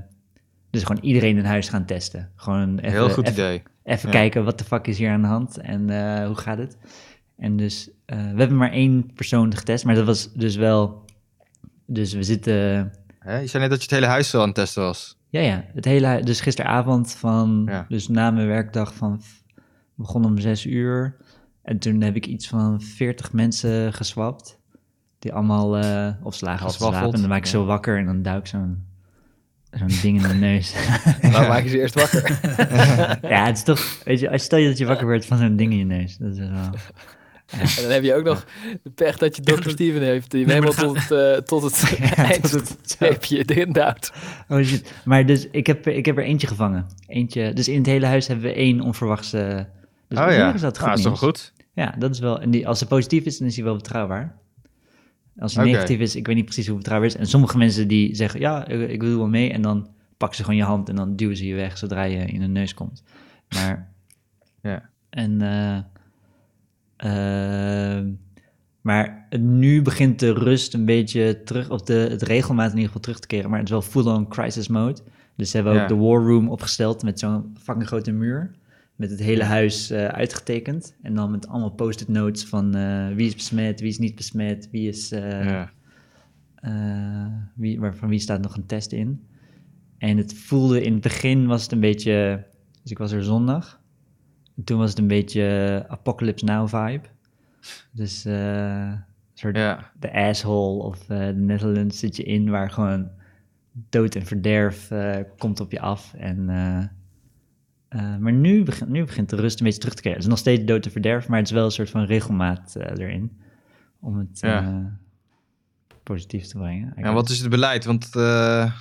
dus gewoon iedereen in huis gaan testen. Gewoon even,
Heel goed
even-
idee.
Even
Ja.
kijken wat de fuck is hier aan de hand en eh, hoe gaat het. En dus, eh, we hebben maar één persoon getest, maar dat was dus wel. Dus we zitten.
Hè? Je zei net dat je het hele huis al aan het testen was.
Ja, ja, het hele. hui- Dus gisteravond van.
Ja.
Dus na mijn werkdag van. f- begon om zes uur. En toen heb ik iets van veertig mensen geswapt. Die allemaal eh of slagen hadden
Geswaffeld,
geslapen. En dan maak ik
ja.
zo wakker en dan duik ik zo'n. Zo'n ding in de neus.
*laughs*
Nou maak je ze eerst
*laughs*
wakker.
ja, het is toch. Weet je, als stel je dat je wakker wordt van zo'n ding in je neus. Dat is wel.
en dan heb je ook nog de pech dat je
Ja,
Dr.
dat-
Steven heeft. Die
Nee, maar
helemaal
dat
tot, eh, tot *laughs* het
Ja,
eind
tot
van
het-
het streepje erin duwt.
Oh shit. Maar dus ik heb, ik heb er eentje gevangen. Eentje. Dus in het hele huis hebben we één onverwachte. Dus op
oh
zich
ja.
Is dat goed
Ah, is toch
nieuws.
goed?
Ja, dat is wel. En die, als ze positief is, dan is hij wel betrouwbaar. Als hij
Oké.
negatief is, ik weet niet precies hoe betrouwbaar is. En sommige mensen die zeggen, ja, ik, ik doe wel mee. En dan pakken ze gewoon je hand en dan duwen ze je weg zodra je in hun neus komt. Maar.
*laughs* Ja.
En. eh, ehm, maar nu begint de rust een beetje terug, of de, het regelmaat in ieder geval terug te keren. Maar het is wel full-on crisis mode. Dus ze hebben
Ja.
ook de war room opgesteld met zo'n fucking grote muur. Met het hele huis eh, uitgetekend. En dan met allemaal post-it notes van eh, wie is besmet, wie is niet besmet, wie is... eh,
Ja.
eh, wie, waar, van wie staat nog een test in. En het voelde in het begin was het een beetje. Dus ik was er zondag. En toen was het een beetje Apocalypse Now vibe. Dus eh, een soort
Ja.
The Asshole of eh The Netherlands zit je in waar gewoon dood en verderf eh, komt op je af. En, eh, eh, maar nu, begint nu begint de rust een beetje terug te keren. Het is nog steeds dood en verderf, maar het is wel een soort van regelmaat eh, erin. Om het
Ja.
eh, positief te brengen.
En wat is het beleid? Want eh,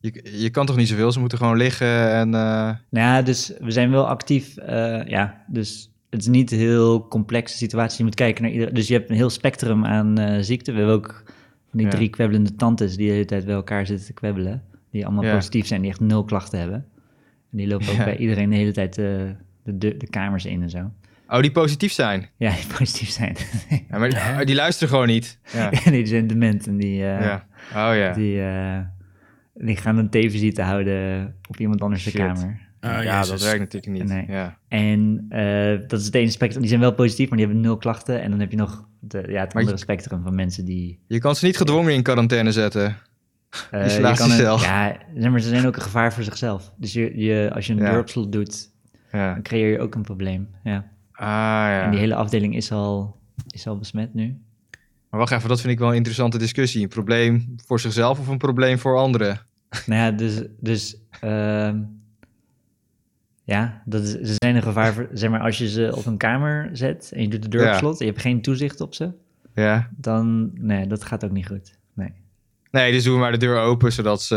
je, je kan toch niet zoveel? Ze moeten gewoon liggen en... eh,
Nou ja, dus we zijn wel actief. eh, ja, dus het is niet een heel complexe situatie. Je moet kijken naar ieder. Dus je hebt een heel spectrum aan eh ziekten. We hebben ook van die
Ja.
drie kwebbelende tantes die de hele tijd bij elkaar zitten te kwebbelen. Die allemaal
Ja.
positief zijn, die echt nul klachten hebben. En die lopen ook
Ja.
bij iedereen de hele tijd eh, de, de, de kamers in en zo.
Oh, die positief zijn.
Ja, die *laughs* positief zijn.
Ja, maar die, oh, die luisteren gewoon niet. Ja.
en die zijn dement en die, eh,
*laughs* ja. Oh ja.
die, eh, die gaan een televisite houden op iemand anders de
Shit.
kamer.
Oh,
ja, dat
jezus.
werkt natuurlijk niet.
Nee.
Ja.
En eh, dat is het ene spectrum. Die zijn wel positief, maar die hebben nul klachten. En dan heb je nog de, ja, het
je-
andere spectrum van mensen die...
Je kan ze niet gedwongen in quarantaine zetten.
eh,
Isolatiecel.
je kan een- Ja, zeg maar ze zijn ook een gevaar voor zichzelf. Dus je, je, als je een
Ja.
deur op slot doet,
Ja.
dan creëer je ook een probleem. Ja.
Ah ja.
En die hele afdeling is al, is al besmet
*laughs*
nu.
Maar wacht even, dat vind ik wel een interessante discussie. Een probleem voor zichzelf of een probleem voor anderen?
nou ja, dus... dus ehm, ja, dat is, ze zijn een gevaar voor... Zeg maar, als je ze op een kamer zet en je doet de deur
Ja.
op slot... en je hebt geen toezicht op ze,
Ja.
dan... Nee, dat gaat ook niet goed. Nee.
Nee, dus doen we maar de deur open, zodat ze *laughs*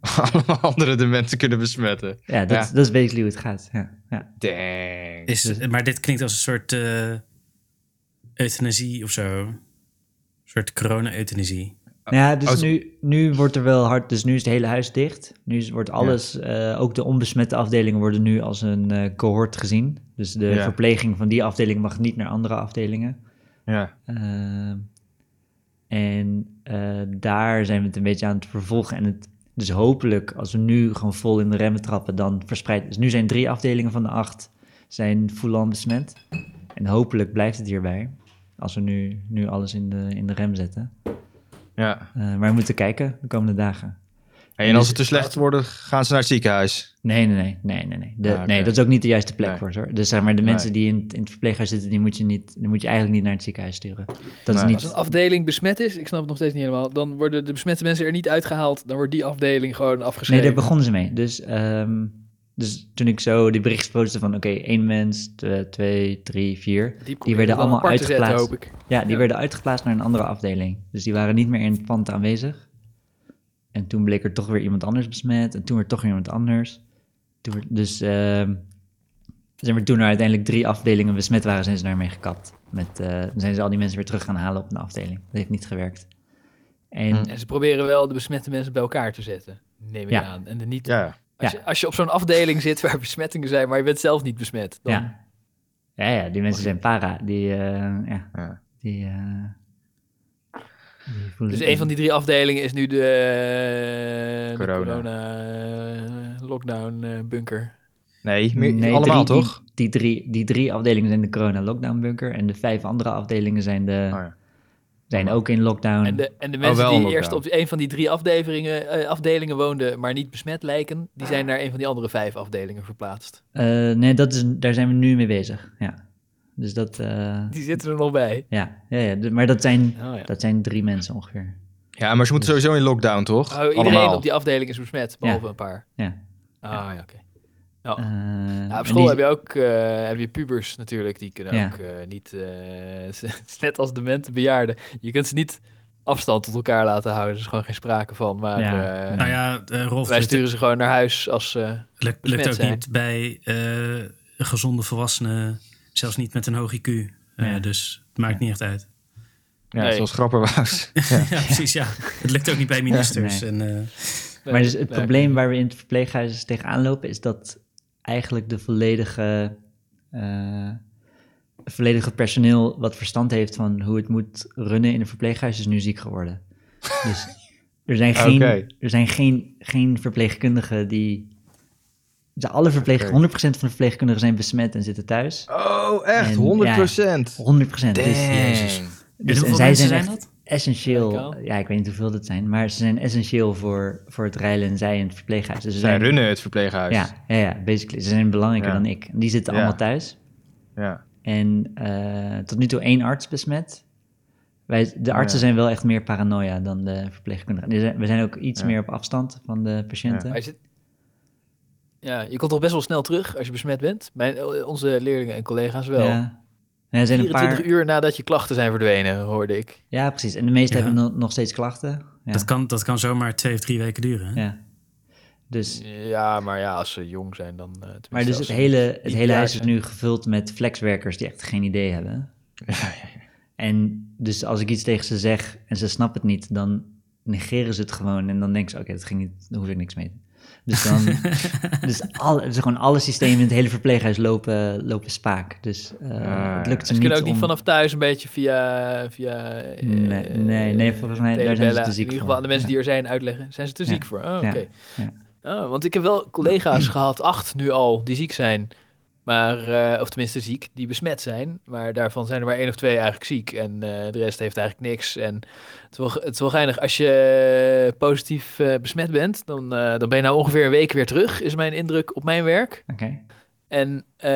eh, allemaal andere dementen kunnen besmetten.
Ja, dat,
Ja.
dat is basically hoe het gaat. Ja, ja.
Dang.
Is, maar dit klinkt als een soort eh, euthanasie of zo. Een soort corona-euthanasie.
Nou ja dus
oh, zo-
nu, nu wordt er wel hard, dus nu is het hele huis dicht. Nu is, wordt alles, eh, ook de onbesmette afdelingen worden nu als een eh, cohort gezien. Dus de
Ja.
verpleging van die afdeling mag niet naar andere afdelingen.
Ja.
Ehm, en eh, daar zijn we het een beetje aan het vervolgen. En het, dus hopelijk, als we nu gewoon vol in de remmen trappen, dan verspreidt... Dus nu zijn drie afdelingen van de acht zijn full-on besmet. En hopelijk blijft het hierbij, als we nu, nu alles in de, in de rem zetten.
Ja.
Eh, maar we moeten kijken de komende dagen.
En als ze te slecht worden, gaan ze naar het ziekenhuis.
Nee, nee, nee, nee, nee. Nee, De-
Ah, oké.
nee dat is ook niet de juiste plek
Nee.
voor ze, hoor. Dus zeg maar, de
Nee.
mensen die in, het- in het verpleeghuis zitten, die moet, je niet, die moet je eigenlijk niet naar het ziekenhuis sturen. Dat
Nee.
is
Als
niet...
een afdeling besmet is, ik snap het nog steeds niet helemaal, dan worden de besmette mensen er niet uitgehaald. Dan wordt die afdeling gewoon
Nee,
afgeschreven.
daar begonnen ze mee. Dus, ehm, dus toen ik zo die berichtjes postte van, oké, één mens, tw- twee, drie, vier.
die probeer
Die
je
werden
dan
allemaal
apart te zetten,
uitgeplaatst.
hoop ik.
Ja, die
Ja.
werden uitgeplaatst naar een andere afdeling. Dus die waren niet meer in het pand aanwezig. En toen bleek er toch weer iemand anders besmet. En toen weer toch weer iemand anders. Toen werd- dus ehm, zeg maar, toen er uiteindelijk drie afdelingen besmet waren, zijn ze daarmee gekapt. Met, eh, toen zijn ze al die mensen weer terug gaan halen op een afdeling. Dat heeft niet gewerkt. En
Hm.
En ze proberen wel de besmette mensen bij elkaar te zetten, neem ik
Ja.
aan. En de niet,
Ja.
als, je, als je op zo'n afdeling zit waar *laughs* besmettingen zijn, maar je bent zelf niet besmet, dan
ja. Oh, Ja, ja, die mensen zijn para. Die, eh, ja,
Ja.
die, eh, die voelen
Dus
het
een
niet.
van die drie afdelingen is nu eh, de
Corona.
de corona, eh, lockdown eh, bunker.
Nee, meer-
Nee,
allemaal
drie-
toch?
Die, die, drie, die drie afdelingen zijn de corona lockdown bunker. En de vijf andere afdelingen zijn, de,
Oh ja.
zijn ook in lockdown.
En de,
Oh,
en de mensen
wel
die
lockdown.
eerst op een van die drie afdelingen, eh, afdelingen woonden, maar niet besmet lijken, die zijn naar een van die andere vijf afdelingen *laughs* verplaatst.
Eh, nee, dat is, daar zijn we nu mee bezig. Ja. Dus dat. eh,
Die zitten er nog bij.
ja, ja, ja, de- maar dat zijn,
Oh, ja.
dat zijn drie mensen ongeveer.
ja, maar ze moeten sowieso in lockdown, toch?
Oh, iedereen
allemaal.
op die afdeling is besmet, behalve
Ja.
een paar.
Ja.
Ah ja, oké. Oh.
Eh,
Ja,
en
op school
die-
heb je ook eh, heb je pubers natuurlijk, die kunnen
Ja.
ook eh, niet, eh, *laughs* ze- het is net als demente bejaarden, je kunt ze niet afstand tot elkaar laten houden, er is gewoon geen sprake van, maar
Ja.
eh,
Nou
Nou ja, eh, Rolf,
wij
lukt-
sturen ze gewoon naar huis als eh, ze...
lukt, lukt
besmet
ook
zijn.
niet bij eh, gezonde volwassenen, zelfs niet met een hoog IQ. Eh,
Ja.
Dus het maakt niet echt uit.
Ja,
Nee.
zoals Grapperwaus.
*laughs* Ja, precies, ja. Het lukt ook niet bij ministers.
Nee.
en, eh,
Maar dus het probleem waar we in het verpleeghuis tegenaan lopen is dat eigenlijk de volledige, eh, volledige personeel wat verstand heeft van hoe het moet runnen in een verpleeghuis is nu ziek geworden. Dus er zijn geen,
Oké.
er zijn geen, geen verpleegkundigen die... ze Alle verpleeg, 100% van de verpleegkundigen zijn besmet en zitten thuis. 100%.
Oh,
En-
echt? 100 procent?
Dus,
en
dus-
hoeveel
en zij
mensen
zijn
zijn
echt
dat?
essentieel.
Radicaal.
Ja, ik weet niet hoeveel dat zijn, maar ze zijn essentieel voor, voor het rijlen en zij in het verpleeghuis. Dus ze
Zij
zijn
runnen het verpleeghuis.
Ja, ja, ja, basically. Ze zijn belangrijker
Ja.
dan ik. Die zitten
Ja.
allemaal thuis.
Ja.
En eh, tot nu toe één arts besmet. Wij, de artsen
Ja.
zijn wel echt meer paranoia dan de verpleegkundigen. Die zijn- We zijn ook iets
Ja.
meer op afstand van de patiënten.
Maar is het- Ja, je komt toch best wel snel terug als je besmet bent? Mijn, eh, onze leerlingen en collega's wel.
Ja. Ja, er zijn een
24
paar,
uur nadat je klachten zijn verdwenen, hoorde ik.
ja, precies. En de meesten
Ja.
hebben no- nog steeds klachten. Ja.
Dat, kan, dat kan zomaar twee of drie weken duren. hè?
ja. Dus,
Ja, maar ja, als ze jong zijn dan... eh, tenminste,
maar dus
als
het
ze
hele, het
niet
hele
jaar
huis is
zijn.
nu gevuld met flexwerkers die echt geen idee hebben. En dus als ik iets tegen ze zeg en ze snappen het niet, dan negeren ze het gewoon. En dan denken ze, oké, dat ging niet, daar hoef ik niks mee. te doen. Dus
*laughs*
dan, dus, alle, dus gewoon alle systemen in het hele verpleeghuis lopen, lopen spaak. Dus eh,
ja.
het lukt ze
Ah, Ze
niet
kunnen ook niet
om-
vanaf thuis een beetje via... via eh,
Nee, nee, nee, volgens mij, daar zijn ze
telebellen.
te ziek
eh, In ieder
voor.
geval aan de mensen
Ja.
die er zijn uitleggen. Zijn ze te
Ja.
ziek voor? Oh, oké.
Ja. Ja.
Oh, want ik heb wel collega's *clears throat* gehad, acht nu al, die ziek zijn. Maar, eh, of tenminste ziek, die besmet zijn. Maar daarvan zijn er maar één of twee eigenlijk ziek. En eh, de rest heeft eigenlijk niks. En het is wel, het is wel geinig. Als je eh, positief eh, besmet bent, dan, eh, dan ben je nou ongeveer een week weer terug. Is mijn indruk op mijn werk.
Oké,
En eh,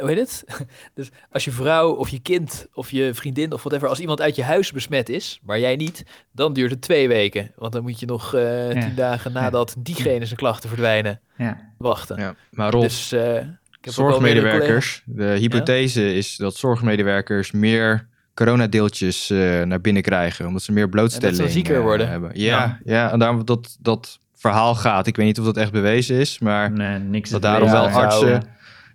hoe heet het? *laughs* Dus als je vrouw of je kind of je vriendin of whatever, als iemand uit je huis besmet is, maar jij niet, dan duurt het twee weken. Want dan moet je nog eh,
Ja.
tien dagen nadat diegene zijn klachten verdwijnen
ja.
wachten.
Ja. Maar Rolf,
Dus eh, ik heb ook wel meerdere
zorgmedewerkers. De hypothese is dat zorgmedewerkers meer coronadeeltjes eh, naar binnen krijgen. Omdat ze meer blootstelling
En dat ze zieker
eh,
worden.
hebben. Ja, ja. en daarom dat dat verhaal gaat. Ik weet niet of dat echt bewezen is, maar
Nee, niks
dat
te
daarom
verliezen.
wel
ja,
artsen...
ja.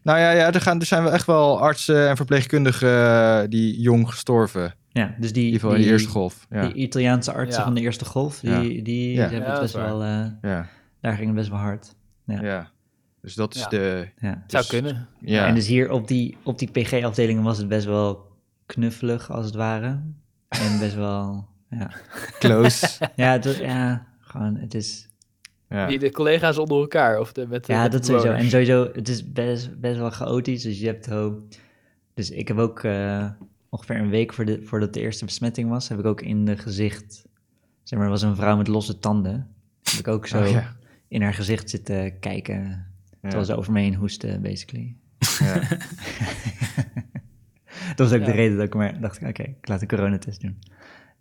Nou ja, ja er, gaan, er zijn wel echt wel artsen en verpleegkundigen eh, die jong gestorven. In
Ja, dus die,
ieder geval in de eerste golf. Ja,
die Italiaanse artsen
Ja.
van de eerste golf, die,
Ja.
die
Ja.
hebben
Ja,
het
dat is
best wel, eh,
ja,
daar ging het best wel hard.
ja.
Ja.
Dus dat is
Ja.
de...
Ja.
kleur.
Dus-
Zou kunnen.
Ja.
En dus hier op die, op die PG-afdelingen was het best wel knuffelig, als het ware. En best
*laughs*
wel, ja.
Close.
Ja, het, was- ja gewoon, het is...
*laughs* ja.
Die, de collega's onder elkaar of de, met de-
Ja,
met de
dat sowieso. En
bewoners.
sowieso, het is best, best wel chaotisch. Dus je hebt zo... Dus ik heb ook eh, ongeveer een week voor de, voordat de eerste besmetting was... heb ik ook in de gezicht... Zeg maar, er was een vrouw met losse tanden. Heb ik ook zo
Oh, ja.
in haar gezicht zitten kijken. Terwijl ze over me heen hoesten, basically.
Ja.
*laughs* Dat was ook
Ja.
de reden dat ik maar dacht, oké, ik laat de coronatest doen.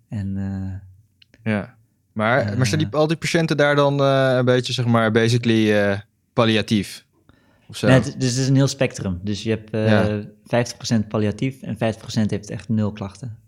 En eh,
Ja. Maar, maar zijn die, al die patiënten daar dan eh, een beetje, zeg maar, basically eh, palliatief? Of zo?
nee, het, dus het is een heel spectrum. Dus je hebt eh 50% palliatief en 50% heeft echt nul klachten.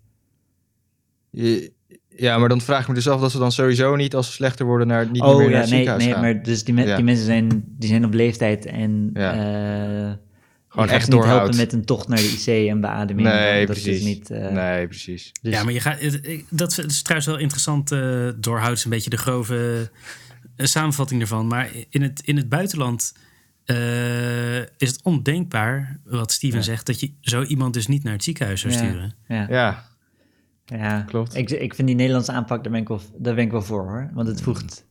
Je- ja, maar dan vraag ik me dus af dat ze dan sowieso niet, als ze slechter worden, naar, niet
oh
meer naar
ja,
het
nee,
ziekenhuis
nee
gaan.
maar dus die, me-
Ja.
die mensen zijn, die zijn op leeftijd en
Ja.
eh,
Gewoon
je gaat
echt
ze niet helpen
doorhoudt.
met een tocht naar de IC en beademing.
Nee,
dat
precies.
Is niet, eh,
Nee, precies.
dus-
Ja, maar je gaat, het- ik- dat is trouwens wel interessant. eh doorhoudt een beetje de grove eh, samenvatting ervan. Maar in het, in het buitenland eh, is het ondenkbaar, wat Steven zegt, dat je zo iemand dus niet naar het ziekenhuis zou
Ja.
sturen.
ja.
Ja,
Ja,
Klopt.
Ik, ik vind die Nederlandse aanpak, daar ben ik wel, daar ben ik wel voor hoor. Want
Mm.
het voegt,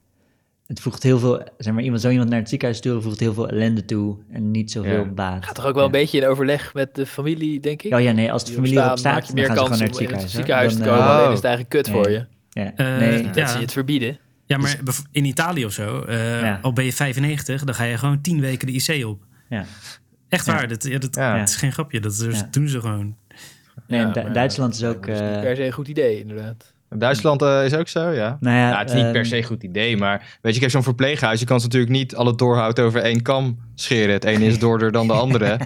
het voegt heel veel, zeg maar, iemand, zo iemand naar het ziekenhuis sturen voegt heel veel ellende toe en niet zoveel
Ja.
baat.
Gaat toch ook wel een beetje in overleg met de familie, denk ik?
Oh ja, nee, als de
Die
familie erop
opstaan,
staat,
maak je
dan gaan
meer
ze gewoon
kans
naar het
om in het
ziekenhuis. hè.
ziekenhuis te
Dan,
komen.
eh,
Oh.
Alleen is het eigenlijk kut
Nee.
voor je.
Ah.
ja,
Eh,
nee,
ja.
Dat ze je het verbieden.
Ja, maar bev- in Italië of zo, eh,
Dus- Ja.
al ben je 95, dan ga je gewoon 10 weken de IC op.
ja.
Echt
Ja.
waar, dat, ja, dat,
Ja.
dat is geen grapje. Dat, dat
Ja.
doen ze gewoon.
Nee, en
Ja,
Du-
maar-
Duitsland is ook...
Dat is niet
eh,
per se een goed idee, inderdaad.
Duitsland eh, is ook zo, ja.
nou ja,
Ja, het is niet
ehm,
per se een goed idee, maar weet je, ik heb zo'n verpleeghuis. Je kan ze natuurlijk niet alle doorhout over één kam scheren. Het ene
*laughs*
is doorder dan de andere.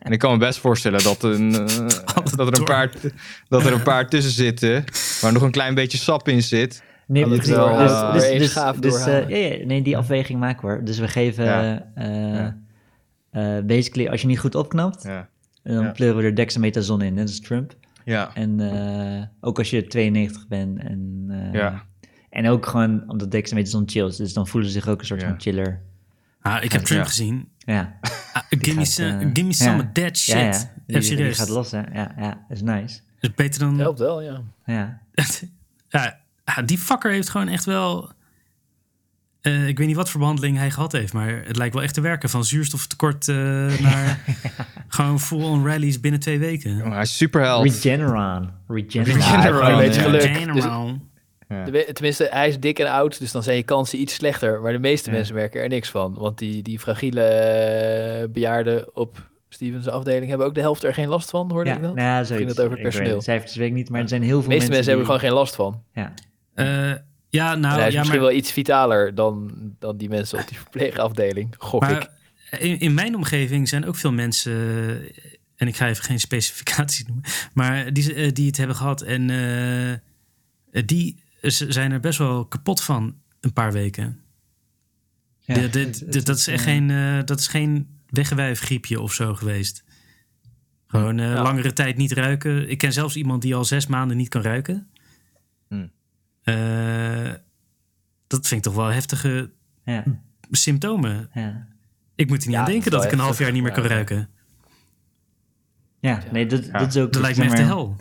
en ik kan me best voorstellen dat, een, eh, dat, er, een
door.
paar, dat er een paar tussen zitten, waar nog een klein beetje sap in zit.
Nee,
Kan
maar
het
dus,
wel,
dus,
eh,
dus,
weer eens
dus-
gaaf
dus, eh,
doorhalen.
ja, ja, nee, die afweging maken we, hoor. Dus we geven,
Ja.
eh,
Ja.
eh, basically, als je niet goed opknapt,
Ja,
dan
Ja.
pleuren we er dexamethason in, net als Trump.
ja,
En eh, ook als je 92 bent. En, eh,
ja.
en ook gewoon omdat dexamethason chill is. Dus dan voelen ze zich ook een soort
Ja.
van chiller.
Ah, ik heb Trump
Ja.
gezien.
Ja,
Ah, give, me
gaat,
some,
eh,
give me some
ja.
of that shit.
ja,
Ja,
ja. Die, die gaat los, hè? Ja, ja, dat is nice.
is beter
Hm.
dan...
Helpt wel, ja.
Ja.
*laughs* ja, ja, die fucker heeft gewoon echt wel... eh, ik weet niet wat voor behandeling hij gehad heeft, maar het lijkt wel echt te werken. Van zuurstoftekort eh,
*laughs*
naar gewoon full-on rallies binnen twee weken.
Maar Oh, hij is superheld.
Regeneron. Regeneron.
Regeneron,
Ja, gewoon,
een beetje
eh,
geluk. Dus-
General.
Ja.
De we- Tenminste, hij is dik en oud, dus dan zijn je kansen iets slechter. Maar de meeste mensen merken er niks van. Want die, die fragiele eh, bejaarden op Stevens' afdeling hebben ook de helft er geen last van, hoorde
Ja,
ik dat?
nou ja, zoiets.
het over
Ik weet
personeel.
De cijfers weet ik niet, maar er zijn heel
de
veel
meeste mensen, hebben er
die-
gewoon geen last van.
Ja,
Eh, ja, nou...
en
ja,
hij is
maar-
misschien wel iets vitaler dan, dan die mensen op die *laughs* verpleegafdeling, gok ik.
Maar in, in mijn omgeving zijn ook veel mensen, eh, en ik ga even geen *laughs* specificaties noemen, maar die, eh, die het hebben gehad. En eh, eh, die z- zijn er best wel kapot van een paar weken.
ja.
De- de- de- dat is echt geen, eh, dat is geen wegwijfgriepje of zo geweest. Gewoon eh,
Ja.
langere tijd niet ruiken. Ik ken zelfs iemand die al zes maanden niet kan ruiken.
Hmm.
Eh, dat vind ik toch wel heftige
Ja,
symptomen.
ja.
Ik moet er niet
Ja,
aan denken
dat
dat
is
ik een
wel eh,
half jaar niet meer kan
ja.
ruiken.
ja nee, dat,
Ja.
dat is ook...
Dat lijkt me echt de
zeg maar,
hel.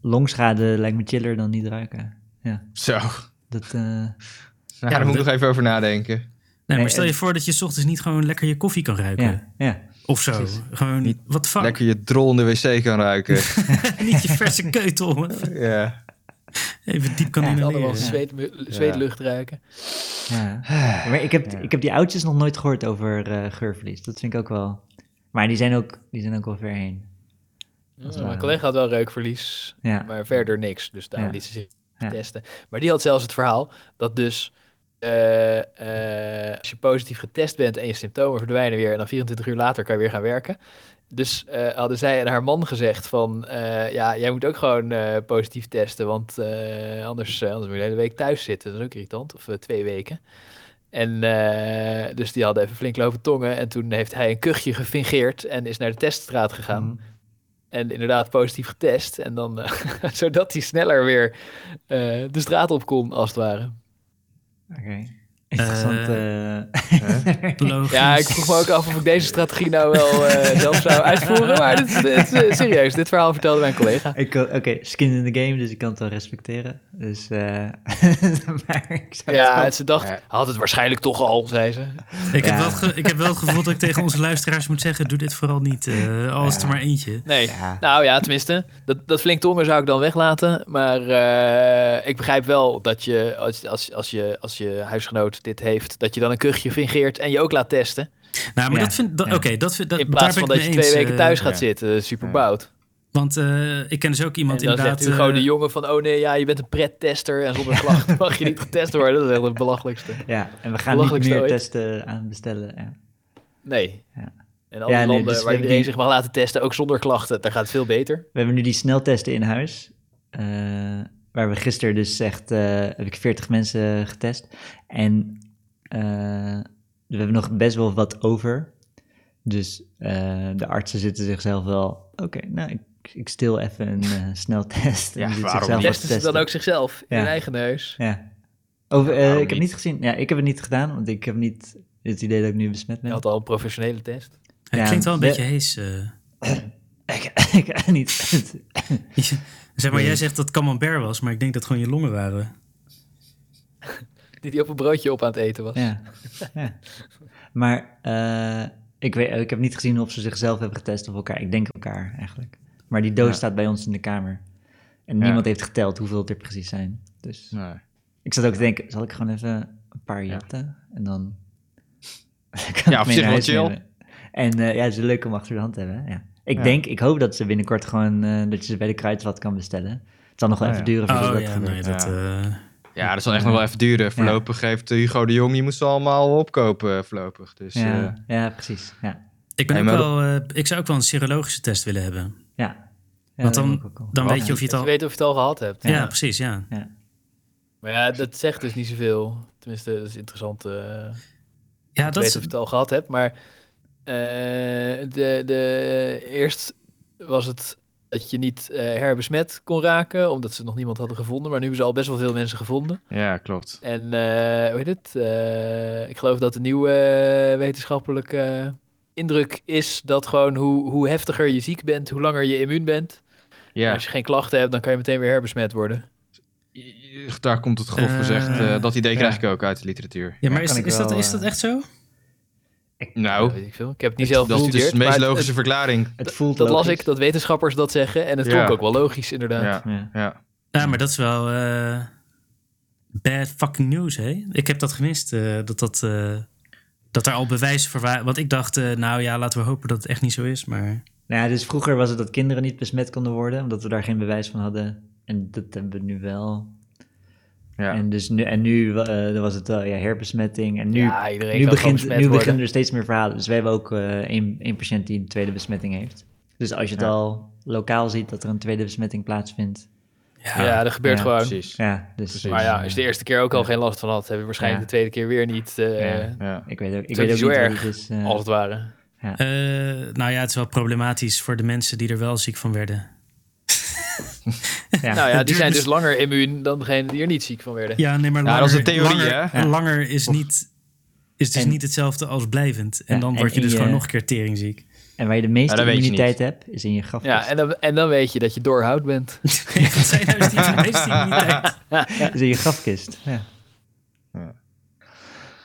Longschade lijkt me chiller dan niet ruiken. Ja,
Zo, nou,
dat... eh,
daar moet ik
dat-
nog even over nadenken.
Nee, maar
Nee,
stel je
en-
voor dat je 's ochtends niet gewoon lekker je koffie kan ruiken.
ja, ja.
Of zo. Gewoon, wat fuck?
Lekker je drol in de wc kan
*laughs*
ruiken.
*laughs* niet je verse keutel. Even-
ja.
Even diep kan
Die
inhaleren.
allemaal zweet, zweetlucht ruiken.
Ja. *sighs* Maar ik heb, ik heb die oudjes nog nooit gehoord over eh, geurverlies. Dat vind ik ook wel. Maar die zijn ook, die zijn ook wel ver heen.
Ja,
waar.
mijn collega had wel reukverlies,
Ja.
maar verder niks. Dus daar
Ja.
liet ze zich
Ja.
testen. Maar die had zelfs het verhaal dat dus... eh, eh, als je positief getest bent en je symptomen verdwijnen weer... en dan 24 uur later kan je weer gaan werken. Dus eh, hadden zij en haar man gezegd van... eh, ja, jij moet ook gewoon eh, positief testen... want eh, anders, eh, anders moet je de hele week thuis zitten. Dat is ook irritant. Of eh, twee weken. En eh, dus die hadden even flink lopen tongen... en toen heeft hij een kuchje gefingeerd... en is naar de teststraat gegaan...
Mm.
En inderdaad positief getest. En dan, eh, *laughs* zodat hij sneller weer eh, de straat op kon, als het ware.
Oké. Interessant. eh, *laughs*
Logisch.
Ja, ik vroeg me ook af of ik deze strategie nou wel eh, zelf zou uitvoeren. Maar dit, dit, is, eh, serieus, dit verhaal vertelde mijn collega.
ik kan- Oké, skin in the game, dus ik kan het wel respecteren. Dus, eh, *laughs* maar ik zou het
Ja,
wel-
ze dacht, had het waarschijnlijk toch al, zei ze.
Ik,
Ja.
heb wel het ge- ik heb wel het gevoel dat ik tegen onze luisteraars moet zeggen... doe dit vooral niet, eh al is het er maar eentje.
Nee,
Ja.
nou ja, tenminste, dat, dat flink tongen zou ik dan weglaten. Maar eh, ik begrijp wel dat je als, als, als je als je huisgenoot Microsoft dit heeft, dat je dan een kuchje fingeert en je ook laat testen.
Nou, maar
Ja,
dat vind dat-
ja.
Oké, dat vind dat,
In
daar
plaats
ben
van
ik mee
dat je twee
eens,
weken
eh,
thuis gaat
ja.
zitten. eh, Super
Ja.
bout.
Want eh, ik ken dus ook iemand
En dan
inderdaad...
zegt Hugo
eh,
de jongen van, oh nee, ja, je bent een prettester en
*laughs*
zonder klachten mag je niet getest worden. Dat is echt het belachelijkste.
Ja, en we gaan niet
Belachelijkste
meer
ooit.
testen aan bestellen. Ja.
Nee.
Ja.
En andere
Ja, nee,
landen
dus
waar
we-
iedereen
die-
zich mag laten testen, ook zonder klachten, daar gaat het veel beter.
We hebben nu die sneltesten in huis. eh, waar we gisteren dus zegt, eh, heb ik 40 mensen getest. En eh, we hebben nog best wel wat over. Dus eh, de artsen zitten zichzelf wel, oké, nou, ik, ik stil even een eh, *laughs* sneltest.
Ja,
en zitten
waarom
zichzelf
niet?
wat
Testen ze dan
testen.
ook zichzelf in
Ja.
hun eigen neus.
Ja. Over, eh,
waarom
ik heb
niet?
niet gezien. Ja, ik heb het niet gedaan, want ik heb niet het idee dat ik nu besmet
Je
ben.
had al een professionele test. *laughs*
Hij
Ja,
klinkt wel een
de-
beetje hees. eh. *laughs*
Ik, *laughs* ik kan niet.
zeg maar, jij zegt dat het camembert was, maar ik denk dat het gewoon je longen waren.
Die die op een broodje op aan het eten was.
Ja. *laughs* ja. Maar eh, ik, weet, ik heb niet gezien of ze zichzelf hebben getest of elkaar. Ik denk elkaar eigenlijk. Maar die doos
Ja.
staat bij ons in de kamer. En
Ja.
niemand heeft geteld hoeveel het er precies zijn. Dus
Nee.
ik zat ook te denken, zal ik gewoon even een paar jatten en dan... *laughs* kan ik
Ja,
mee
op
naar
zich wel
huis
chill.
nemen. En eh, ja, het is leuk om achter de hand te hebben. hè? Ja. Ik
Ja.
denk, ik hoop dat ze binnenkort gewoon, eh, dat je ze bij de kruidvat kan bestellen. Het zal nog wel
Ah,
even
ja.
duren voordat
Oh
dat
ja,
gebeurt.
nee, dat... eh,
Ja, dat zal echt nog wel even duren. Voorlopig heeft Hugo de Jong, die moest ze allemaal opkopen eh, voorlopig. Dus eh,
ja, ja, precies. Ja,
ik, ben
Nee,
ook
maar
wel, eh, ik zou ook wel een serologische test willen hebben.
ja. Ja,
Want
dat
dan-
heb ik ook al.
Dan
Wat?
weet je of je het
Dat
al...
je weet of je het al gehad hebt.
Ja, precies, ja.
Maar ja, dat zegt dus niet zoveel. Tenminste, dat is interessant. eh
Ja,
ik
dat
weet of je het al gehad hebt, maar eh, de, de, eerst was het dat je niet eh, herbesmet kon raken, omdat ze nog niemand hadden gevonden. Maar nu hebben ze al best wel veel mensen gevonden.
ja, klopt.
En eh, hoe heet het? Eh, ik geloof dat de nieuwe eh, wetenschappelijke eh, indruk is dat gewoon hoe, hoe heftiger je ziek bent, hoe langer je immuun bent.
Ja,
Als je geen klachten hebt, dan kan je meteen weer herbesmet worden.
daar komt het grof
Eh,
gezegd. eh, dat idee
ja.
krijg ik ook uit de literatuur.
Ja, maar
Ja,
is,
kan ik
is, dat,
wel,
is
eh,
dat echt zo?
Dat
Nou,
weet ik, veel. ik heb het niet
dat-
zelf
dat is dus
bestudeerd,
de meest
maar het-
logische verklaring.
Het voelt
Dat las
logisch.
ik, dat wetenschappers dat zeggen. En het
Ja.
klonk ook wel logisch, inderdaad.
Ja,
Ja.
ja.
Ja, maar dat is wel eh, bad fucking news, hè? Ik heb dat gemist, eh, dat, dat, eh, dat er al bewijzen voor waren. Want ik dacht, eh, nou ja, laten we hopen dat het echt niet zo is, maar...
Nou ja, dus vroeger was het dat kinderen niet besmet konden worden, omdat we daar geen bewijs van hadden. En dat hebben we nu wel.
ja.
En, dus nu, en nu eh, dan was het wel ja, herbesmetting. En nu,
Ja, iedereen
nu,
kan gewoon
begint,
besmet
nu
worden.
beginnen er steeds meer verhalen. Dus we hebben ook eh, één, één patiënt die een tweede besmetting heeft. Dus als je het
Ja.
al lokaal ziet dat er een tweede besmetting plaatsvindt.
Ja, dat gebeurt
Ja,
gewoon.
precies.
Ja, dus.
Maar ja,
eh,
als je de eerste keer ook al geen last van had, heb je waarschijnlijk
Ja.
de tweede keer weer niet, eh,
Ja.
Ja.
Ik weet ook, ik
is
weet ook
niet
niet
zo
wat
erg,
het is. eh,
als het ware.
eh, nou ja, het is wel problematisch voor de mensen die er wel ziek van werden.
ja.
nou
het
ja,
*laughs*
die
duurt
zijn
dus-
dus langer immuun dan degenen die er niet ziek van werden.
Ja, nee, maar
Ja,
langer,
dat is een theorie,
langer,
hè?
ja. langer is, niet, is dus
En-
niet hetzelfde als blijvend. En
Ja,
dan
en
word je
in
dus
je-
gewoon nog een keer teringziek.
En waar je de meeste
Nou, dat weet je niet.
immuniteit hebt, is in je graf.
Ja, en dan, en dan weet je dat je doorhoud bent.
*laughs* dat zijn nou eens die van meeste immuniteit.
is in je grafkist. Ja.
Ja.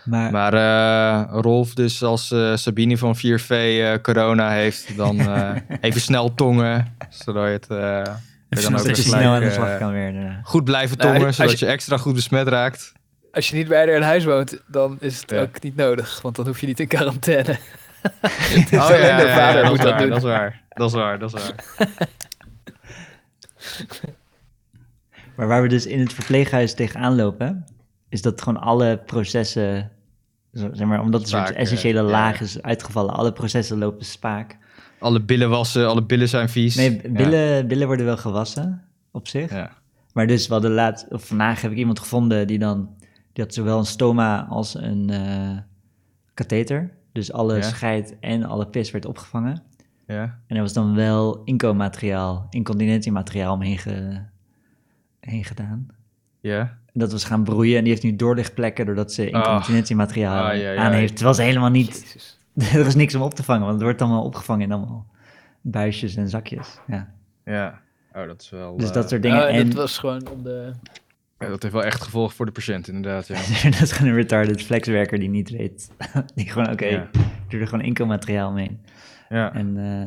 Maar,
Maar eh, Rolf, dus als eh, Sabine van 4V eh, corona heeft, dan
*laughs*
eh, even snel tongen. Zodat je het eh, je
snel
dan ook
dat
dat
weer
je
is
snel
gelijk,
aan de
eh,
slag kan weer. daarna.
goed blijven
Nou,
tongen,
als
zodat
je-
je extra goed besmet raakt.
*laughs* Als je niet bij haar in huis woont, dan is het
Ja.
ook niet nodig. Want dan hoef je niet in quarantaine.
Oh
alleen de vader
dat
moet
is
dat
waar,
doen.
Dat is waar, dat is waar, dat is waar.
*laughs*
Maar waar we dus in het verpleeghuis tegenaan lopen, is dat gewoon alle processen, zo- zeg maar, omdat er een soort
Spaak,
essentiële
eh, ja.
laag is uitgevallen, alle processen lopen spaak.
Alle billen wassen, alle billen zijn vies.
Nee,
Ja.
billen, billen worden wel gewassen op zich.
Ja.
Maar dus wel de laat, of vandaag heb ik iemand gevonden die dan, die had zowel een stoma als een eh katheter. Dus alle
Ja.
scheid en alle pis werd opgevangen.
Ja.
En er was dan wel inkoopmateriaal, incontinentiemateriaal omheen ge- heen gedaan.
Ja.
En dat was gaan broeien en die heeft nu doorlichtplekken doordat ze incontinentiemateriaal
Ai, ai,
aan
ai.
heeft. Terwijl ze helemaal niet, *laughs*
Jezus.
er is niks om op te vangen, want het wordt allemaal opgevangen in allemaal buisjes en zakjes. Ja.
ja. Oh, dat is wel...
Dus
eh,
dat soort dingen.
Oh,
en
Dat
*laughs*
was gewoon om de...
ja, dat heeft wel echt gevolgen voor de patiënt, inderdaad. Ja.
dat is gewoon een retarded flexwerker die niet weet. *laughs* die gewoon, oké,
Ja.
ik doe er gewoon inkoopmateriaal mee. in.
ja.
En, eh,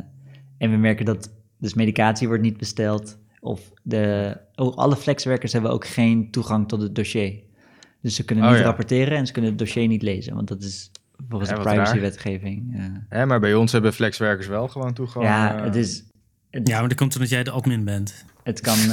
en we merken dat dus medicatie wordt niet besteld. Of de, oh, alle flexwerkers hebben ook geen toegang tot het dossier. Dus ze kunnen
Oh,
niet
ja.
rapporteren en ze kunnen het dossier niet lezen. Want dat is volgens
Ja,
de
wat raar.
privacywetgeving. eh.
Hè, maar bij ons hebben flexwerkers wel gewoon toegang.
ja,
eh, *laughs*
het, is,
Ja, maar dat komt omdat jij de admin bent.
het kan, eh,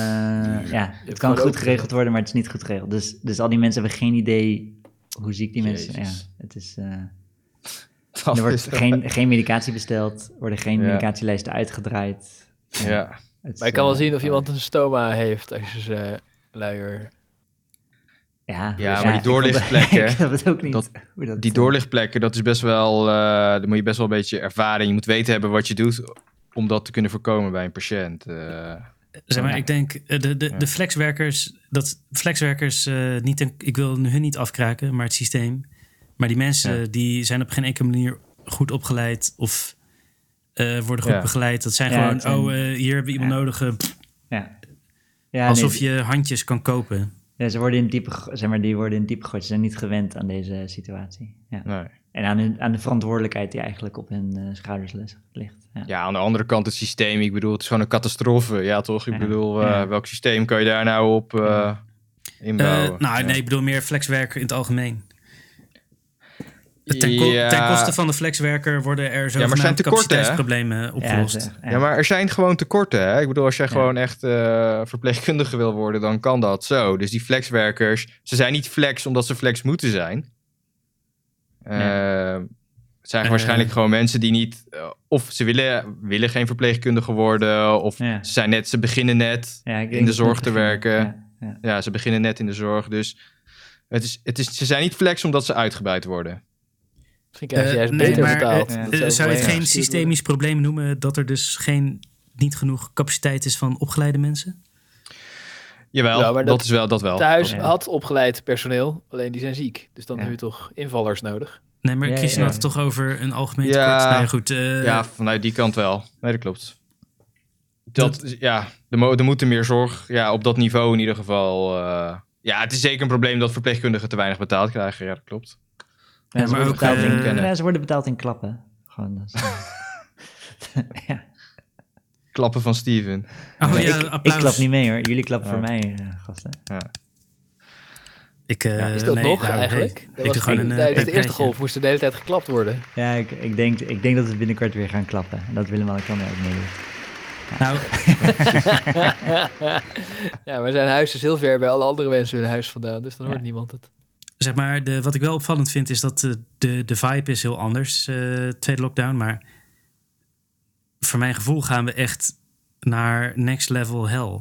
ja, het kan
gewoon
goed
ook-
geregeld worden, maar het is niet goed geregeld. Dus, dus al die mensen hebben geen idee hoe ziek die mensen
Jezus.
zijn. Ja, het is, eh,
dat
er wordt
is-
geen, geen medicatie besteld, worden geen
Ja.
medicatielijsten uitgedraaid.
Ja.
Het is,
Maar ik kan wel
eh,
zien of iemand een stoma heeft als je ze luier...
Ja,
Ja, maar die
ik vond-
doorlichtplekken,
*laughs* ik snap het ook niet.
dat-
hoe dat,
Die
eh,
doorlichtplekken, dat is best wel. eh, daar moet je best wel een beetje ervaring. Je moet weten hebben wat je doet. om dat te kunnen voorkomen bij een patiënt. eh.
Zeg maar,
Ja.
ik denk eh, de, de, de flexwerkers, dat flexwerkers eh, niet, ten- ik wil hun niet afkraken, maar het systeem. Maar die mensen die zijn op geen enkele manier goed opgeleid of eh, worden goed
Ja.
begeleid. Dat zijn
Ja,
gewoon,
het zijn-
oh, eh, hier hebben we iemand nodig. eh, pff,
Ja. Ja,
alsof
nee,
je handjes kan kopen.
ja, ze worden in diepe, gego- zeg maar, die worden in diepe gegooid. Ze zijn niet gewend aan deze situatie. Ja.
nee.
En aan, hun, aan de verantwoordelijkheid die eigenlijk op hun eh, schouders lis- ligt. Ja.
Ja, aan de andere kant het systeem. Ik bedoel, het is gewoon een catastrofe. Ja, toch? Ik
Ja.
bedoel, eh,
Ja.
welk systeem kan je daar nou op eh,
Eh,
inbouwen?
nou, nee, ik bedoel meer flexwerker in het algemeen. Ten, ko-
Ja.
ten koste van de flexwerker worden er
Ja, maar
zogenaamd
zijn tekorten, hè?
capaciteitsproblemen opgelost.
ze-
Ja, maar er zijn gewoon tekorten. Hè? Ik bedoel, als jij gewoon echt eh, verpleegkundige wil worden, dan kan dat zo. Dus die flexwerkers, ze zijn niet flex omdat ze flex moeten zijn. Eh, Het zijn
Eh.
waarschijnlijk gewoon mensen die niet... eh, of ze willen, willen geen verpleegkundige worden, of
Ja.
ze, zijn net, ze beginnen net.
Ja, ik denk
in de
dat
zorg
dat
te
begint.
werken.
Ja, ja.
Ja, ze beginnen net in de zorg, dus... Het is, het is, ze zijn niet flex omdat ze uitgebuit worden.
Misschien krijg je
Eh,
juist
nee,
beter
maar,
betaald.
eh,
Dat
Eh,
ze
zou je het
overheen
geen
gestuurd
systemisch probleem noemen dat er dus geen, niet genoeg capaciteit is van opgeleide mensen?
Jawel,
Ja, maar
dat,
dat-
is wel dat wel.
worden? Thuis
Ja.
had opgeleid personeel, alleen die zijn ziek. Dus dan
Ja.
heb je toch invallers nodig.
Nee, maar
Ja,
Christian
ja.
had het toch over een algemeen
Ja.
tekort. Nou ja, goed. eh,
ja, vanuit die kant wel. Nee, dat klopt. Dat, is- ja, er, mo- er moeten meer zorg. Ja, op dat niveau in ieder geval. eh, ja, het is zeker een probleem dat verpleegkundigen te weinig betaald krijgen. Ja, dat klopt.
Ja,
Ja,
ze,
maar
worden
ook,
betaald in,
eh,
ja, ze worden betaald in klappen. Gewoon,
*laughs*
dat
Oh,
is- ja.
Klappen van Steven.
Oh
Nee,
ja,
ik, ik
applaus.
klap niet mee hoor. Jullie klappen
Ja.
voor mij, eh, gasten.
Ik, eh,
Is dat
nee,
nog
nou, hey,
eigenlijk?
Ik
was
doe gewoon
toen
een eh,
tijdens de
peprijsje.
eerste golf moest er de hele tijd geklapt worden.
Ja, ik, ik, denk, ik denk dat we binnenkort weer gaan klappen. En dat willen we ook ook meedoen.
Nou,
Ja, maar zijn huis is heel ver bij alle andere mensen hun huis vandaan. Dus dan hoort
Ja.
niemand het.
zeg maar, de, wat ik wel opvallend vind is dat de, de, de vibe is heel anders, eh tweede lockdown. Maar voor mijn gevoel gaan we echt naar next level hell.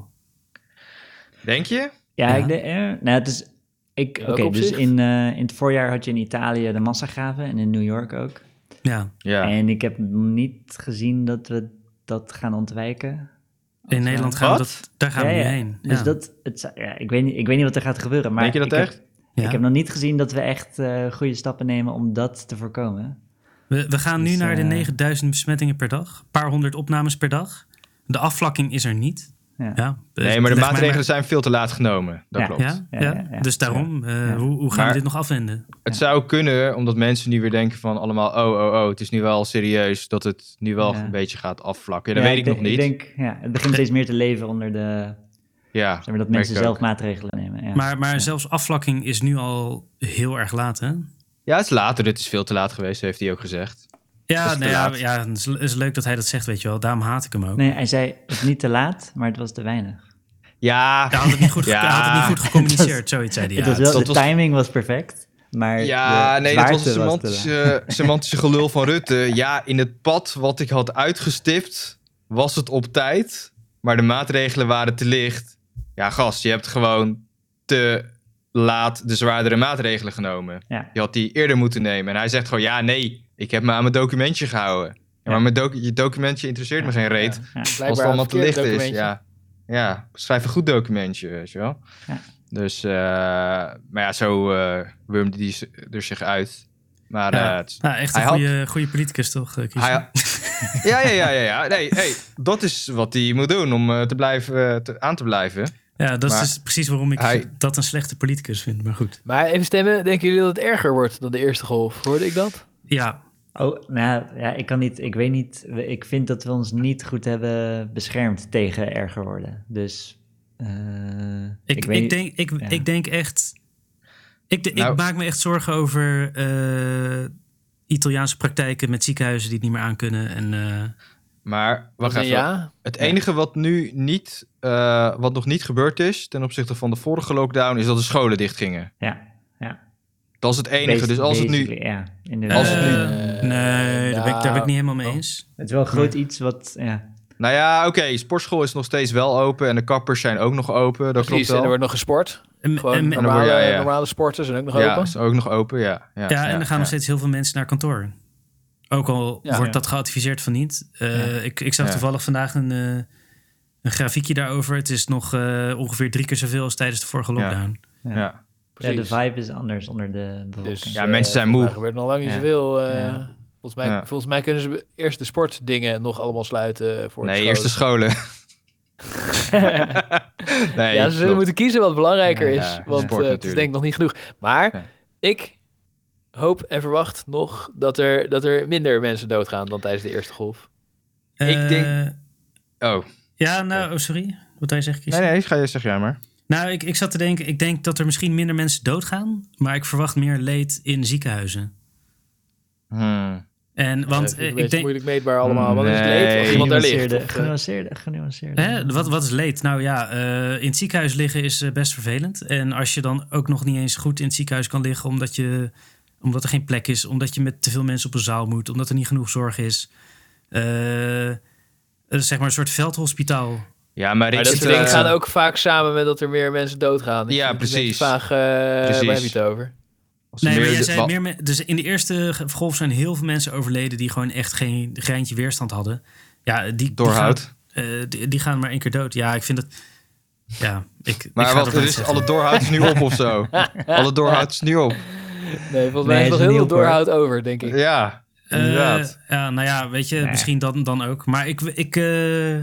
Denk je?
Ja,
Ja.
Ik denk, eh, nou, het is. Ik,
In
Oké,
welk
dus
opzicht?
in, eh, in het voorjaar had je in Italië de massagraven en in New York ook.
Ja,
Ja.
En ik heb niet gezien dat we dat gaan ontwijken.
in Nederland gaan we
Wat?
dat, daar gaan
Ja,
we nu
ja.
heen.
Dus
Ja.
dat, het, zou- ja, ik, weet niet, ik weet niet wat er gaat gebeuren. Maar
Denk je dat
ik
echt?
Heb,
Ja.
Ik heb nog niet gezien dat we echt eh, goede stappen nemen om dat te voorkomen.
We, we gaan nu
Dus,
naar de
eh,
9000 besmettingen per dag. Een paar honderd opnames per dag. De afvlakking is er niet.
Ja.
Ja, dus
Nee, maar de
leg
maatregelen zijn veel te laat genomen. Dat
Ja.
klopt.
Ja, ja,
Ja, ja, ja.
dus daarom, eh, Hoe, hoe gaan we
Maar-
dit nog afwenden?
Het zou kunnen, omdat mensen nu weer denken van allemaal... oh, oh, oh, het is nu wel serieus dat het nu wel
Ja.
een beetje gaat afvlakken. Dat
Ja,
weet ik,
denk-
nog niet.
Ik denk, ja, het begint steeds meer te leven onder de.
ja,
Zeg maar, dat
merk
mensen
ik ook.
zelf maatregelen nemen. Ja.
Maar, maar
Ja.
zelfs afvlakking is nu al heel erg laat, hè?
Ja, het is later. Dit is veel te laat geweest, heeft hij ook gezegd.
Ja,
is te
nou ja,
laat.
ja, het is, het is leuk dat hij dat zegt, weet je wel. Daarom haat ik hem ook.
Nee, hij zei het is niet te laat, maar het was te weinig.
Ja,
Hij had het niet *laughs* goed, ge-
Ja.
hij had het niet goed gecommuniceerd, zoiets
*laughs*
zei hij.
het
ja.
was wel,
dat
de
was-
timing was perfect, maar
Ja,
de
nee, dat was eh,
zwaarte
het
te
semantische, *laughs* semantische gelul van Rutte. Ja, in het pad wat ik had uitgestipt, was het op tijd. Maar de maatregelen waren te licht. Ja, gast, je hebt gewoon te laat de zwaardere maatregelen genomen.
Ja.
Je had die eerder moeten nemen. En hij zegt gewoon, ja, nee, ik heb me aan mijn documentje gehouden. Ja,
Ja.
Maar mijn docu- je documentje interesseert me geen reet.
Blijkbaar
Als het
aan
allemaal te licht
verkeerde
is,
documentje.
ja. Ja, schrijf een goed documentje, weet je wel.
Ja.
Dus, eh, maar ja, zo eh wurmde die z- er zich uit. Maar
Ja.
eh, het-
Nou, echt een
Hij had-
goede, goede politicus toch, eh, Kies? *laughs*
hij- ja, ja, ja, ja, ja. Nee, hey, dat is wat hij moet doen om eh, te blijven, eh, te- aan te blijven.
Ja, dat is
maar
dus precies waarom ik
hij-
dat een slechte politicus vind, maar goed.
Maar even stemmen, denken jullie dat het erger wordt dan de eerste golf? Hoorde ik dat?
Ja,
Oh, nou ja, ik kan niet, ik weet niet, we- ik vind dat we ons niet goed hebben beschermd tegen erger worden. Dus eh,
ik, ik,
weet niet-
denk, ik,
ja.
ik denk echt... Ik, de-
Nou.
ik maak me echt zorgen over eh, Italiaanse praktijken met ziekenhuizen die het niet meer aankunnen. En, eh,
Maar wacht
En
even.
ja,
Het enige wat nu niet, eh, wat nog niet gebeurd is ten opzichte van de vorige lockdown, is dat de scholen dichtgingen.
Ja, ja.
Dat is het enige. Dus als het nu.
Basically, Ja, inderdaad.
Als het nu-
eh, nee, daar ben, ik, daar ben ik niet helemaal mee
nou,
eens.
Het is wel een groot iets wat... Ja,
Nou ja, oké, sportschool is nog steeds wel open en de kappers zijn ook nog open. Dat
precies. En
klopt
er
wel.
wordt nog gesport.
En,
Gewoon
en-
dan
normale,
word je- ja, ja.
normale sporten zijn ook nog
Ja,
open.
is ook nog open, ja. Ja,
ja, en er gaan
ja.
nog steeds heel veel mensen naar kantoor. Ook al
Ja.
wordt
Ja.
dat geadviseerd van niet. Eh, ik, ik zag
Ja.
toevallig vandaag een, eh, een grafiekje daarover. Het is nog eh, ongeveer drie keer zoveel als tijdens de vorige
Ja.
lockdown.
Ja.
ja, de
Precies.
vibe is anders onder de bevolking.
Dus,
Ja,
eh,
mensen zijn
volgens
moe.
mij gebeurt nog lang niet
Ja.
zoveel. eh,
Ja.
volgens, mij,
Ja.
volgens mij kunnen ze eerst de sportdingen nog allemaal sluiten. Voor
Nee, eerst de scholen.
*laughs*
*laughs* nee,
ja, ze zullen
klopt.
moeten kiezen wat belangrijker
Ja,
is.
ja,
want
sport
eh, het is
natuurlijk.
denk ik nog niet genoeg. Maar
Ja.
ik hoop en verwacht nog dat er, dat er minder mensen doodgaan dan tijdens de eerste golf.
Ik
Eh,
denk- Oh,
Ja, nou, oh, sorry. Wat jij zegt,
nee,
Christian?
nee, ga je, zeg jij maar.
Nou, ik, ik zat te denken, ik denk dat er misschien minder mensen doodgaan. Maar ik verwacht meer leed in ziekenhuizen.
Hmm.
En, want
Eh,
eh,
een
ik
beetje
denk...
moeilijk meetbaar allemaal. Wat is het
Nee.
leed als iemand daar ligt?
Genuanceerde,
Of, eh,
genuanceerde, genuanceerde.
Hè? Wat, wat is leed? Nou ja, eh, in het ziekenhuis liggen is eh, best vervelend. En als je dan ook nog niet eens goed in het ziekenhuis kan liggen, omdat, je, omdat er geen plek is, omdat je met te veel mensen op een zaal moet, omdat er niet genoeg zorg is. Eh, eh, zeg maar een soort veldhospitaal.
Ja, maar,
Maar
ik
dat
zit,
soort dingen
eh,
gaan ook vaak samen met dat er meer mensen doodgaan. Ik vind
Ja,
het een
precies.
beetje Vaag, eh
Precies.
waar heb je het over?
als
Nee, maar
meer
jij
de-
zei
wa-
meer me- dus in de eerste ge- golf zijn heel veel mensen overleden die gewoon echt geen greintje weerstand hadden. Ja, die, die gaan,
Doorhoud.
eh, die, die gaan maar één keer dood. Ja, ik vind dat. Ja, ik. ik
Maar
ga
wat,
dat
er
niet
is,
zeggen.
alle doorhoud is nu op of
*laughs*
zo. alle doorhoud is nu op.
Nee, volgens
Nee,
mij is
is een
nog heel veel
nieuw koor.
doorhoud over, denk ik.
Ja, inderdaad.
Eh, ja, nou ja, weet je,
Nee.
misschien dan, dan ook. Maar ik, ik, eh,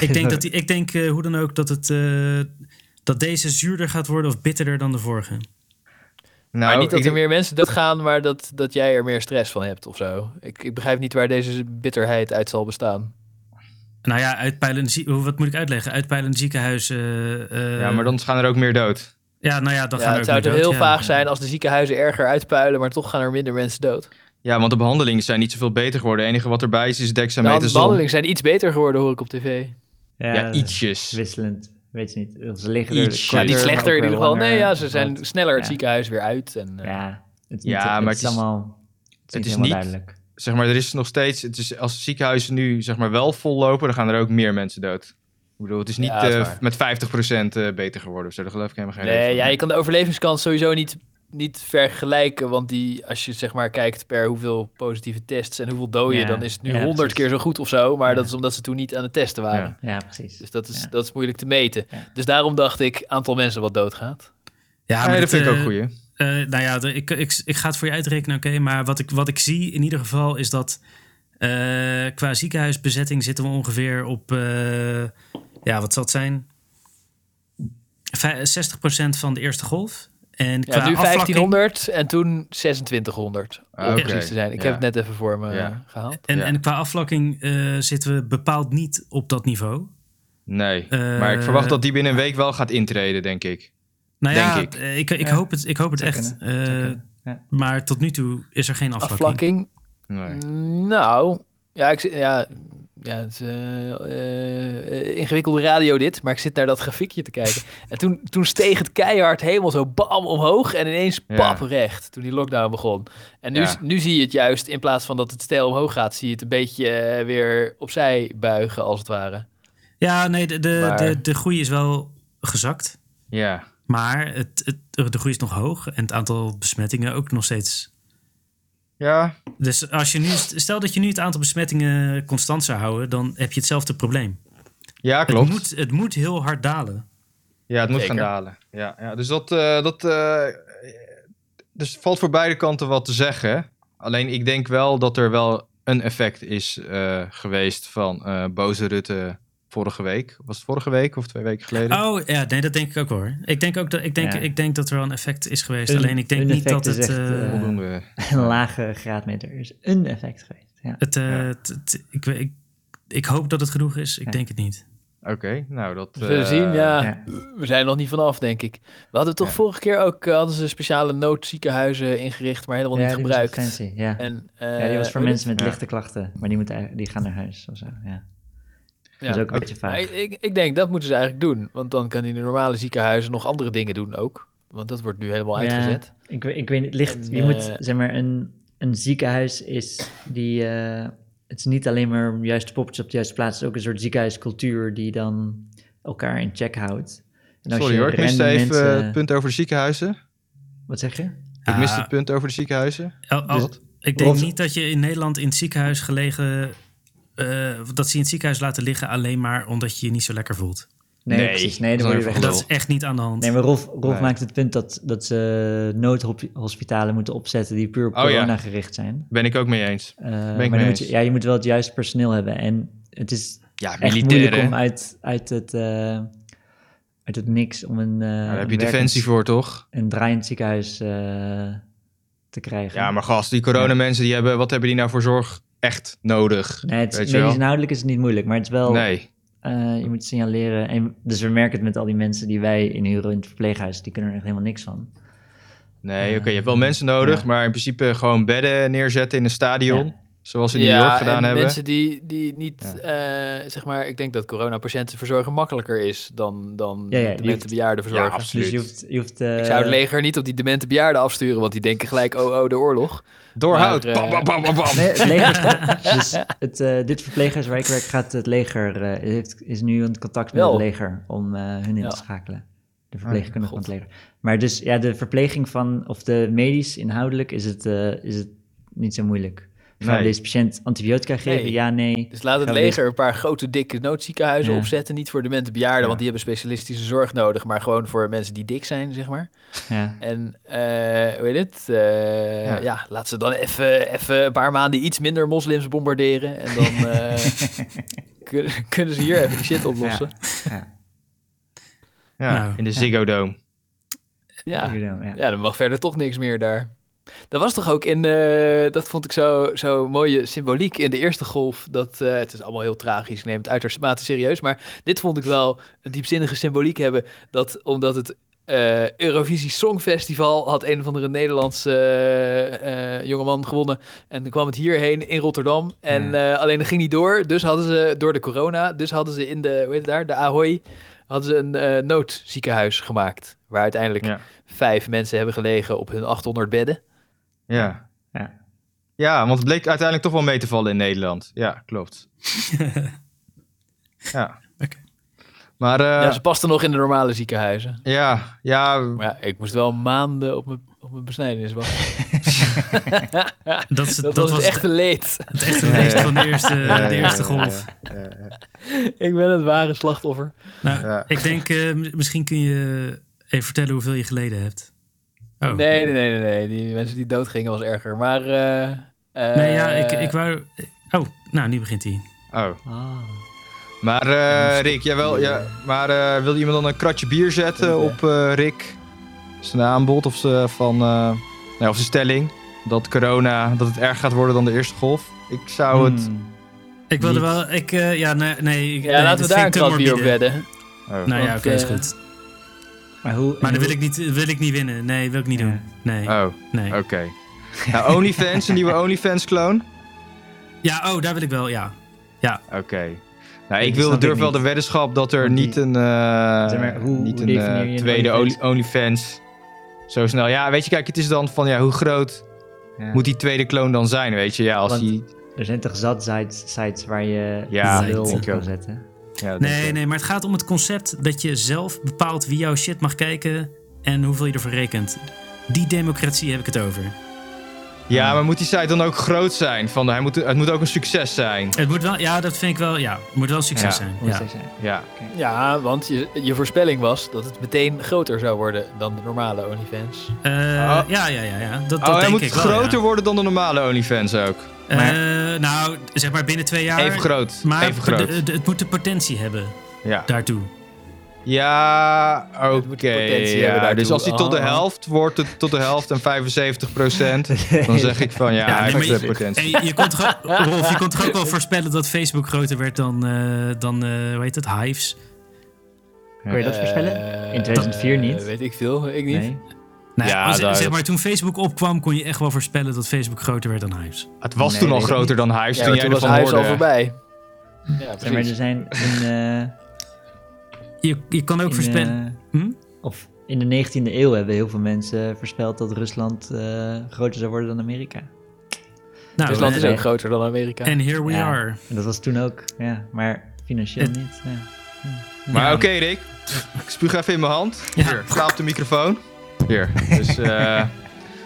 ik denk, dat, die- ik denk eh, hoe dan ook dat, het, eh, dat deze zuurder gaat worden of bitterder dan de vorige.
nou,
maar niet dat
ik
er
denk-
meer mensen doodgaan, maar dat, dat jij er meer stress van hebt of zo. Ik, ik begrijp niet waar deze bitterheid uit zal bestaan.
Nou ja, uitpeilende zie- hoe wat moet ik uitleggen? Uitpeilende ziekenhuizen. eh, eh,
Ja, maar dan gaan er ook meer dood.
Ja, nou ja, dan
Ja,
gaan
het
er
zou
ook
toch
meer
heel
dood, ja.
vaag zijn als de ziekenhuizen erger uitpuilen, maar toch gaan er minder mensen dood.
Ja, want de behandelingen zijn niet zoveel beter geworden. Het enige wat erbij is, is
Nou, de
dexamethason.
behandelingen zijn iets beter geworden, hoor ik op tv.
Ja,
dat is
ietsjes.
Wisselend. Weet je niet. Ze liggen er
Ietsje.
Ja,
korter,
niet
maar
slechter in
ook wel
ieder geval. Nee,
langer.
ja, ze zijn sneller het
Ja.
ziekenhuis weer uit. En, eh,
Ja, het,
Ja,
ja,
maar
maar
het
het,
is-
is allemaal... Het
het
is niet
is niet-
helemaal duidelijk.
Zeg maar, er is nog steeds... Het is, als ziekenhuizen nu zeg maar, wel vol lopen, dan gaan er ook meer mensen dood. Ik bedoel, het is niet
Ja, dat is
eh,
waar.
met 50% eh, beter geworden. of Zo, daar geloof ik helemaal geen reden
nee,
van.
ja, je kan de overlevingskans sowieso niet, niet vergelijken. Want die, als je zeg maar kijkt per hoeveel positieve tests en hoeveel doden,
Ja,
dan is het nu
ja,
honderd
precies.
keer zo goed of zo. Maar
Ja.
dat is omdat ze toen niet aan het testen waren.
Ja.
Ja, precies.
Dus dat is,
Ja.
dat is moeilijk te meten.
Ja.
Dus daarom dacht ik, aantal mensen wat doodgaat.
Ja, maar
Nee, dat
het,
vind ik ook
eh,
goed.
Eh, nou ja, de- ik, ik, ik ga het voor je uitrekenen, oké. Maar wat ik, wat ik zie in ieder geval is dat eh, qua ziekenhuisbezetting zitten we ongeveer op, eh, ja, wat zal het zijn? Vij- 60% van de eerste golf. En
Ja,
qua
nu
afvlakking,
1500 en toen 2600. Om
Ah, oké.
precies te zijn. Ik
Ja.
heb het net even voor me
Ja.
eh, gehaald.
en,
ja.
en qua afvlakking eh, zitten we bepaald niet op dat niveau.
Nee,
Eh,
maar ik verwacht dat die binnen een week wel gaat intreden, denk ik.
Nou ja,
Denk ik.
eh, ik, ik,
Ja.
hoop het, ik hoop het
Zou
echt.
Zou
Eh,
kunnen. Ja.
Maar tot nu toe is er geen afvlakking.
Afvlakking, Mm.
Nee.
Nou, ja, ik, zit- ja, ja het is eh, eh, ingewikkelde radio dit, maar ik zit naar dat grafiekje te kijken. En toen, toen steeg het keihard helemaal zo bam omhoog en ineens
Ja.
pap recht toen die lockdown begon. En nu,
Ja.
nu zie je het juist, in plaats van dat het stijl omhoog gaat, zie je het een beetje eh, weer opzij buigen als het ware.
Ja, nee, de, de,
Maar-
de, de groei is wel gezakt.
Ja,
Maar het, het, de groei is nog hoog en het aantal besmettingen ook nog steeds.
ja
Dus als je nu, stel dat je nu het aantal besmettingen constant zou houden, dan heb je hetzelfde probleem.
ja
Het
klopt.
moet, het moet heel hard dalen.
Ja, het moet
Zeker.
gaan dalen. Ja, ja, dus dat. eh, dat eh, dus valt voor beide kanten wat te zeggen. Alleen ik denk wel dat er wel een effect is eh, geweest van eh, boze Rutte vorige week. Was het vorige week of twee weken geleden?
Oh ja, nee, dat denk ik ook hoor. Ik denk ook dat, ik denk,
Ja.
ik denk dat er wel een effect is geweest.
Een-
Alleen ik denk
een
niet dat
effect
het,
is echt,
eh,
eh,
Voldoende.
*laughs* Een lage graadmeter is een effect geweest. Ja.
het, eh,
ja.
het- het- ik, weet- ik, ik hoop dat het genoeg is. Ik
Ja.
denk het niet.
Oké, nou dat...
We zullen
eh,
zien, ja.
ja.
We zijn er nog niet vanaf, denk ik. We hadden toch
Ja.
vorige keer ook eh, hadden ze speciale noodziekenhuizen ingericht, maar helemaal niet
die was
gebruikt. Eh,
fancy, ja.
En,
ja, die was voor mensen met
Ja.
lichte klachten, maar die, moeten, eigenlijk- die gaan naar huis of zo. Ja. Dat
Ja.
is ook een
Ook-
beetje
Maar
vaag.
ik, ik, ik denk, dat moeten ze eigenlijk doen. Want dan kan die normale ziekenhuizen nog andere dingen doen ook. Want dat wordt nu helemaal
Ja.
uitgezet.
Ik, weet- ik weet niet, licht,
En,
je
eh,
moet, zeg maar, een, een ziekenhuis is die, eh, het is niet alleen maar om juiste poppetjes op de juiste plaats, het is ook een soort ziekenhuiscultuur die dan elkaar in check houdt. En als
Sorry
je
hoor, ik
random
miste even
mensen-
het punt over de ziekenhuizen.
Wat zeg je?
Ik miste
Ah.
het punt over de ziekenhuizen.
Oh, oh,
Wat?
ik denk
Dus Wat?
niet dat je in Nederland in het ziekenhuis gelegen. eh, dat ze je in het ziekenhuis laten liggen alleen maar omdat je je niet zo lekker voelt.
Nee,
Nee,
precies. Nee, dan
dat
word
is
je
een
weg.
verhaal.
Dat is echt niet aan de hand.
Nee, maar Rolf, Rolf
Nee.
maakt het punt dat, dat ze noodhospitalen moeten opzetten die puur op
Oh, ja.
corona gericht zijn.
Ben ik ook mee eens.
Eh,
mee
maar dan moet je,
eens.
ja, je moet wel het juiste personeel hebben. En het is
Ja,
echt moeilijk
militairen.
om uit, uit, het, eh, uit het niks om een, eh,
Daar heb
een
je
werkend-
defensie voor, toch?
een draaiend ziekenhuis eh, te krijgen.
Ja, maar gast, die coronamensen, die hebben, wat hebben die nou voor zorg echt nodig?
Nee, het,
Weet
is-
je
medisch
wel?
inhoudelijk is het niet moeilijk, maar het is wel,
Nee,
eh, je moet signaleren. En, dus we merken het met al die mensen die wij inhuren in het verpleeghuis, die kunnen er echt helemaal niks van. Dus
nee oké, je hebt wel mensen nodig,
ja.
maar in principe gewoon bedden neerzetten in een stadion,
Ja.
zoals ze in New York gedaan
en
hebben.
mensen die, die niet, eh, zeg maar, ik denk dat coronapatiënten verzorgen makkelijker is dan, dan
Ja, ja, je
demente
hoeft-
bejaarden verzorgen.
Ja, absoluut.
Dus je hoeft, je hoeft eh,
Ik zou het leger niet op die demente bejaarden afsturen, want die denken gelijk, oh, oh, de oorlog.
Doorhoud.
Maar, eh,
Bam, bam, bam, bam, bam.
Nee, het
*laughs*
leger. dus het, eh, dit verpleeghuis waar ik werk gaat het leger. eh, heeft, is nu in contact met
Wel.
het leger om eh, hun in
Ja.
te schakelen. De verpleegkundige
God.
van het leger. Maar dus ja, de verpleging van. of de medisch inhoudelijk is het, eh, is het niet zo moeilijk. Gaan we
Nee.
deze patiënt antibiotica geven?
Nee.
Ja,
*laughs*
nee.
Dus laat het
Gaan we
leger een paar grote, dikke noodziekenhuizen
Ja.
opzetten. Niet voor demente bejaarden,
Ja.
want die hebben specialistische zorg nodig. Maar gewoon voor mensen die dik zijn, zeg maar.
dit- Ja.
En eh, hoe heet het? Eh,
Ja.
ja. laat ze dan even even een paar maanden iets minder moslims bombarderen. En dan
*laughs*
eh, kun- kunnen ze hier even die shit oplossen.
Ja,
Nou.
in de Ziggo Dome.
Ja.
you
Ja.
know, ja.
dan mag verder toch niks meer daar. Dat was toch ook in, eh, dat vond ik zo, zo mooie symboliek in de eerste golf. Dat, eh, het is allemaal heel tragisch, ik neem het uitermate serieus. Maar dit vond ik wel een diepzinnige symboliek hebben. Dat omdat het eh, Eurovisie Songfestival had een of andere Nederlandse eh, eh, jongeman gewonnen. En dan kwam het hierheen in Rotterdam. En eh, alleen dat ging niet door. Dus hadden ze door de corona, dus hadden ze in de, hoe heet het daar, de Ahoy, hadden ze een eh, noodziekenhuis gemaakt. Waar uiteindelijk
Ja.
vijf mensen hebben gelegen op hun 800 bedden.
Ja.
Ja.
ja, want het bleek uiteindelijk toch wel mee te vallen in Nederland. Ja, klopt. ja.
Oké.
Maar eh,
ja, ze pasten nog in de normale ziekenhuizen.
ja, ja,
Maar ja, ik moest wel maanden op mijn, op mijn besnijdenis wachten. *laughs*
dat, is-
Dat, was,
het-
echt een leed.
het echte
Ja, ja.
leed van de eerste,
ja,
de
ja,
eerste
eh, ja,
golf.
ja, ja,
ik ben het ware slachtoffer.
Nou,
ja.
ik denk, eh, m- misschien kun je eh, even vertellen hoeveel je geleden hebt. Oh.
Nee, nee, nee, nee, nee. Die mensen die doodgingen was erger. Maar. eh, eh,
Nee, ja, ik, ik wou... Oh, nou, nu begint hij.
Oh.
Ah.
Maar eh, Rick, jawel, ja, maar eh, wil iemand dan een kratje bier zetten
Oké.
op eh, Rick? Zijn aanbod of, ze van, eh, nou, of zijn stelling dat corona dat het erg gaat worden dan de eerste golf? Ik zou het.
Hmm.
Ik wilde
Niet.
wel... Ik, eh, ja, nee, nee, ik-
Ja,
nee,
laten
dit
we daar een
vind ik te
krat bier op
morbide.
wedden.
Oh.
Nou ja,
Want,
oké, is
eh,
goed.
Maar hoe?
Maar dat wil ik niet, wil ik niet winnen. Nee, wil ik niet
Ja.
doen. Nee,
Oh,
nee.
oké. Nou, OnlyFans, een nieuwe OnlyFans-kloon?
Ja, oh, daar wil ik wel, ja.
*laughs* Oké. Nou, ik
dat
wil,
snap
durf
ik
wel
niet.
de weddenschap dat er
Want die-
niet een, eh,
Zeg maar, hoe-
niet
hoe
een eh,
definieer je een
tweede
OnlyFans?
Only- OnlyFans zo snel. Ja, weet je, kijk, het is dan van ja, hoe groot
Ja.
moet die tweede kloon dan zijn? Weet je, ja, als
Want-
die.
Er zijn toch zat sites, sites waar je
Ja,
je lul
denk
op
ik ook.
kan zetten.
Ja, dat-
Nee, nee, maar het gaat om het concept dat je zelf bepaalt wie jouw shit mag kijken en hoeveel je ervoor rekent. Die democratie heb ik het over.
Ja, maar moet die site dan ook groot zijn? Van, hij moet, het moet ook een succes zijn.
Het moet wel, ja, dat vind ik wel, ja, het moet wel een succes
Ja.
zijn.
Hoe
Ja.
zou zijn?
Ja,
Ja, want je, je voorspelling was dat het meteen groter zou worden dan de normale OnlyFans.
Eh,
Oh.
ja, ja, ja, ja. Dat, dat
oh, hij
denk
moet
ik wel,
groter
ja.
worden dan de normale OnlyFans ook.
Eh, nou, zeg maar binnen twee jaar.
Even groot.
Maar
even groot.
de- de- het moet de potentie hebben
ja.
daartoe.
Ja,
moet
oké.
potentie hebben
ja.
daartoe.
Dus als hij tot de
Ah.
helft wordt, het tot de helft en 75 dan zeg ik van ja,
Ja,
hij
nee,
heeft
maar
de
je-
potentie.
En je, je kon toch ook,
*laughs*
Rolf, je kon toch ook wel voorspellen dat Facebook groter werd dan, eh, dan eh, hoe heet het, Hives?
Kun je dat voorspellen?
Eh,
In 2004 niet?
eh, Weet ik veel, ik niet.
Nee.
Nou,
Ja,
als-
daar-
zeg maar, toen Facebook opkwam, kon je echt wel voorspellen dat Facebook groter werd dan Hives.
Het was
Nee,
toen al
weet ik
groter dan Hives
Ja,
toen
maar
jij
toen was
ervan
hij al
hoorde.
voorbij. Ja,
Zeg maar, er
precies.
zijn dus- in, eh,
Je, je kan ook
in,
voorspellen...
eh,
Hm?
of in de 19e eeuw hebben heel veel mensen voorspeld dat Rusland eh, groter zou worden dan Amerika.
Nou,
dus
Rusland
eh,
is ook groter dan Amerika.
And here we
Ja.
are.
En dat was toen ook, ja, maar financieel
Het-
niet. Ja. Hm.
Maar oké, Rick. Ik spuug even in mijn hand.
Ja.
Hier, ga op de microfoon. Hier. Dus eh,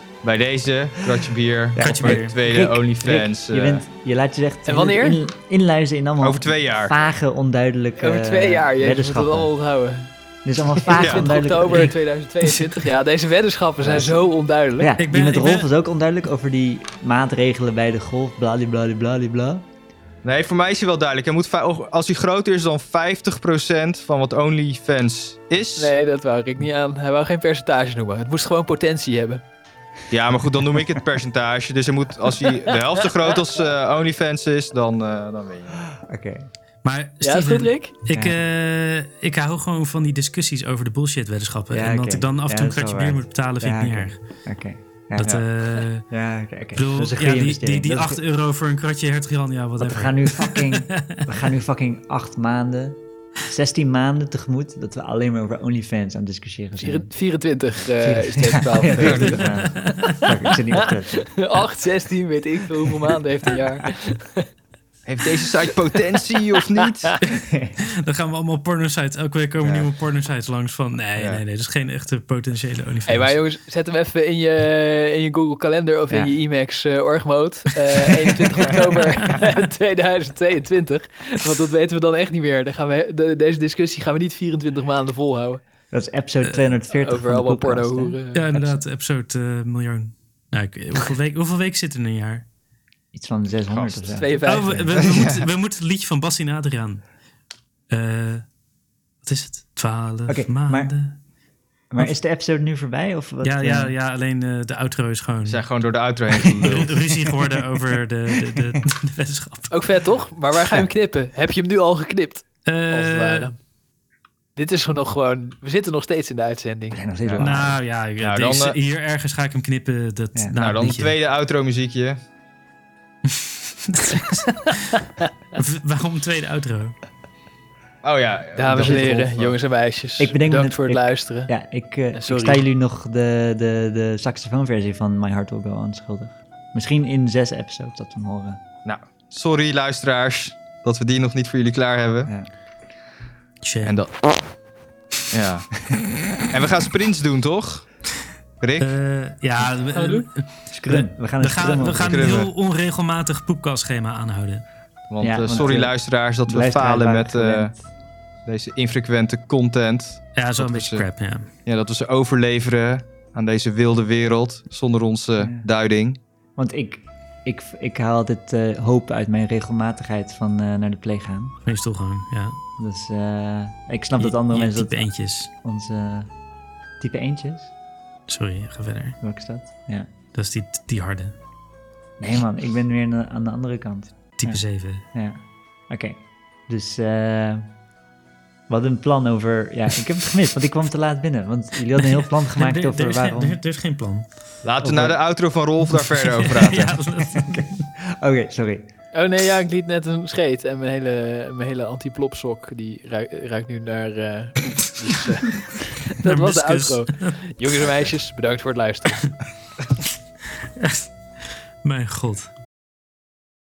*laughs* bij deze, kratje bier.
Kratje
bij
bier.
de tweede
Rick,
OnlyFans.
Rick, je,
eh,
bent, je laat je echt
En wanneer?
in- inluizen in allemaal
Over twee jaar.
vage, onduidelijke
Over twee jaar, je
eh,
moet het
weddenschappen.
wel onthouden.
Dit is allemaal
*laughs*
vage,
20
onduidelijke...
oktober 2022. Ja, deze weddenschappen zijn zo onduidelijk.
Ja,
Ik ben-
die met
ik
Rolf
ben-
was ook onduidelijk over die maatregelen bij de golf, bladibladibladibla.
Nee, voor mij is hij wel duidelijk. Hij moet va- als hij groter is dan 50% van wat OnlyFans is.
Nee, dat wou ik niet aan. Hij wou geen percentage noemen. Het moest gewoon potentie hebben.
Ja, maar goed, dan noem ik het percentage. Dus hij moet, als hij de helft zo groot als eh, OnlyFans is, dan, eh, dan win je.
Oké.
Maar
Ja,
Steven,
Frederik?
ik,
Ja.
eh, ik hou gewoon van die discussies over de bullshit-weddenschappen.
Ja,
en dat
oké.
ik dan af en
Ja,
toe een
dat is
kratje
wel
bier
waar.
moet betalen, vind
Ja,
ik niet
oké.
erg.
Oké. Ja,
Dat,
ja.
eh,
Ja, oké. oké.
Ik bedoel,
dat is een
ja,
goede
die, die,
investering.
die
Dat is-
8 euro voor een kratje hertogran, ja, wat
Want we
even.
gaan nu fucking,
*laughs*
we gaan nu fucking acht maanden, 16 maanden tegemoet dat we alleen maar over OnlyFans aan het discussiëren
Vier-
zijn.
24 eh,
*laughs*
is deze
Ja, ja,
12.
24 maanden. Fuck, ik zit niet op te
8, 16, weet ik veel hoeveel maanden heeft een jaar.
Heeft deze site potentie of niet?
Dan gaan we allemaal pornosites. Elke week komen
Ja.
nieuwe pornosites langs van. Nee,
Ja.
nee, nee. Dat is geen echte potentiële OnlyFans.
Hé, maar jongens, zet hem even in je, in je Google Calendar of
Ja.
in je IMAX eh org mode. Eh, 21 oktober *laughs* 2022. Want dat weten we dan echt niet meer. Dan gaan we, de- deze discussie gaan we niet 24 maanden volhouden.
Dat is
Eh,
episode 240
Over
van de
allemaal
podcast, hè?
pornohoeren.
ja, inderdaad. Episode eh, miljoen. Nou, ik, hoeveel, week, hoeveel weken zit er in een jaar?
Iets van 600 of zo.
52.
Oh, we,
*laughs*
we- we moeten, we moeten het liedje van Bassie en Adriaan. Eh, wat is het? 12
Oké, maar-
maanden.
Maar is de episode nu voorbij? Of wat,
ja,
eh,
ja, ja, alleen eh, de outro is gewoon
We zijn gewoon door de outro heen
*laughs*
geluld.
ru- ruzie geworden over de, de,
*laughs*
de, de wetenschap.
Ook vet, toch? Maar waar ga je hem knippen? Heb je hem nu al geknipt?
Eh,
Als het ware. Dit is gewoon nog gewoon... We zitten nog steeds in de uitzending.
We zijn nog steeds wel aan.
nou ja, ja,
dan,
deze-
eh,
hier ergens ga ik hem knippen. Dat,
Ja.
na
nou,
het
dan het
liedje.
tweede outro muziekje.
V- Waarom een tweede outro?
Oh ja.
Dames en
dat- eh.
heren, jongens en meisjes.
Ik bedenk me
bedankt
net-
voor het
ik-
luisteren.
Ja, ik, eh, ik
sorry.
sta jullie nog de, de, de saxofoonversie van My Heart Will Go On schuldig. Misschien in zes episodes dat we hem horen.
Nou, sorry luisteraars dat we die nog niet voor jullie klaar hebben.
Ja.
Shame.
En dat... Ja. en we gaan sprints doen, toch? Rick?
Eh, ja, we,
Gaan we doen?
Scrum. We gaan
we
het
gaan, we gaan een
Krummen.
heel onregelmatig poepkastschema aanhouden.
Want,
Ja,
eh,
want,
sorry
eh,
luisteraars dat we falen met eh, deze infrequente content.
Ja, zo'n
Dat
beetje
is, eh,
crap, ja.
Ja, dat we ze overleveren aan deze wilde wereld zonder onze
Ja.
duiding.
Want ik, ik, ik haal altijd eh, hoop uit mijn regelmatigheid van eh, naar de play gaan.
Meestal gewoon, ja.
Dus eh, ik snap dat
Je-
andere
je
mensen
type
dat
eentjes.
onze type eentjes.
Sorry, ga verder.
Welke is dat? Ja.
Dat is die, die harde.
Nee man, ik ben weer aan de- aan de andere kant.
Type
Ja.
7.
Ja. Oké. Dus eh we hadden een plan over. Ja, ik heb het gemist, want ik kwam te laat binnen. Want jullie hadden een heel
*laughs*
plan gemaakt
er,
over
is geen-
waarom.
er- er is geen plan.
Laten we
Oké.
naar de outro van Rolf daar verder over praten.
*laughs* ja, dat-
Oké, sorry.
Oh nee, ja, ik liet net een scheet. En mijn hele, mijn hele anti-plopsok, die ruikt, ruikt nu naar...
*laughs*
eh, dus, eh, dat
Naar
was de
muskus.
outro. Jongens en meisjes, bedankt voor het luisteren.
*laughs* Mijn god.